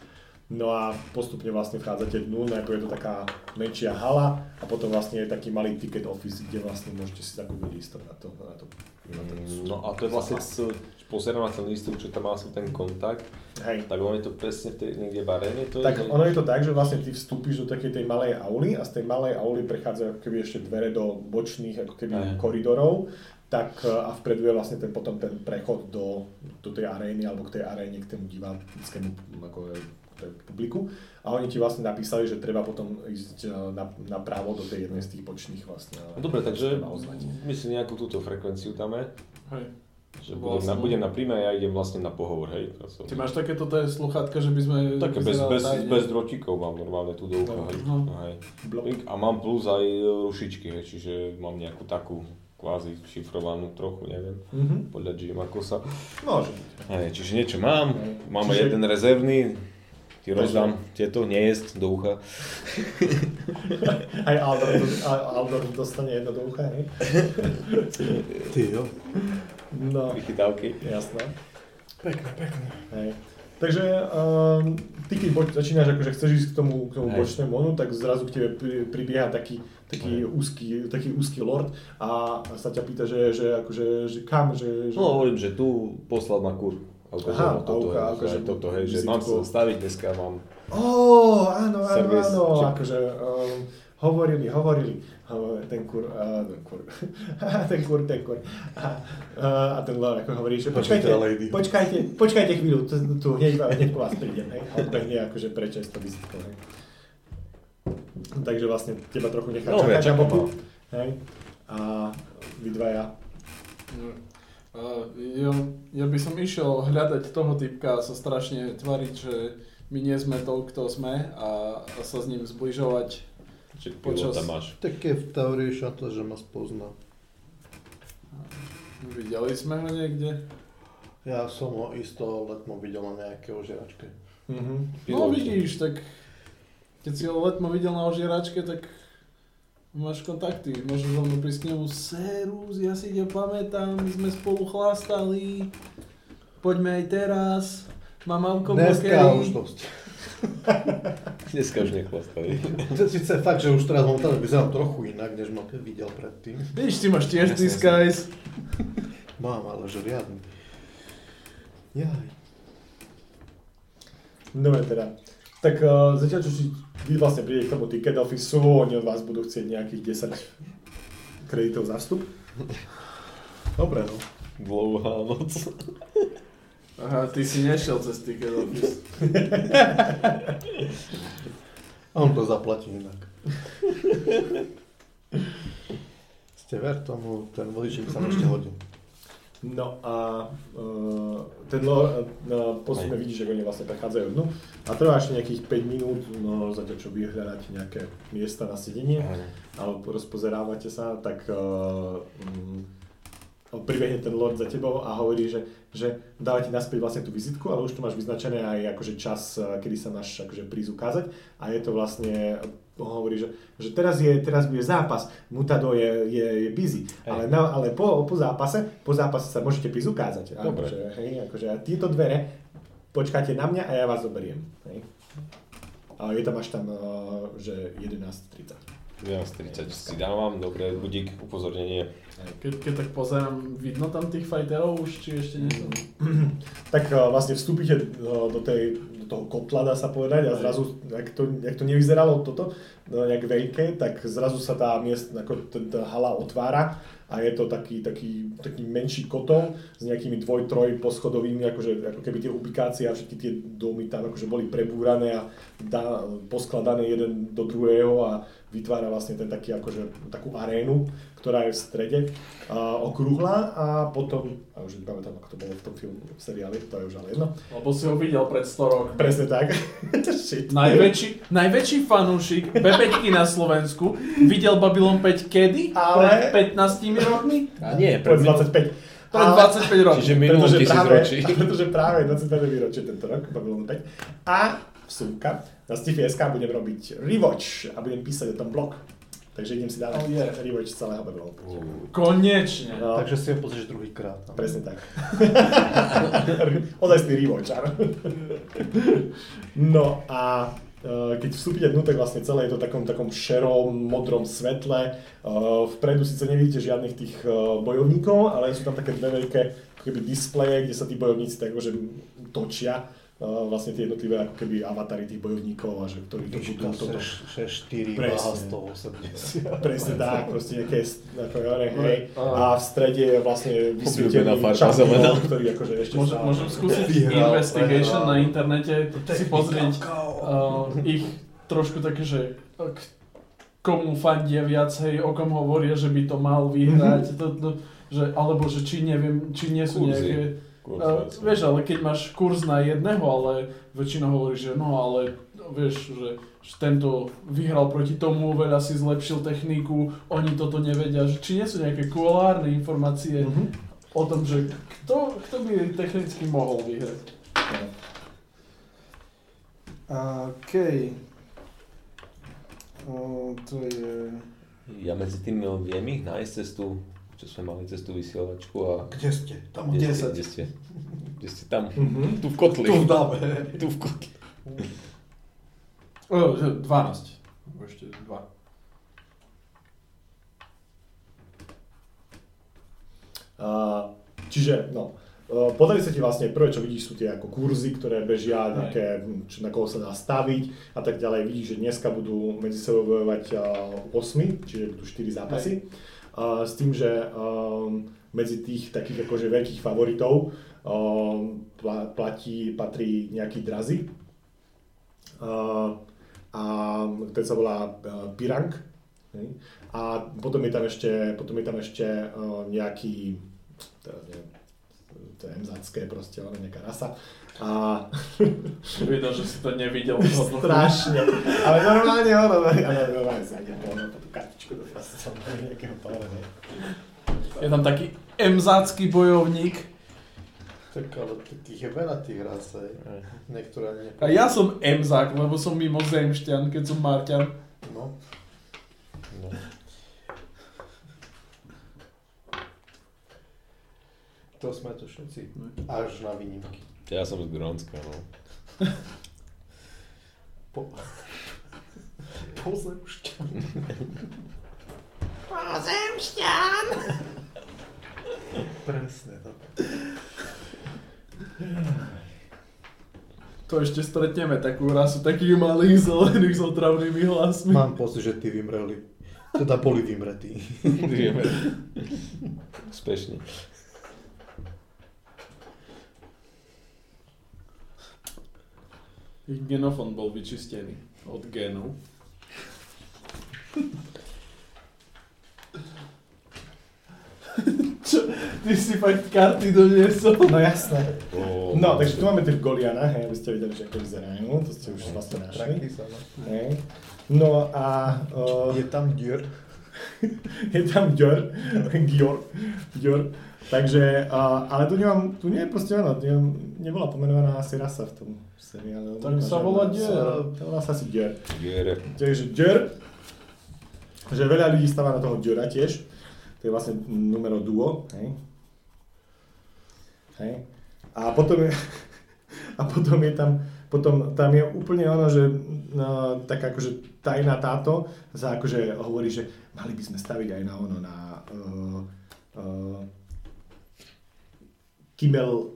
No a postupne vlastne vchádzate dnu, najprv je to taká menšia hala a potom vlastne je taký malý ticket office, kde vlastne môžete si zakúpiť lístok na to. Na to, na ten Mm, No a to je vlastne, s- pozerám na ten lístok, čo tam mal som ten kontakt, Hej. tak on je to presne v tej, niekde v aréne, to je? Tak ono je to tak, že vlastne ty vstúpiš do takej tej malej auly a z tej malej auly prechádzajú ako keby ešte dvere do bočných ako keby koridorov tak e, a vpredu je vlastne ten, potom ten prechod do, do tej arény alebo k tej aréne, k tomu diváckému m, ako e, k tej publiku a oni ti vlastne napísali, že treba potom ísť e, na, na právo do tej jednej z tých bočných vlastne. No Dobre, takže Treba ozvať. my si nejakú túto frekvenciu dáme, Hej. že Bol budem na, som- budem na príjme a ja idem vlastne na pohovor, hej. Ja Vlastne- som- Ty máš takéto tie sluchátka, že by sme... Také bez, bez, bez drotíkov mám normálne tu do ucha, hej. No. hej. Blok. A mám plus aj e, rušičky, hej, čiže mám nejakú takú kvázi šifrovanú trochu, neviem, Mhm. podľa Jima Kosa. Môže byť. Hej, čiže niečo mám, máme Čiže- jeden rezervný, ti Takže- rozdám tieto, nejesť do ucha. Aj Aldor, a- Aldor dostane jedno do ucha, hej? Ty jo. No. Vychytávky. Jasné. Pekné, pekné. Hej. Takže um, ty keď boč, začínaš, akože chceš ísť k tomu, k tomu Hej. bočnému onu, tak zrazu k tebe pri, pribieha taký, taký, úzky, taký úzky lord a sa ťa pýta, že, že, akože, že kam, že... že... No hovorím, že tu poslal na kur. A ukážem Aha, mu toto, a uká- hej, ukážem že mu toto, hej, že vizitku. mám sa staviť dneska, mám Ó, áno, áno, Servis, áno, či- akože um, hovorili, hovorili, hovorili, ten kur, a, ten kur, <laughs> ten kur, ten kur. A, a ten lord ako hovorí, že Počkajte, počkajte, lady. počkajte, počkajte chvíľu, tu, tu hneď, hneď po vás prídem, hej, a odbehne akože preč aj s tou vizitkou, hej. Takže vlastne teba trochu nechá No, čakať na ja čakám, boku, no. hej, a vy dvaja, Uh, ja, ja by som išiel hľadať toho typka a sa strašne tvariť, že my nie sme to, kto sme a, a sa s ním zbližovať. Čiže Počas- pilota máš. Tak je v teórii šanta, že ma spozná. Videli sme ho niekde? Ja som ho isto letmo videl na nejaké ožeračke. mhm. No Pilota. vidíš, tak keď si ho letmo videl na ožieračke, tak máš kontakty. Môžeš za mnou prísť k nemu, Serus, ja si ťa pamätám, my sme spolu chlastali, poďme aj teraz, mám Dneska už alkobokery. dosť. <laughs> Dneska už nechlastaví. To Sice fakt, že už teraz momentálne vyzerám trochu inak, než ma keď videl predtým. Vieš, ty máš tiež Jasne, disguise. Mám, ale že riadne. Jaj. Dobre teda. Tak uh, zatiaľ, čo si- vy vlastne príde k tomu ticket officeu, oni od vás budú chcieť nejakých 10 kreditov za vstup. Dobre, no. Dlouhá noc. Aha, ty si nešiel cez ticket office. A on to zaplatí inak. <laughs> Ste ver tomu, ten vodičík sa mi ešte hodil. No a uh, ten lor, uh, postupne vidíš, že oni vlastne prechádzajú dnu. A trvá ešte nejakých 5 minút, no zatiaľ čo vyhľadáte nejaké miesta na sedenie, alebo rozpozerávate sa, tak uh, pribehne ten lord za tebou a hovorí, že, že dáva ti naspäť vlastne tú vizitku, ale už tu máš vyznačené aj akože čas, eh, kedy sa máš akože prísť ukázať a je to vlastne, on hovorí, že, že teraz, je, teraz bude zápas, Mutado je, je, je busy, ale, na, ale po, po, zápase, po zápase sa môžete prísť ukázať. Dobre. Akože, hej, akože, a tieto dvere, počkáte na mňa a ja vás zoberiem. Hej. A je tam až tam, eh, že 11.30. 11.30 si dávam, dobre, budík, upozornenie. Keď, keď tak pozerám, vidno tam tých fighterov už, či ešte nie? tak eh, vlastne vstúpite eh, do, tej, do toho kotla, dá sa povedať, a zrazu, jak to, jak to nevyzeralo toto, eh, jak veľké, tak zrazu sa tá miest, ako ten- tá hala otvára a je to taký, taký, taký menší kotol s nejakými dvoj, troj poschodovými, akože, ako keby tie ubikácie a všetky tie domy tam akože boli prebúrané a dá, poskladané jeden do druhého a vytvára vlastne ten taký, akože, takú arénu, ktorá je v strede, uh, okrúhla a potom, a už nepamätám, ako to bolo v tom filmu, v seriáli, to je už ale jedno. Lebo si ho videl pred 100 rokmi. Presne tak. <laughs> Shit. Najväčší, najväčší fanúšik Bebetky na Slovensku videl Babylon 5 kedy? Ale- Pred 15 rokmi? A nie, Pred pred 25. Pred Ale- 25 rokmi. Čiže minulom pretože práve, No, tisícročí. <laughs> pretože práve 25. výročie tento rok, Babylon 5. A vsúka, na Stiffy SK budem robiť rewatch a budem písať o tom blog. Takže idem si dávať Oh, yeah. Oh. rewatch celého Babylon 5. Konečne. No, Takže si ho pozrieš druhýkrát. presne tak. <laughs> Ozajstný rewatch, áno. No a e, keď vstúpite dnu, tak vlastne celé je to v takom, takom šerom, modrom svetle. E, Vpredu síce nevidíte žiadnych tých e, bojovníkov, ale sú tam také dve veľké ako keby displeje, kde sa tí bojovníci tak akože točia e, vlastne tie jednotlivé ako keby avatary tých bojovníkov a že ktorí to budú toto. 4, Presne. váha 180. Presne tak, proste nejaké, ako hore, hej. A v strede je vlastne vysvietený Obľúbená farba zelená. čampón, <laughs> ktorý akože ešte Môžem, stále- môžem skúsiť Vyhral, investigation prehral. na internete, si pozrieť uh, ich trošku také, že k komu fandia viac, hej, o kom hovoria, že by to mal vyhrať, Mhm. to, to, že, alebo že či neviem, či nie sú Kurzy. nejaké... Uh, vieš, ale keď máš kurz na jedného, ale väčšina hovorí, že no ale vieš, že, že tento vyhral proti tomu, veľa si zlepšil techniku, oni toto nevedia, že či nie sú nejaké kulárne informácie Mhm. o tom, že kto, kto by technicky mohol vyhrať. OK. O, to je... Ja medzi tým viem ich nájsť cestu, čo sme mali cestu vysielačku a Kde ste? Tam kde, 10. ste, kde ste? Kde ste tam? Mhm. Tu v kotli. Tu v dáme. Tu v kotli. O, že 12. Ešte 2. A, čiže, no, e, podarí sa ti vlastne, prvé čo vidíš sú tie ako kurzy, ktoré bežia, nejaké, hm, čo, na koho sa dá staviť a tak ďalej. Vidíš, že dneska budú medzi sebou bojovať 8, čiže budú 4 zápasy. A, s tým, že um, medzi tých takých akože veľkých favoritov um, pla- platí, patrí nejaký drazy. Uh, a ten sa volá uh, Pirang. Hej. A potom je tam ešte, potom je tam ešte uh, nejaký, teraz neviem, to je mzacké proste, ale nejaká rasa. A Vieda, že si to nevidel. strašne, ale normálne ono, ale normálne sa ide po ono, po tú kartičku do proste, nejakého toho, hej. Je tam taký emzácky bojovník. Tak ale takých je veľa tých raz, hej. Niektoré ani A ja som emzák, lebo som mimozemšťan, keď som Marťan. No. To sme tu všetci. Až na výnimky. Ja som z Grónska, no. Po... Pozemšťan. Pozemšťan! Presne tak. To ešte stretneme takú rasu takých malých zelených s otravnými hlasmi. Mám pocit, že tí vymreli. Teda boli vymretí. Vieme. Spešne. Ich genofon bol vyčistený od génov. <laughs> Čo? Ty si fakt karty doniesol? No jasné. No, takže tu máme tých Goliana, hej, aby ste vedeli, že ako vyzerajú, to ste už vlastne našli. sa, no. Hej. No a... eh, Je tam dier. <laughs> je tam Dior, Gior, Dior. Takže, uh, ale tu nemám, tu nie je proste ona, tu nemám, nebola pomenovaná asi rasa v tom seriále. Tak Možno, sa že volá ona- Dior. sa- Volá sa asi Dior. Viere. Takže Dior, že veľa ľudí stáva na toho Diora tiež. To je vlastne numero duo, hej. Hej. A potom je, <laughs> a potom je tam, potom tam je úplne ono, že no, tak akože tajná táto sa akože hovorí, že mali by sme staviť aj na ono, na uh, uh, <laughs> Kimel,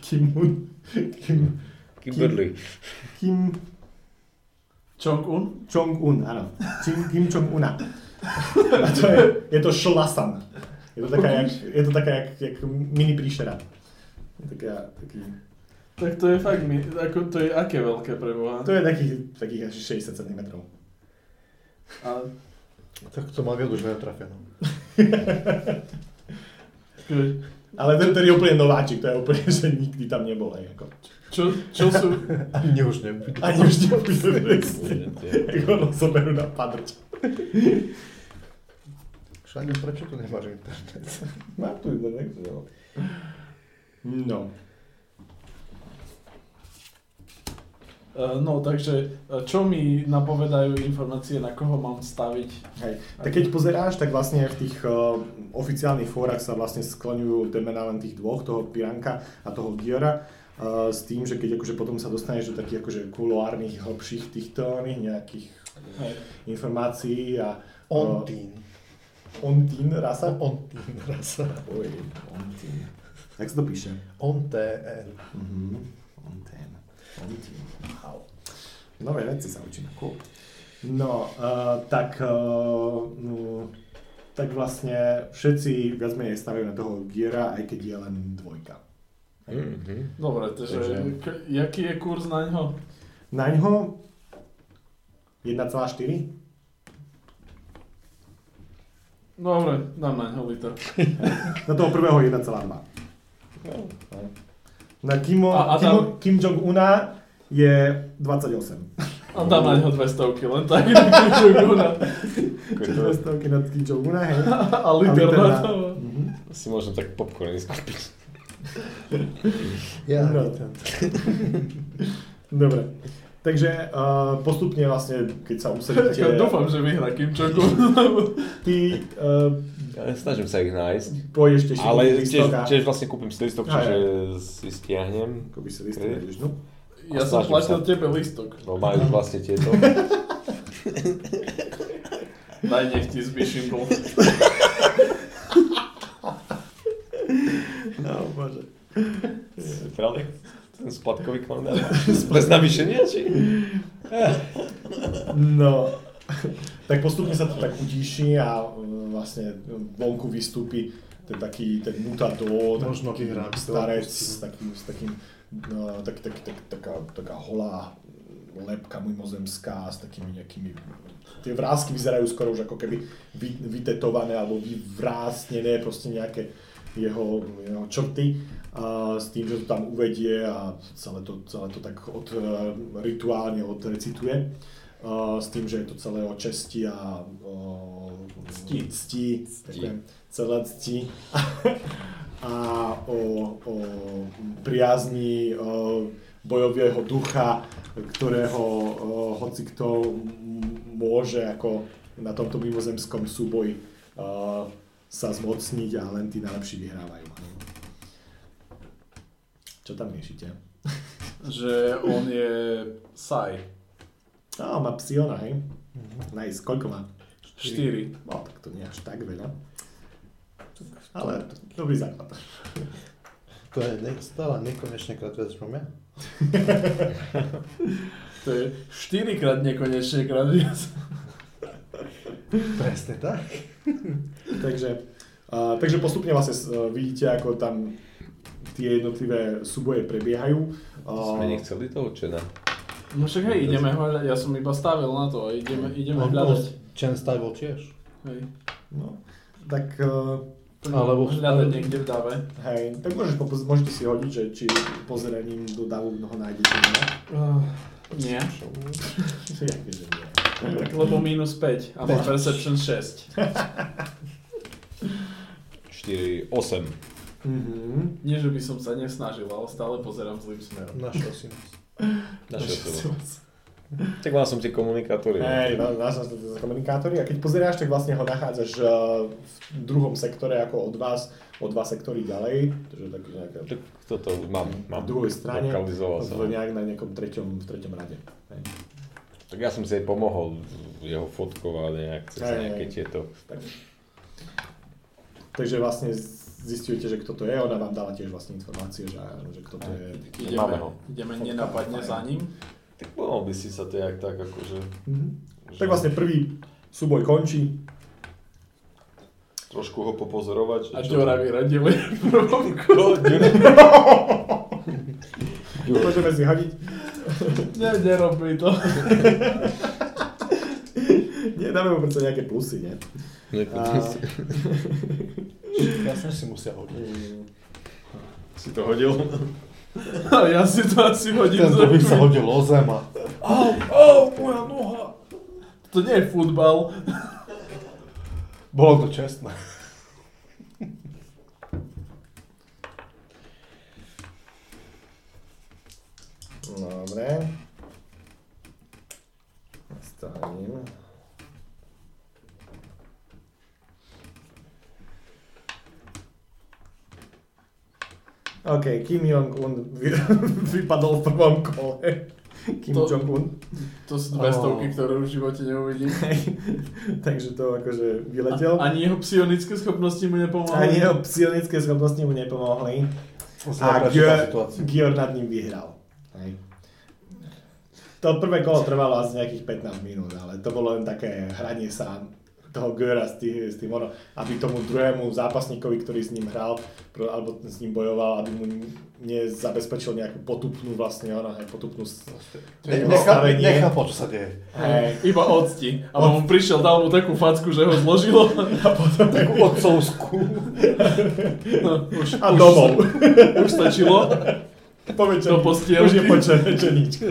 Kimun, Kim, Kimberly. Kim, Chong-un? Jong-un, áno. Kim, Kim Jong-una. A to je, je to šlasan. Je to taká, jak, je to taká jak, jak mini príšera. Taká, taký, Tak to je fakt, mi- ako, to je aké veľké preboha. to je takých, takých asi 60 cm. A Tak to má viac už netrafia. No. Ale ten, ten je úplne nováčik, to je úplne, že nikdy tam nebol. Aj, ako. Čo, čo sú... <laughs> Ani už nebude. Ani už nepísali. Mhm. Ako ho zoberú na padrč. Šani, prečo tu nemáš internet? Má tu internet. No. Eh, No, takže eh, čo mi napovedajú informácie, na koho mám staviť? Hej. Tak keď pozeráš, tak vlastne v tých uh, oficiálnych fórach sa vlastne skloňujú temená len tých dvoch, toho Piranka a toho Giora. Uh, s tým, že keď akože potom sa dostaneš do takých akože kuloárnych, hlbších týchto oných nejakých Hej. informácií a On eh, teen. Ontín rasa? On teen rasa. Oj, Ontín. Jak sa to píše? On E TN. Mhm. Ontín. Ontín. Wow. Nové veci No, sa učíme. Cool. No, uh, tak, uh, no, tak vlastne všetci viac menej stavajú na toho Giera, aj keď je len dvojka. Dobre, takže Takže- k- jaký je kurz na ňo? Na ňo 1,4? Dobre, dám na ňo liter. Na toho prvého 1,2. Na Kimo, A- a Kimo, tam- Kim Jong-una je 28. A dám na ňo 200 len tak <laughs> na kľúču guna. Čiže stovky na Kim Jong-una, hej. A liter A liter na na- to. Mhm. Si možno tak popcorn skúpiť. Ja No. no. ten. <laughs> Dobre. Takže eh, postupne vlastne, keď sa usadíte, Ako Dúfam, že vyhrá Kim <laughs> Jong-un. ty uh, Ja snažím sa ich nájsť. pôjdeš tiež Ale tiež, listok a- tiež vlastne kúpim si listok, Aj, čiže si stiahnem. Ako by si listok nájdeš, no. Ja A som snažím platil sa. tebe listok. No majú už vlastne tieto. Daj, nech ti zvyším bol. No, bože. Pravda? Ten splatkový kalendár. Pre navýšenia, či? No. <laughs> tak postupne sa to tak utíši a eh, vlastne vonku vystúpi ten taký, ten mutador, Možno taký vyhrám to. starec s takým, s takým, no, tak, tak, tak, taká, taká holá lepka mimozemská s takými nejakými tie vrázky vyzerajú skoro už ako keby vy, vytetované alebo vyvrásnené, proste nejaké jeho, jeho črty a s tým, že to tam uvedie a celé to, celé to tak od, eh, rituálne odrecituje. A s tým, že je to celé o česti a o cti, cti, ďakujem, celé cti <laughs> a o, o priazni o bojového ducha, ktorého o, hoci kto m- môže ako na tomto mimozemskom súboji o, sa zmocniť a len tí najlepší vyhrávajú. no. Čo tam riešite? Že on je Sai. Á, No, má psiona, hej? Nice, koľko má? 4. No, tak to nie až tak veľa. Ale dobrý základ. To je ne, stále nekonečne krát viac čo ja. To je 4 krát nekonečne krát viac. Presne tak. takže, a, takže postupne vlastne s- vidíte, ako tam tie jednotlivé súboje prebiehajú. A, Sme nechceli toho čena. No však hej, ideme hľadať, ja som iba stavil na to a ideme, ideme hľadať. Čen stavil tiež. Hej. no, tak, e, Alebo- hľadať niekde v dáve. hej, tak môžeš, popos- môžete si hodiť, že či pozeraním do davu ho nájdete. Ne? Ah. nie, Jak by, že nie. tak lebo minus 5 a má perception 6. 4, 8. Mhm. Nie, že by som sa nesnažil, ale stále pozerám zlým smerom. Našiel si nás. Našiel som. Tak mal som tie komunikátory. <laughs> Hej, na, na, na, na komunikátory. A keď pozeráš, tak vlastne ho nachádzaš e, v druhom sektore ako od vás, o dva sektory ďalej. Takže taký nejaká Tak toto mám, na mám. druhej strane, Lokalizoval som. v nejak na nejakom treťom, v treťom rade. Hej. Tak ja som si aj pomohol jeho fotkovať nejak cez Hej, nejaké hej. tieto. Tak. Takže vlastne zistujete, že kto to je, ona vám dala tiež vlastne informácie, že, že kto to je. Máme ho. Ideme, ideme nenapadne za ním. Tak mohol by si sa to jak tak akože... Mhm. Tak vlastne prvý súboj končí. Trošku ho popozorovať. že A <laughs> čo Ďora to- vyradili v prvom kole. Môžeme si hodiť. Ne, nerobí to. Nie, dáme mu predsa nejaké plusy, nie? A... Jasne si musia hodiť. Si to hodil? Ale ja si to asi hodím Ten za... druhý sa hodil o zem a Au, au, moja noha. To nie je futbal. bolo to čestné. Dobre. Nastavím. OK, Kim Jong-un vy, <laughs> vypadol v prvom kole. Kim To- Jong-un. To sú dve Au. stovky, ktoré v živote neuvidím. Takže to akože vyletel. A, ani jeho psionické schopnosti mu nepomohli. Ani jeho psionické schopnosti mu nepomohli. A Gior, Gior nad ním vyhral. Hej. To prvé kolo trvalo asi nejakých 15 minút, ale to bolo len také hranie sa toho Giora s tým, s tým ono, aby tomu druhému zápasníkovi, ktorý s ním hral, pro- alebo s ním bojoval, aby mu nezabezpečil nejakú potupnú vlastne, ono, hej, potupnú... s- Nechápal, postavenie. nechápal, čo sa deje. Hej. Iba odsti. A on mu prišiel, dal mu takú facku, že ho zložilo. A potom... Takú otcovskú. No, už, A už, domov. už stačilo. Po Do večerni- postielky. Už je <laughs> po černičku.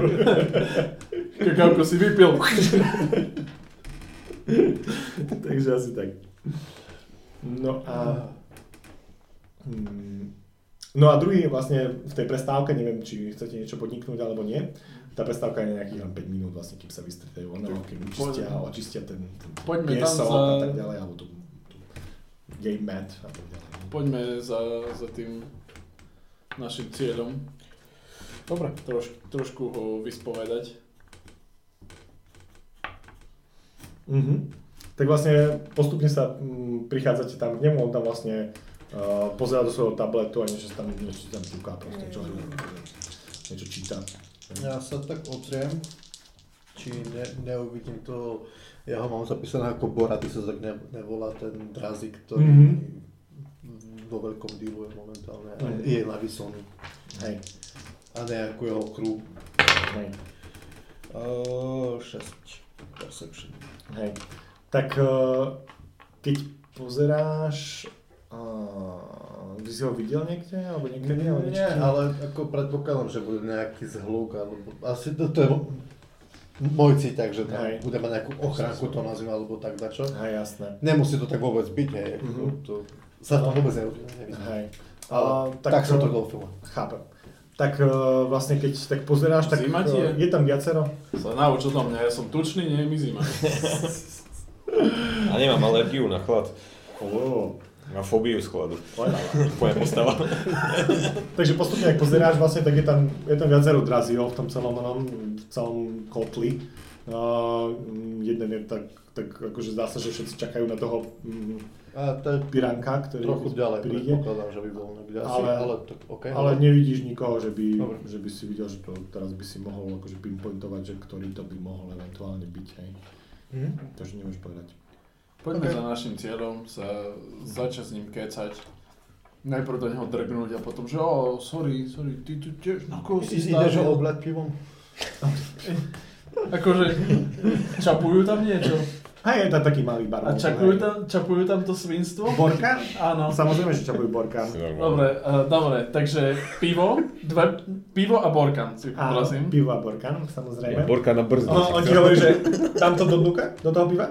Kakavko si vypil. Takže asi tak. No a... Hmm. No a druhý vlastne v tej prestávke, neviem, či chcete niečo podniknúť alebo nie. Tá prestávka je nejakých len 5 minút vlastne, kým sa vystretajú ono, kým čistia, poďme. očistia ten, ten Poďme tam piesok za- a tak ďalej, alebo tú, tú game mat a tak ďalej. Poďme za, za tým našim cieľom. Dobre. Troš, trošku ho vyspovedať. Mhm. Tak vlastne postupne sa mm, prichádzate tam k nemu, on tam vlastne uh, pozerá do svojho tabletu a niečo si tam, niečo si tam ťuká, proste čo, niečo číta. Ja sa tak obzriem, či ne, neuvidím to. Ja ho mám zapísané ako Bora, ty sa tak ne, nevolá ten drazik, ktorý Mhm. vo veľkom dílu je momentálne. A Mhm. je na Visony. Hej, A ne ako jeho crew. hej. Uh, 6. Perception. Hej. Tak uh, keď pozeráš... Uh, ty si ho videl niekde? Alebo niekedy? Alebo niečo? Nie, ale ako predpokladám, že bude nejaký zhluk, alebo asi to, to je mo- môj cít, takže tam Hej. bude mať nejakú ochránku, to nazvime, alebo tak dačo. Hej, jasné. Nemusí to tak vôbec byť, hej, ako Mhm. to sa tam vôbec nevidí. Hej. Ale A, tak, tak som to dal filmu. Chápem. Tak uh, vlastne keď tak pozeráš, tak Zima ti je? eh, je tam viacero. Sa nauč odo mňa, ja som tučný, nie je mi zima. A nemám alergiu na chlad. Oh, Mám fóbiu z chladu. Pojem postava. Takže postupne, ak pozeráš, vlastne, tak je tam, je tam viacero draziov v tom celom, onom, v celom kotli. Uh, jeden je tak, tak akože zdá sa, že všetci čakajú na toho mm, A to je piranka, ktorý trochu ďalej, príde. predpokladám, že by bol niekde asi, ale, Ale- ale tak OK. Ale nevidíš nikoho, že by, Dobre. že by si videl, že to teraz by si mohol akože pinpointovať, že ktorý to by mohol eventuálne byť, hej. Mhm. Takže nemôžeš povedať. Poďme Ok. za našim cieľom, sa začať s ním kecať. Najprv do neho drgnúť a potom, že o, sorry, sorry, ty tu tiež na koho si I- Ideš ho stavil? oblať pivom? Akože, čapujú tam niečo. Hej, je tam taký malý bar. A čapujú tam, čapujú tam to svinstvo? Borkán? Áno. No, Samozrejme, že čapujú Borkán. Dobre, uh, dobre, takže pivo, dve, pivo a borkan si Áno, poprosím. pivo a Borkán, samozrejme. Borka na brzdu. Ono, No, <laughs> on ti hovorí, že dám to do dnuka, do toho piva?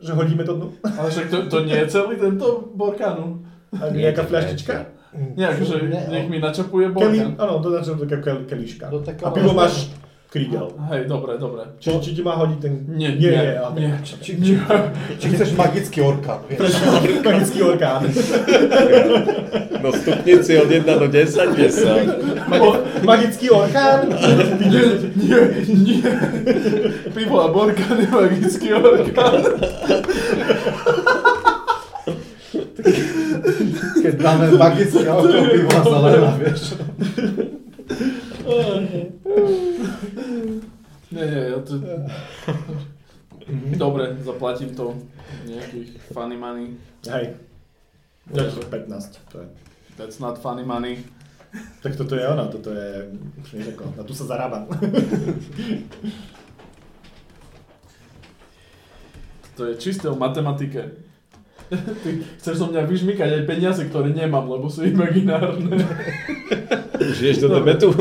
Že hodíme to dnu? Ale však to, to nie je celý tento borkanu. A nejaká fľaštička? Nie, akože Ne, nech mi načapuje Keli, borkan. áno, dodáš do takého kel- kelíška. Do takého- A pivo máš krydel. Hej, dobre, dobre. Či, či ti má hodiť ten... No. Nie, nie, nie, nie. ale- nie. Či, či, či chceš magický <laughs> orkán, vieš? Magický orkán. No stupnici od 1 do 10, 10. Magický orkán. Nie, nie, nie. Pivo a borkan je magický orkan. Keď dáme <laughs> magický orkán, pivo a zaleva, vieš? Nie, nie, ja to... Dobre, zaplatím to nejakých funny money. Hej. Ďalších 15. To je. That's not funny money. Tak toto je ono, toto je... Vieš ako, na tu <laughs> sa zarába. To je čisté o matematike. <laughs> Ty chceš zo mňa vyžmykať aj peniaze, ktoré nemám, lebo sú imaginárne. Žiješ do debetu?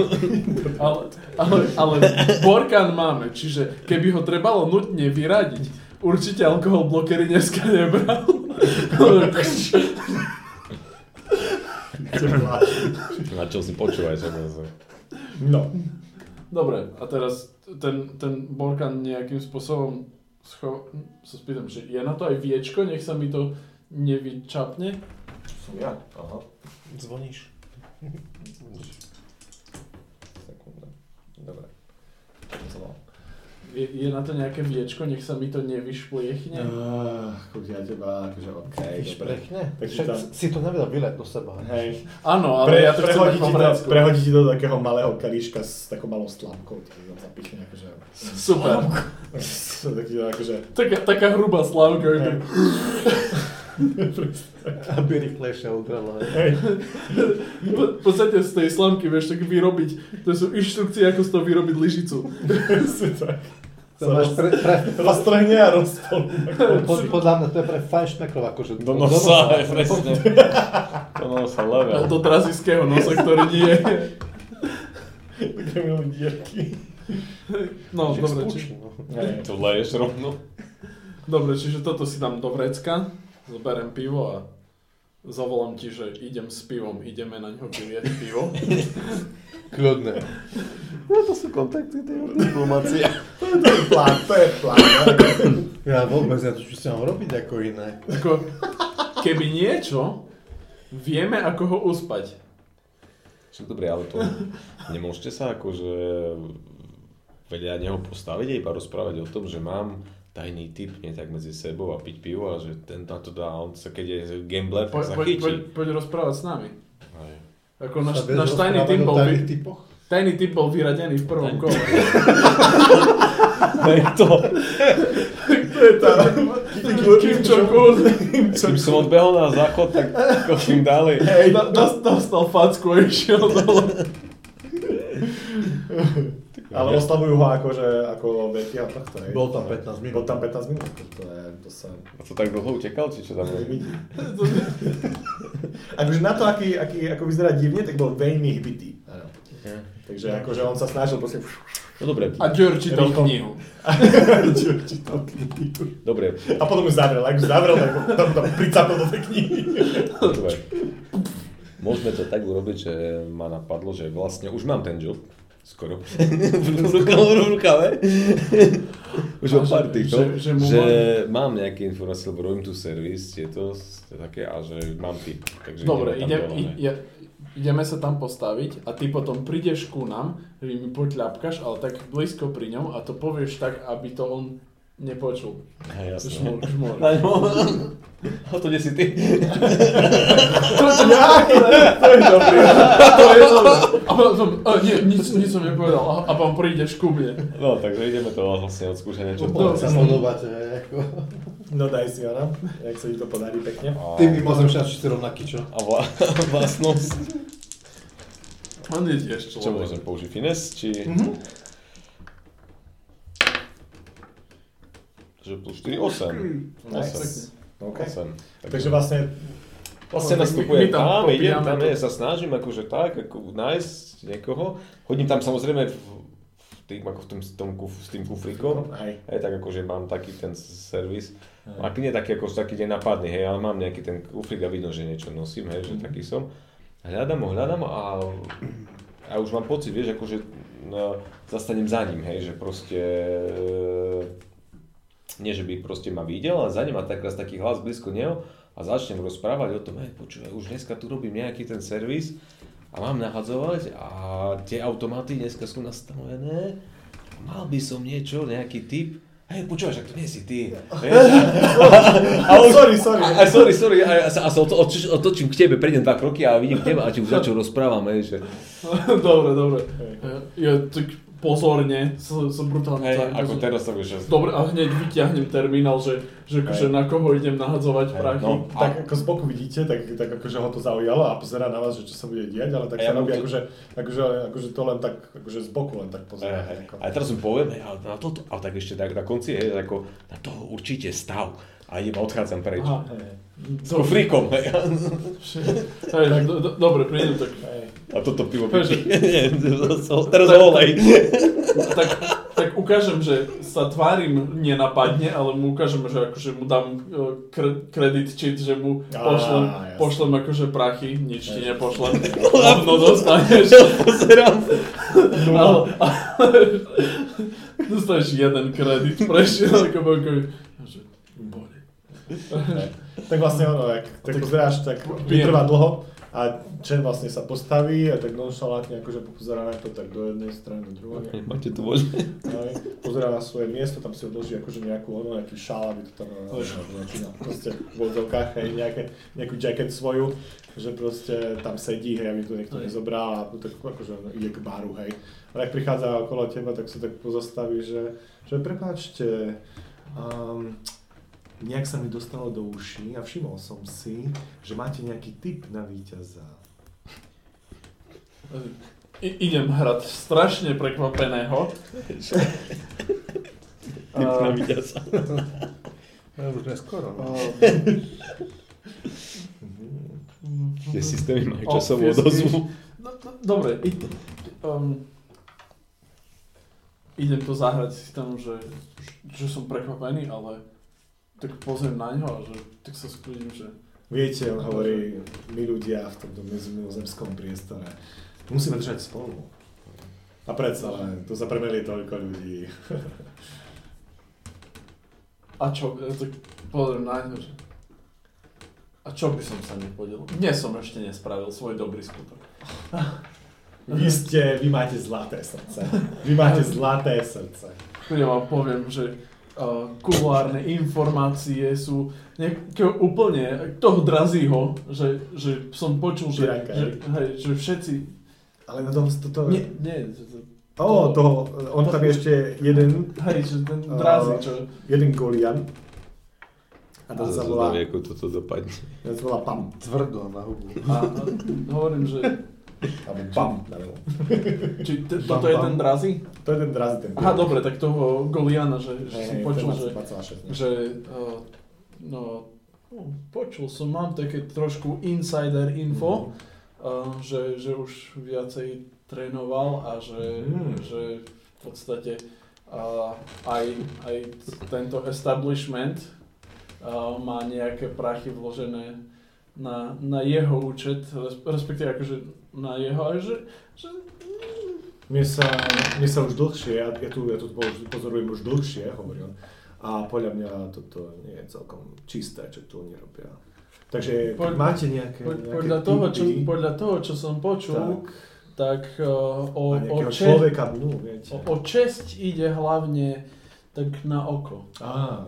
Ale, ale, ale Borkan máme, čiže keby ho trebalo nutne vyradiť, určite alkohol blokery dneska <laughs> nebral. Na čo si počúvaj, čo to je. No, Dobre, a teraz ten, ten Borkan nejakým spôsobom scho- sa spýtam, že je na to aj viečko, nech sa mi to nevyčapne. Som ja, aha. Zvoníš. Sekunda. Dobre. Čo som mal? Je, je na to nejaké viečko, nech sa mi to nevyšpliechne. Ah, chudia teba, akože OK, dobre. Šprechne. Takže Však tam- si to nevedel vyleť do seba. Hej, Áno, ale Pre, ja to chcem prehodí, mať ti po to, vrecku. prehodí ti to do takého malého kalíška s takou malou slámkou, ti to tam zapichne, akože, <laughs> Super. taký, akože, Taká, taká hrubá slavka. hej, <laughs> Hey. Aby rýchlejšie udrela. hej, V podstate z tej slamky vieš tak vyrobiť. To sú inštrukcie, ako z toho vyrobiť lyžicu. si tak. To máš pre, pre, Roztrhne a <laughs> rozpol. <laughs> pod, podľa mňa to je pre fajšmekrov akože. Do nosa, aj <laughs> presne. Do nosa, level. Do trazického nosa, ktorý nie je. Budeme mali dierky. No, dobre, či, Spúčim, no. Hej. To leješ rovno. dobre, čiže toto si dám do vrecka, zoberiem pivo a zavolám ti, že idem s pivom, ideme na ňo vyvieť pivo. Kľudne. No to sú kontakty, to je diplomácia. To je plán, to je plán. Ja vôbec ja to čo si mám robiť ako iné. Ako, keby niečo, vieme, ako ho uspať. Však dobre, ale to nemôžete sa akože vedľa neho postaviť a iba rozprávať o tom, že mám tajný typ, nie tak medzi sebou a piť pivo a že ten na to dá, a on sa keď je gambler, Po, tak sa poď, poď, chytí. poď rozprávať s nami. Aj. Ako náš, Sa vieš náš tajný rozprávať tým o bol, tajných vy- typoch? tajný tým bol vyradený v prvom Tajný- <laughs> kole. Aj to, Kim Jong-un kým som odbehol na záchod, tak kochým dali. da- dos- dostal facku a išiel dole. <laughs> Ale oslavujú ho akože, ako veľkého tohto, hej. Bol tam 15 minút. Bol tam 15 minút, to je, to sa A to tak dlho utekal, či čo tam <laughs> je? nevidí. Akože na to, aký, aký, ako vyzerá divne, tak bol veľmi hbitý. Áno. Takže akože on sa snažil <laughs> proste... No dobre, A Ďurči dal Rýchlo. knihu. čítal knihu. dobre, A potom ju zavrel, ak ju zavrel, tak ho tam, tam pricapil do tej knihy. dobre. Môžeme to tak urobiť, že ma napadlo, že vlastne už mám ten job. Skoro. v rukave, v rukave. už A o že- pár týchto. že- že Že, mu mám nejaké informácie, lebo robím tu servis, je to s- také, a že mám typ. Takže Dobre, ideme tam idem, i, dole, ne? ja, ideme sa tam postaviť a ty potom prídeš ku nám, že mi potľapkaš, ale tak blízko pri ňom a to povieš tak, aby to on nepočul. Hej, jasné. <laughs> Žmur, žmur. Na ňo. A to kde si ty? To je dobre. A potom, a nie, nič, nič som nepovedal. A, a potom prídeš ku mne. No, takže ideme to vlastne odskúšať niečo. Úplne sa podobáte, ako... No daj si ona, jak sa ti to podarí pekne. A, Ty by možno všetci ste rovnaký, čo? a vla, vlastnosť. On je Mhm. tiež človek. Čo môžem použiť? Fines? Či... Že plus 4, 8. Nice. 8. 8. no, Takže vlastne, my- my- Vlastne my nastupujem tam tam, idem popijame tam, to. ja sa snažím akože tak, ako nájsť niekoho. Hodím tam samozrejme v, v tým, ako v tom, s tom kuf, s tým kufríkom. hej, Hej, tak akože mám taký ten servis. A nie taký, ako taký deň napadný, hej, ale mám nejaký ten kufrík a vidno, že niečo nosím, hej, že taký som. Hľadám ho, hľadám ho a, a už mám pocit, vieš, akože no, zastanem za ním, hej, že proste... E, nie že by proste ma videl, ale za ním a tak raz taký hlas blízko neho a začnem rozprávať o tom, hej, počúvaj, už dneska tu robím nejaký ten servis a mám nahadzovať a tie automaty dneska sú nastavené a mal by som niečo, nejaký tip, hej, počúvaš, ak to nie si ty. Vieš? A, už- Sorry, sorry. <laughs> A, a sorry, sorry, a, a, sa- a sa oto- otoč- otočím k tebe, prejdem <laughs> dva kroky a vidím k tebe a ti už začo rozprávam, hej, že dobre, dobre. Eh, Ja, tak pozorne, som, som brutálne Hej, tak- ako teraz to vyšiel. Dobre, a hneď vyťahnem terminál, že, že akože na koho idem nahadzovať Hej, prachy. no. No. Tak ako z boku vidíte, tak, tak akože ho to zaujalo a pozera na vás, že čo sa bude diať, ale tak A sa ja mu robí to- akože, akože, akože to len tak, akože z boku len tak pozera. Hej, hej. Ako- A teraz mu poviem, hej, ale na toto, ale tak ešte tak na konci, hej, ako na toho určite stav. A idem, a odchádzam preč. Aha, Hej. To dobre, frikom, hej. hej, do, do, dobre, prídem tak. A toto pivo <laughs> Takže- píši. Teraz olej. <laughs> tak. Tak ukážem, že sa tvárim nenapadne, ale mu ukážem, že akože mu dám e, kre, kredit cheat, že mu Á, pošlem, jasne. pošlem akože prachy, nič ti <laughs> nepošlem. No dostaneš. Pozerám. Ale, <laughs> dostaneš jeden kredit, prešiel ako ako... že boli. Tak vlastne ono, ak tak pozeráš, tak viem. vytrvá dlho a Čen vlastne sa postaví a tak nonšalátne akože popozerá na to tak do jednej strany, do druhej. Máte tu voľné. Hej. Pozerá na svoje miesto, tam si odloží akože nejakú ono, nejaký šál, aby to tam ono, začína proste v vozovkách, hej, nejaké, nejakú jacket svoju, že proste tam sedí, hej, aby to niekto nezobral a tak akože ono, ide k baru, hej. Ale ak prichádza okolo teba, tak sa tak pozastaví, že, že prepáčte, um, nejak sa mi dostalo do uší a všimol som si, že máte nejaký tip na víťaza. I, idem hrať strašne prekvapeného. <laughs> A, No, už neskoro, no. Tie systémy majú O, časovú fiesty. odozvu. no, no, dobre, i, um, idem to zahrať si tam, že, že som prekvapený, ale tak pozriem na ňo a že, tak sa skúdim, že Viete, on hovorí, my ľudia v tomto mimozemskom priestore musíme držať spolu. A predsa len, tu sa premeli toľko ľudí. a čo, ja tak pozriem na ňo, že a čo by som sa nepodiel? Dnes som ešte nespravil svoj dobrý skutok. Vy ste, vy máte zlaté srdce. Vy máte zlaté srdce. Ja vám poviem, že uh, kulárne informácie sú nejaké úplne toho drazího, že, že som počul, že, Tyranka, že, hej, že všetci... Ale na tom toto... Nie, nie, že to- Ó, toho, on tam je ešte jeden, hej, že ten drazí, čo... jeden golian. A ten sa volá, Zvedavý, ako toto dopadne. ten sa volá Pam. Tvrdo na hubu. A, a hovorím, že Alebo Pam, neviem. či t- toto je ten drazí? To je ten drazí ten. Aha, dobre, tak toho Goliana, že, že som počul, že... že... že uh, no, no, počul som, mám také trošku insider info, uh, že, že už viacej trénoval a že, Mhm. že v podstate uh, aj, aj tento establishment uh, má nejaké prachy vložené na, na jeho účet, resp- respektíve akože na jeho, a že, že Mne sa, mne sa už dlhšie, ja, ja tu, ja tu po- pozorujem už dlhšie, hovorí on. A podľa mňa toto nie je celkom čisté, čo tu oni robia. Takže keď Pod- máte nejaké, po- nejaké podľa toho, čo, tipy, podľa toho, čo som počul, tak, tak, uh, o, a o, nejakého čest, človeka dnu, viete. O, o česť ide hlavne tak na oko. Á,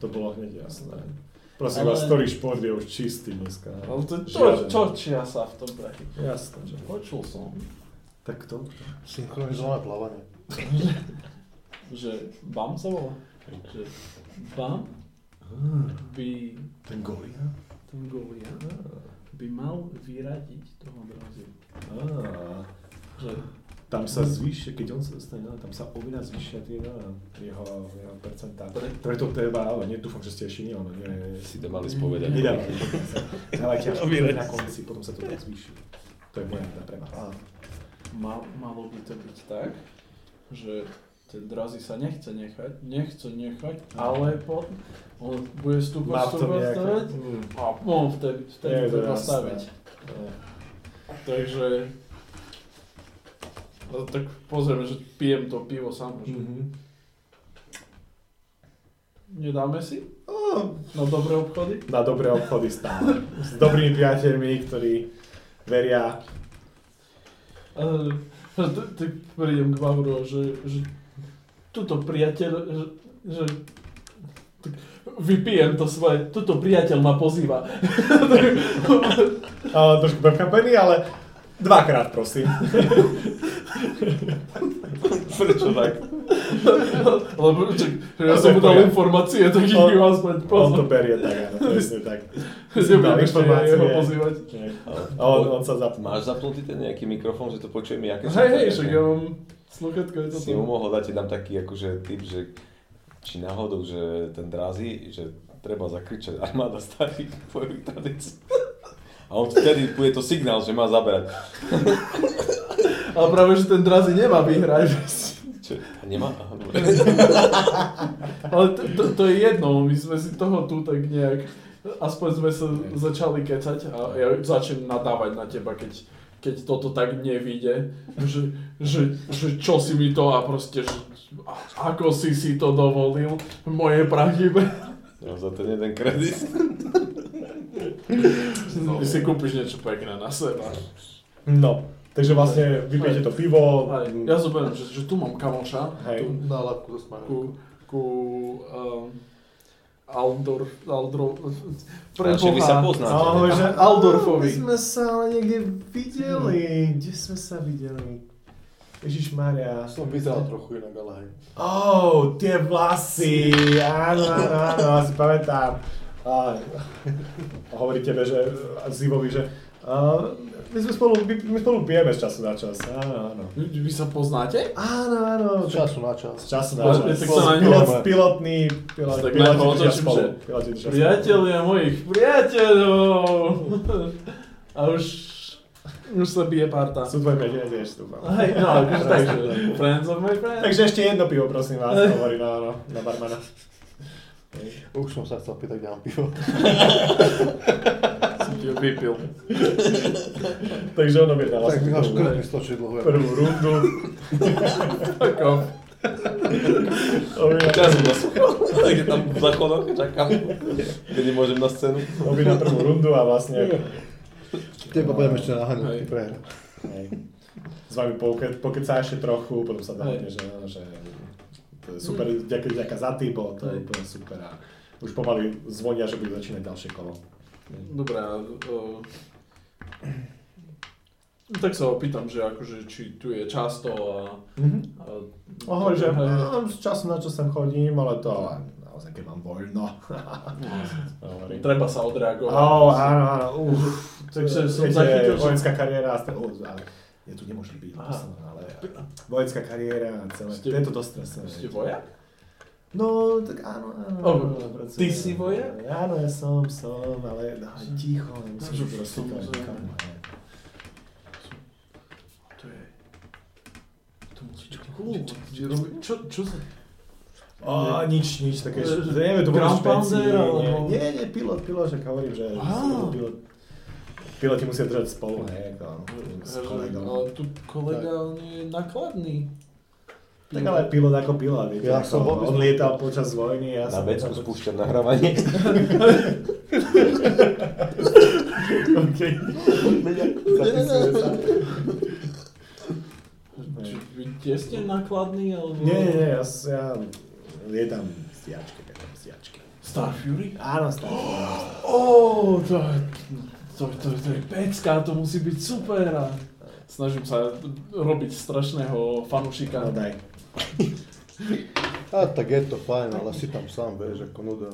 to bolo hneď jasné. Prosím Ale- vás, ktorý šport je už čistý dneska. Ale to, to, Žiaden. to čia sa v tom prachy. Jasné. že- Počul som, Tak to? Synchronizované plávanie. že BAM sa volá. Že BAM by Ten golia? ten Golia by mal vyradiť toho drazia. Á. Že Tam sa zvýšia, keď on sa dostane na, tam sa oveľa zvýšia tie na, jeho, jeho percentá. Pre- Preto treba, ale nedúfam, že ste ešte nie, ono nie. <laughs> Si to mali spovedať. Nedávajte. Dávajte až Oveľa. na konci, potom sa to tak zvýši. To je moja rada pre vás. mal, malo by to byť tak, že ten drazí sa nechce nechať, nechce nechať, ale po, on bude stúpať, Mhm. Má v tom stúpať, nejaké... stúpať Mm. a on vtedy, vtedy Je to treba jasné. staviť. Takže... No, tak pozrieme, že pijem to pivo sám. Že... Mhm. Nedáme si? Na dobré obchody? Na dobré obchody stále. S dobrými priateľmi, ktorí veria. Uh, <laughs> t- t- prídem k Vavru, a že, že tuto priateľ, že, že tak vypijem to svoje, tuto priateľ ma pozýva. A, trošku prekvapený, ale dvakrát prosím. Prečo tak? Lebo čak, <laughs> že ja som mu dal informácie, tak ich On- mám späť On to <laughs> pozor. berie tak, áno, presne tak. Nebudem dal ešte informácie. jeho pozývať. A on, on sa zapnul. Máš zapnutý ten nejaký mikrofón, že to počujem ja, keď No Hej, som- hej, však ja mám sluchatko, je to Si tu. mu mohol dať ti tam taký akože typ, že či náhodou, že ten drazí, že treba zakričať armáda starých bojových tradícií. A on vtedy bude to signál, že má zaberať. Ale práve, že ten drazi nemá vyhrať. <laughs> Čo? A nemá? Aha, dobre. Ale to, to, to je jedno, my sme si toho tu tak nejak... Aspoň sme sa začali kecať a ja začnem nadávať na teba, keď, keď toto tak nevíde, že, že, že čo si mi to a proste, že, a- ako si si to dovolil, moje prahybe. Ja No, za ten jeden kredit. Ty si kúpiš niečo pekné na seba. No, takže vlastne vypijete to pivo. Aj, ja si poviem, že, že tu mám kamoša, Hej. tu, Na lapku to smáš. ku, ku um, Aldor, Aldor, Ale že vy sa Boha. poznáte. No, ne? že Aldorfovi. My sme sa ale niekde Hmm. videli. Kde sme sa videli? Ježiš Maria. Ja som vyzeral trochu inak, ale hej. Oh, tie vlasy, áno, áno, áno, ja si pamätám. A, a hovorí tebe, že a Zivovi, že a, my, sme spolu, my, my spolu pijeme z času na čas, áno, áno. Vy, vy sa poznáte? Áno, áno, Od tak času na čas. z času na Ale čas. tak sa na ňu- Pilot, pilotný, pilot, Tak piloti najprv držia otočím, spolu. že- Piloti držia spolu. Priatelia mojich priateľov! A už, už sa bije parta. Sú tvoje peniaze, ešte dúfam. Hej, no, akože tak, že friends of my friends. Takže ešte jedno pivo, prosím vás, hovorí na, no, na barmana. Už som sa chcel pýtať, kde mám pivo. som ti vypil. Takže on objednal Tak mi ho vlastne škrt mi stočí dlho. prvú rundu. Fuck off. Objednal- Teraz som zaschol. Takže tam v záchodoch čakám. Kedy môžem na scénu. Robí na prvú rundu a vlastne Teba budem ešte naháňať, Hej. keď <laughs> prehra. hej, s vami poke- pokecá ešte trochu, potom sa Hej. dohodne, že, že to je super, ďakujem ďaká za ty, bolo to Hej. úplne super a už pomaly zvonia, že budú začínať ďalšie kolo. Dobre, a, o, no tak sa opýtam, že akože, či tu je často a... a A hovorí, že Hej. "Mm, z času na čas sem chodím, ale to ale naozaj, keď mám voľno. Hovorí. Treba sa odreagovať. Ó, áno, áno, uf. Takže som Viete, zachytil, že- Vojenská kariéra, a ste- ó, ale je tu nemôže byť, Aha. posledná, ale vojenská kariéra a celé, Ste- je to dosť stresné. Ste viete. vojak? No, tak áno, áno. O, áno, ty pracujem. si vojak? Áno, ja som, som, ale no, ticho, Čo, nemusím proste som, to som. nikomu. ne. To je... To musí byť cool. Kde robí- Čo, čo sa... Ó, nič, nič, také, Eh, že neviem, to bolo Ground špeci. Pounder, alebo- Nie, nie, nie, pilot, pilot, že hovorím, že Á. pilot. Piloti musia držať spolu, hej, ako s kolegom. Ale tu kolega, on je nakladný. Tak ale pilot ako pilot, viete, Ja ako som vôbec- on lietal počas vojny, ja Na som... vecku spúšťam nahrávanie. Okej. Zapisuje sa. Či vy tie ste nakladný, alebo... Nie, nie, nie, ja, s- ja lietam stiačky, lietam stiačky. Star Fury? Áno, stále. Ó, to, to, to, to je pecka, to musí byť super. A snažím sa robiť strašného fanušika. No daj. A tak je to fajn, ale si tam sám, vieš, ako nuda.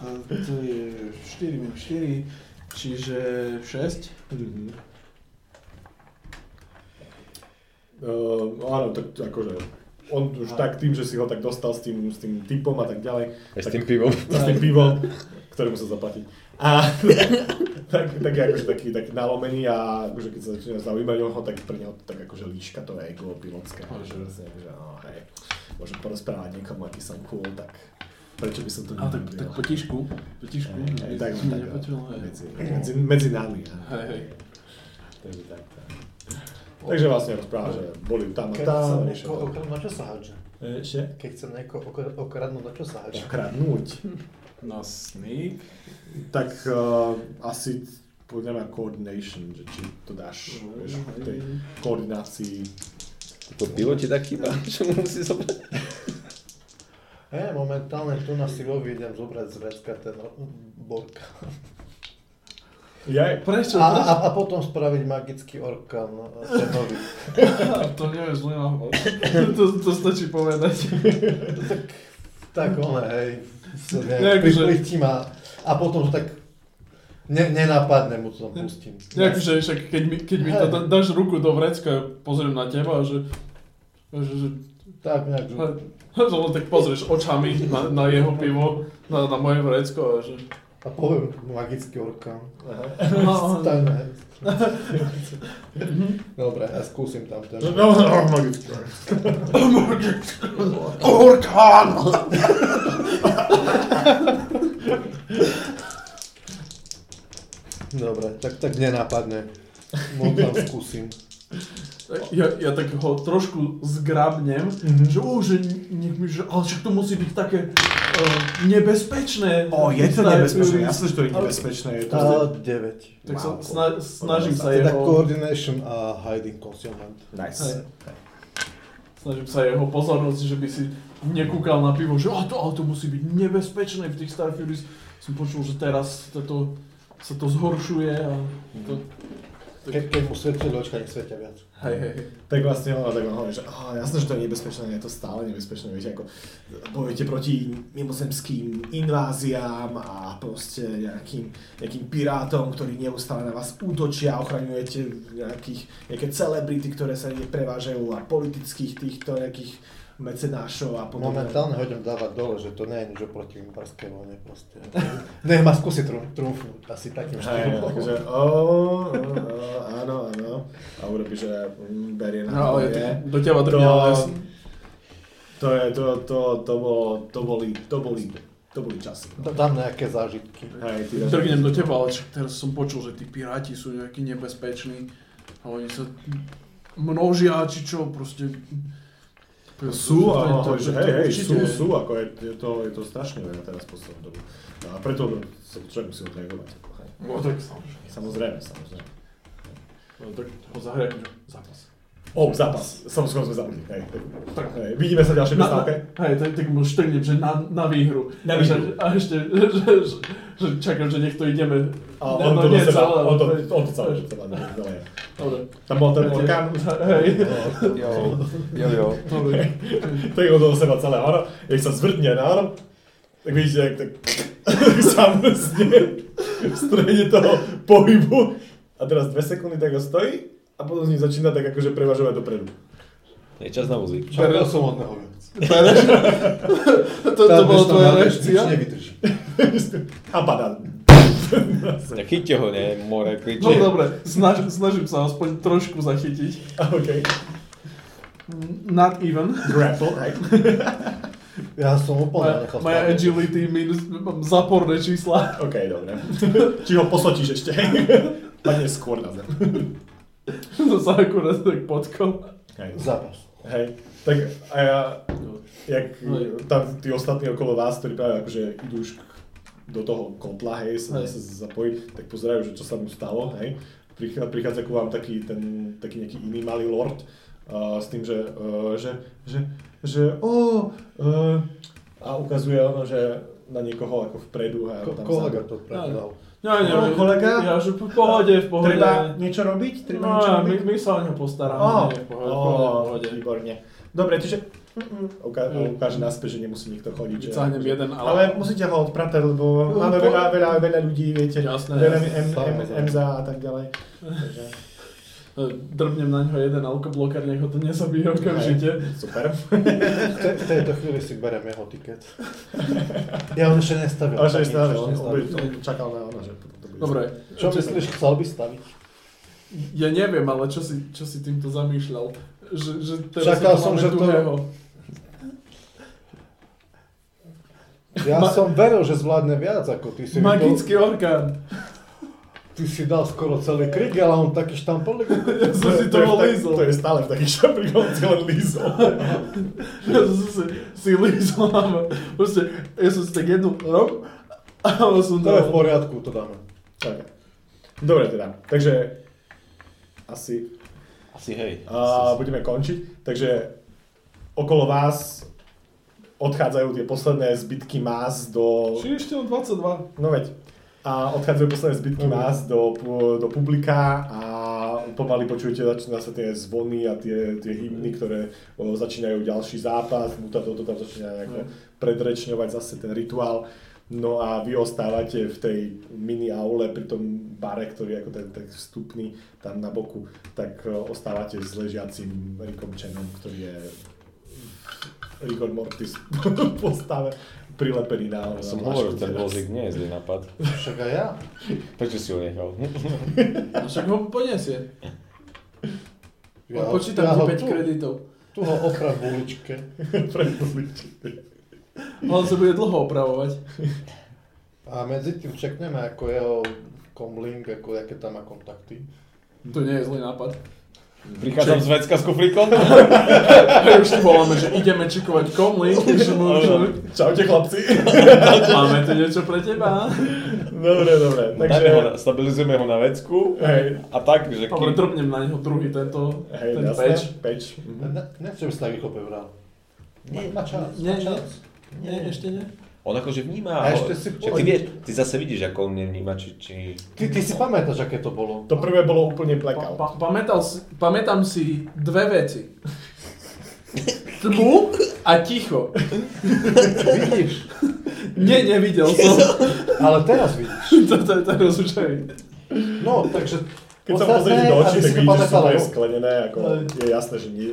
A to je 4 minus 4, čiže 6. Mhm. Uh, áno, tak akože on už tak tým, že si ho tak dostal s tým, s tým typom a tak ďalej, Aj s tým pivom. s tým pivom, ktoré musel zaplatiť. A <laughs> tak, tak je akože taký, taký nalomený a akože keď sa začína zaujímať o ho, tak pre neho to tak akože líška to ego pilotské. Že, vlastne, že no, hej, môžem porozprávať niekomu, aký som cool, tak prečo by som to A tak, tak nerobil? potišku, potišku. Hej, hej, tak, Som tak, nepočul, hej. medzi, medzi, medzi nami. áno. Hej, hej. Takže tak, tak. Takže vlastne rozpráva, že boli tam a tam, riešil to. okradnúť, na čo sa hádže? Ešte? Keď chcem niekoho okra- okradnúť, na čo sa hádže? Okradnúť. No sneak. Tak uh, asi podľa mňa coordination, že či to dáš vieš, v tej koordinácii. To piloti tak chýba, <laughs> že musí zobrať. Hej, momentálne tu na Sivovi idem zobrať z vrecka ten borka. Ja, Prečo? A, Prečo? a, a potom spraviť magický orkán eh, Senovi. <laughs> To neviem zle nahovor. to, to stačí povedať. <laughs> Tak ono, hej, sa Nejak, nejak že- pripletím a, a potom to tak ne, nenapadne mu to tam pustím. Akože však keď mi, keď mi to da, dáš ruku do vrecka, ja pozriem na teba a že... že, že Tak nejak, že... že len tak pozrieš očami na, na jeho pivo, na, na moje vrecko a že... A poviem magický orkán. <laughs> No, Staňme, hej. Dobre, ja skúsim tam ten. magický. Orkán! Dobre, tak, tak nenápadne. <laughs> Možno tam skúsim. ja, ja tak ho trošku zgrabnem, že ó, že nech mi, že, ale však to musí byť také uh, nebezpečné. O, je to Starý nebezpečné, Furies. jasné, že to je nebezpečné. Je to... A 9. Tak sa, sna, snažím sa Teda jeho, coordination a hiding concealment. Nice. snažím sa jeho pozornosť, že by si nekúkal na pivo, že a to, ale to musí byť nebezpečné v tých Star Furies. Som počul, že teraz toto, sa to zhoršuje a to, Mhm. Keď, keď mu svetli očka, nech svetia viac. hej, hej, hej. Tak vlastne ona tak hovorí, že oh, jasné, že to je nebezpečné, je to stále nebezpečné, viete, ako bojujete proti mimozemským inváziám a proste nejakým, nejakým pirátom, ktorí neustále na vás útočia, ochraňujete nejakých, nejaké celebrity, ktoré sa niekde prevážajú a politických týchto nejakých mecenášov a podobne. Momentálne ho idem dávať dole, že to nie je nič oproti imbarskej vojne proste. Nech ma skúsi trum, trumfnúť, asi takým Hej, štýlom. takže ó, ó, ó, áno, áno. A urobí, že mm, berie na No, to, ale to, je. do teba To- drbne, ale ja som- To, je, to, to, to, bolo, to, boli, to, boli, to boli časy. Da- Dám nejaké zážitky. Hej, ty dáš- drgnem do teba, ale však teraz som počul, že tí piráti sú nejakí nebezpeční a oni sa množia, či čo, proste... Sú, To- áno, to- hovorí, že to- hej, hej, určite sú, je. sú, ako je, je, to, je to strašne veľa teraz poslednú dobu. A preto sa človek musí odreagovať. ako, hej. No tak samozrejme. Samozrejme, samozrejme. No, tak ho zahrajem, že zápas. O, zápas. Som skoro sme zabudli. Hej. Tak. Hej. Vidíme sa v ďalšej Na, na, prestávke. hej, tak, tak mu štrnem, že na, na výhru. Na výhru. A ešte, že, že, že čakám, že nech to ideme. A No, on no, to do nie, seba, celé, on to, hej. on to celé, že celé. celé. Dobre. Tam bol ten orkán, Hej. Jo, jo, jo. Dobre. tak on to do seba celé. Ono, keď sa zvrtne na ono, tak vidíte, jak tak <laughs> zamrzne v strede toho pohybu. A teraz dve sekundy tak ho stojí a potom s ním začína tak akože prevažovať dopredu. <laughs> Je čas na vozík. Čakal som od neho viac. Bereš? to, to bola tvoja reakcia? nevydrží. A padá. Tak chyťte ho, nie? More kričí. No dobre, snaž, snažím sa aspoň trošku zachytiť. A OK. Not even. Grapple, hej. Ja som Moja, úplne nechal moja stranou. agility minus, mám záporné čísla. <laughs> OK, dobre. Či ho posotíš ešte. <laughs> Padne skôr na zem. To sa akurát tak potkol. Hej. Zápas. Hej. Tak a ja, jak No. tam tí ostatní okolo vás, ktorí práve akože idú už k- do toho kotla, hej, sa Hej. zase zapojiť, tak pozerajú, že čo sa mu stalo, hej. Prichá, prichádza ku vám taký, ten, taký nejaký iný malý lord uh, s tým, že, uh, že, že, že, ó, uh, a ukazuje ono, že na niekoho ako vpredu a Ko- tam Kolega sa... to pravdal. No, nie, No, kolega? Ja že v pohode, v pohode. Treba niečo robiť? Treba no, niečo my, robiť? my sa o neho postaráme. Ó, nie, v pohode, v pohode, v ó, pohode. výborne. Dobre, čiže mm, mm, uká- ukáže naspäť, že nemusí nikto chodiť. že- Vycáhnem jeden, ale- ale... musíte ho odpratať, lebo No, máme po- veľa, veľa, veľa ľudí, viete. Jasné, veľa jasné, M, M, samozrejme. M, za a tak ďalej. Takže, Drbnem E, na ňo jeden alkoblokár, nech ho to nezabije okamžite. <laughs> super. V, te, v tejto chvíli si berem jeho tiket. <laughs> Ja on ešte nestavil. Ale že Tak nič, stále, ešte on, on, nestavil. by- on čakal na ono, že potom to bude. Dobre. Čo myslíš, chcel by staviť? Ja neviem, ale čo si, čo si týmto zamýšľal? Že, že teraz Čakal tu som, máme že to- tuhého. Ja Ma- som veril, že zvládne viac ako ty si. mi to- Magický orkán. Ty si dal skoro celý krik, ale on taký štampolik. Ja som si to je v tak- lízol. to je stále v takých šaprikonci len lízol. <laughs> Ja som si, si lízol na ma- Proste, ja som si tak jednu rob, ale som To je v dal. poriadku, to dáme. Tak. Dobre teda, takže asi Asi hej. A budeme končiť. Takže okolo vás odchádzajú tie posledné zbytky más do... Čiže ešte len 22. No veď. A odchádzajú posledné zbytky nás do, pu- do publika a pomaly počujete, začína sa tie zvony a tie, tie hymny, ktoré o, začínajú ďalší zápas, muta toto tam začína nejako predrečňovať zase ten rituál. No a vy ostávate v tej mini aule pri tom bare, ktorý je ako ten, ten vstupný tam na boku, tak e, ostávate s ležiacim Rickom Chenom, ktorý je Rigor Mortis <laughs> v postave prilepený na Ja som na hovoril, mašku ten teraz. vozík nie je zlý nápad. Však aj ja. Prečo si ho nechal? A No však ho poniesie. Ja ho- Odpočítam ja ti ho 5 tu, kreditov. Tu ho oprav v uličke. <laughs> On sa bude dlho opravovať. A medzi tým čekneme ako jeho komlink, ako aké tam má kontakty. To nie je zlý nápad. Prichádzam z Vecka s kuflíkom? Hej, už ti voláme, že ideme čekovať komly. Čaute chlapci. <laughs> Máme tu niečo pre teba. dobre, dobre. Dajme Takže, ho, na- stabilizujeme ho na Vecku hej, a tak, že Dobre, kým... trpnem na neho druhý tento, hej, ten jasné, peč. peč. Ne, nechcem sa tak rýchlo pevral. Nie, má čas, nie, má nie. čas. Nie, ešte nie. On akože vníma. A ho- ešte si- Však ty, vieš, ty zase vidíš, ako on nevníma, či... či... Ty, ty si pamätáš, aké to bolo? To prvé bolo úplne Pa, blackout. pa, pamätal si, pamätám si dve veci. Tmu a ticho. Vidíš? Nie, nevidel som. Ale teraz vidíš. Toto je teraz už aj. No, takže... Keď sa podstatné, pozrieš do očí, tak aby si to vidíš, že sú pamätala, úplne no. sklenené, ako Ale- je jasné, že nie,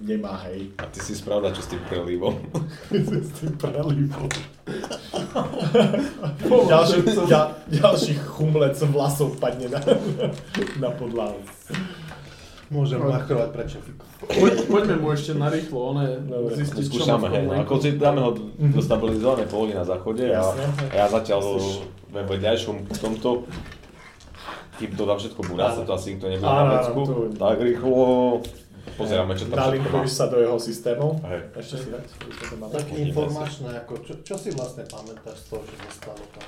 nemá, hej. <laughs> A ty si spravda, čo s tým prelívom. S tým prelivom. ďalší, ďal, ďalší chumlec vlasov padne na, <laughs> na podlahu. Môžem machrovať pre čefíko. Poď, poďme mu ešte narýchlo, one Dobre. zistiť, čo má Skúšame, v hej. no. komlinku. Akože dáme ho do stabilizovanej polohy na záchode a, Jasné. a ja zatiaľ ve vedľajšom tomto tým to dá všetko buráce, to asi nikto nebude Áno, na áno, vecku. to- Tak rýchlo pozeráme, čo tam všetko má. Nalinkuješ sa do jeho systému. Hej. Ešte si dať. ešte to mám. Tak Uvidíme informačné, ako čo, čo si vlastne pamätáš z toho, čo sa stalo tam?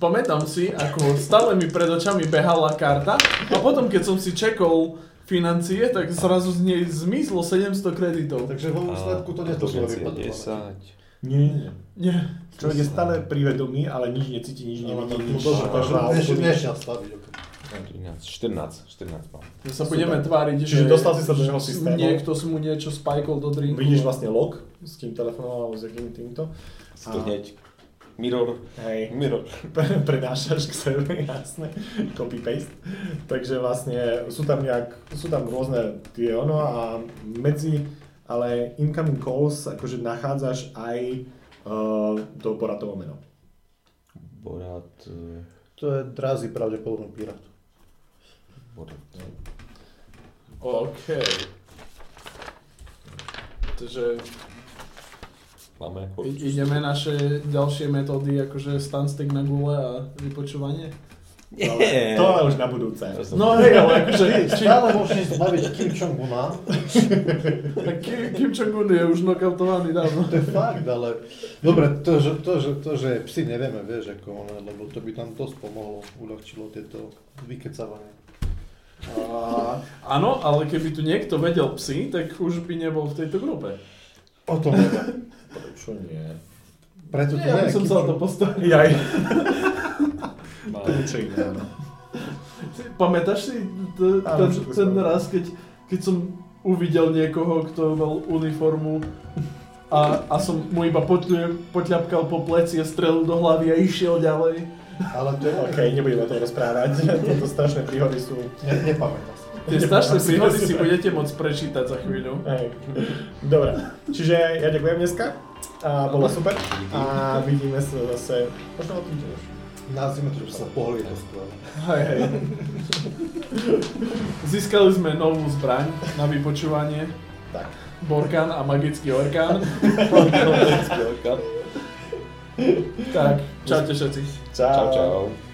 Pamätám si, ako stále mi pred očami behala karta a potom, keď som si čekol financie, tak zrazu z nej zmizlo 700 kreditov. Takže vo výsledku to A dokonca nedošlo je vypadlo. 10. Nie, nie. Nie. Človek je stále privedomý, ale nič necíti, nič No, nevidí, nič. no, Takže nešiel staviť. ok. 13, 14, 14 mám. My sa budeme tváriť, Čiže že dostal si sa do jeho systému. niekto si mu niečo spajkol do drinku. Vidíš vlastne log, s kým telefonoval, alebo s akým týmto. Si to A- hneď mirror, Hej, mirror. pre- prenášaš k sebe, <laughs> jasne, copy-paste. Takže vlastne sú tam nejak, sú tam rôzne tie ono a medzi, ale incoming calls, akože nachádzaš aj uh, to Boratovo meno. Borat, eh, To je drazí pravdepodobný pirát. Borat. OK. Takže Máme ako... i- ideme naše ďalšie metódy, akože stanstek na gule a vypočúvanie. <laughs> Nie. To <laughs> ale už na budúce. To som- No hej, ale akože... Či, Stále môžeš zbaviť Kim Jong-una. <laughs> No, tak Kim, Kim Jong-un je už knockoutovaný dávno. To je fakt, ale... Dobre, to, že, to, že, to, že psi nevieme, vieš, ako ono, lebo to by nám dosť pomohlo, uľahčilo tieto vykecavanie. A, áno, ale keby tu niekto vedel psy, tak už by nebol v tejto grupe. O tom neviem. Čo nie? Preto to Nie, ja by neviem, som Kim sa o to Jong- postavil. <laughs> Jaj. Má- Čo iné, no. áno. Ty Pamätáš si t- Áno, ten, všetko ten spomínam. raz, keď, keď som uvidel niekoho, kto mal uniformu a, a som mu iba potľu- potľapkal po pleci a strelil do hlavy a išiel ďalej. Ale to je... OK, nebudeme o tom rozprávať. <laughs> Tieto strašné príhody sú... Ne, nepamätám si. Tie strašné príhody si budete môcť prečítať za chvíľu. Hej. Dobre, čiže ja ďakujem dneska. A bolo super. A vidíme sa zase... Možno o týždeň už. Nazvime to, že sa pohli to skvelé. Hej, hej. Získali sme novú zbraň na vypočúvanie. Tak. Borkan a magický orkán. tak, čaute všetci. Čau. Čau, čau.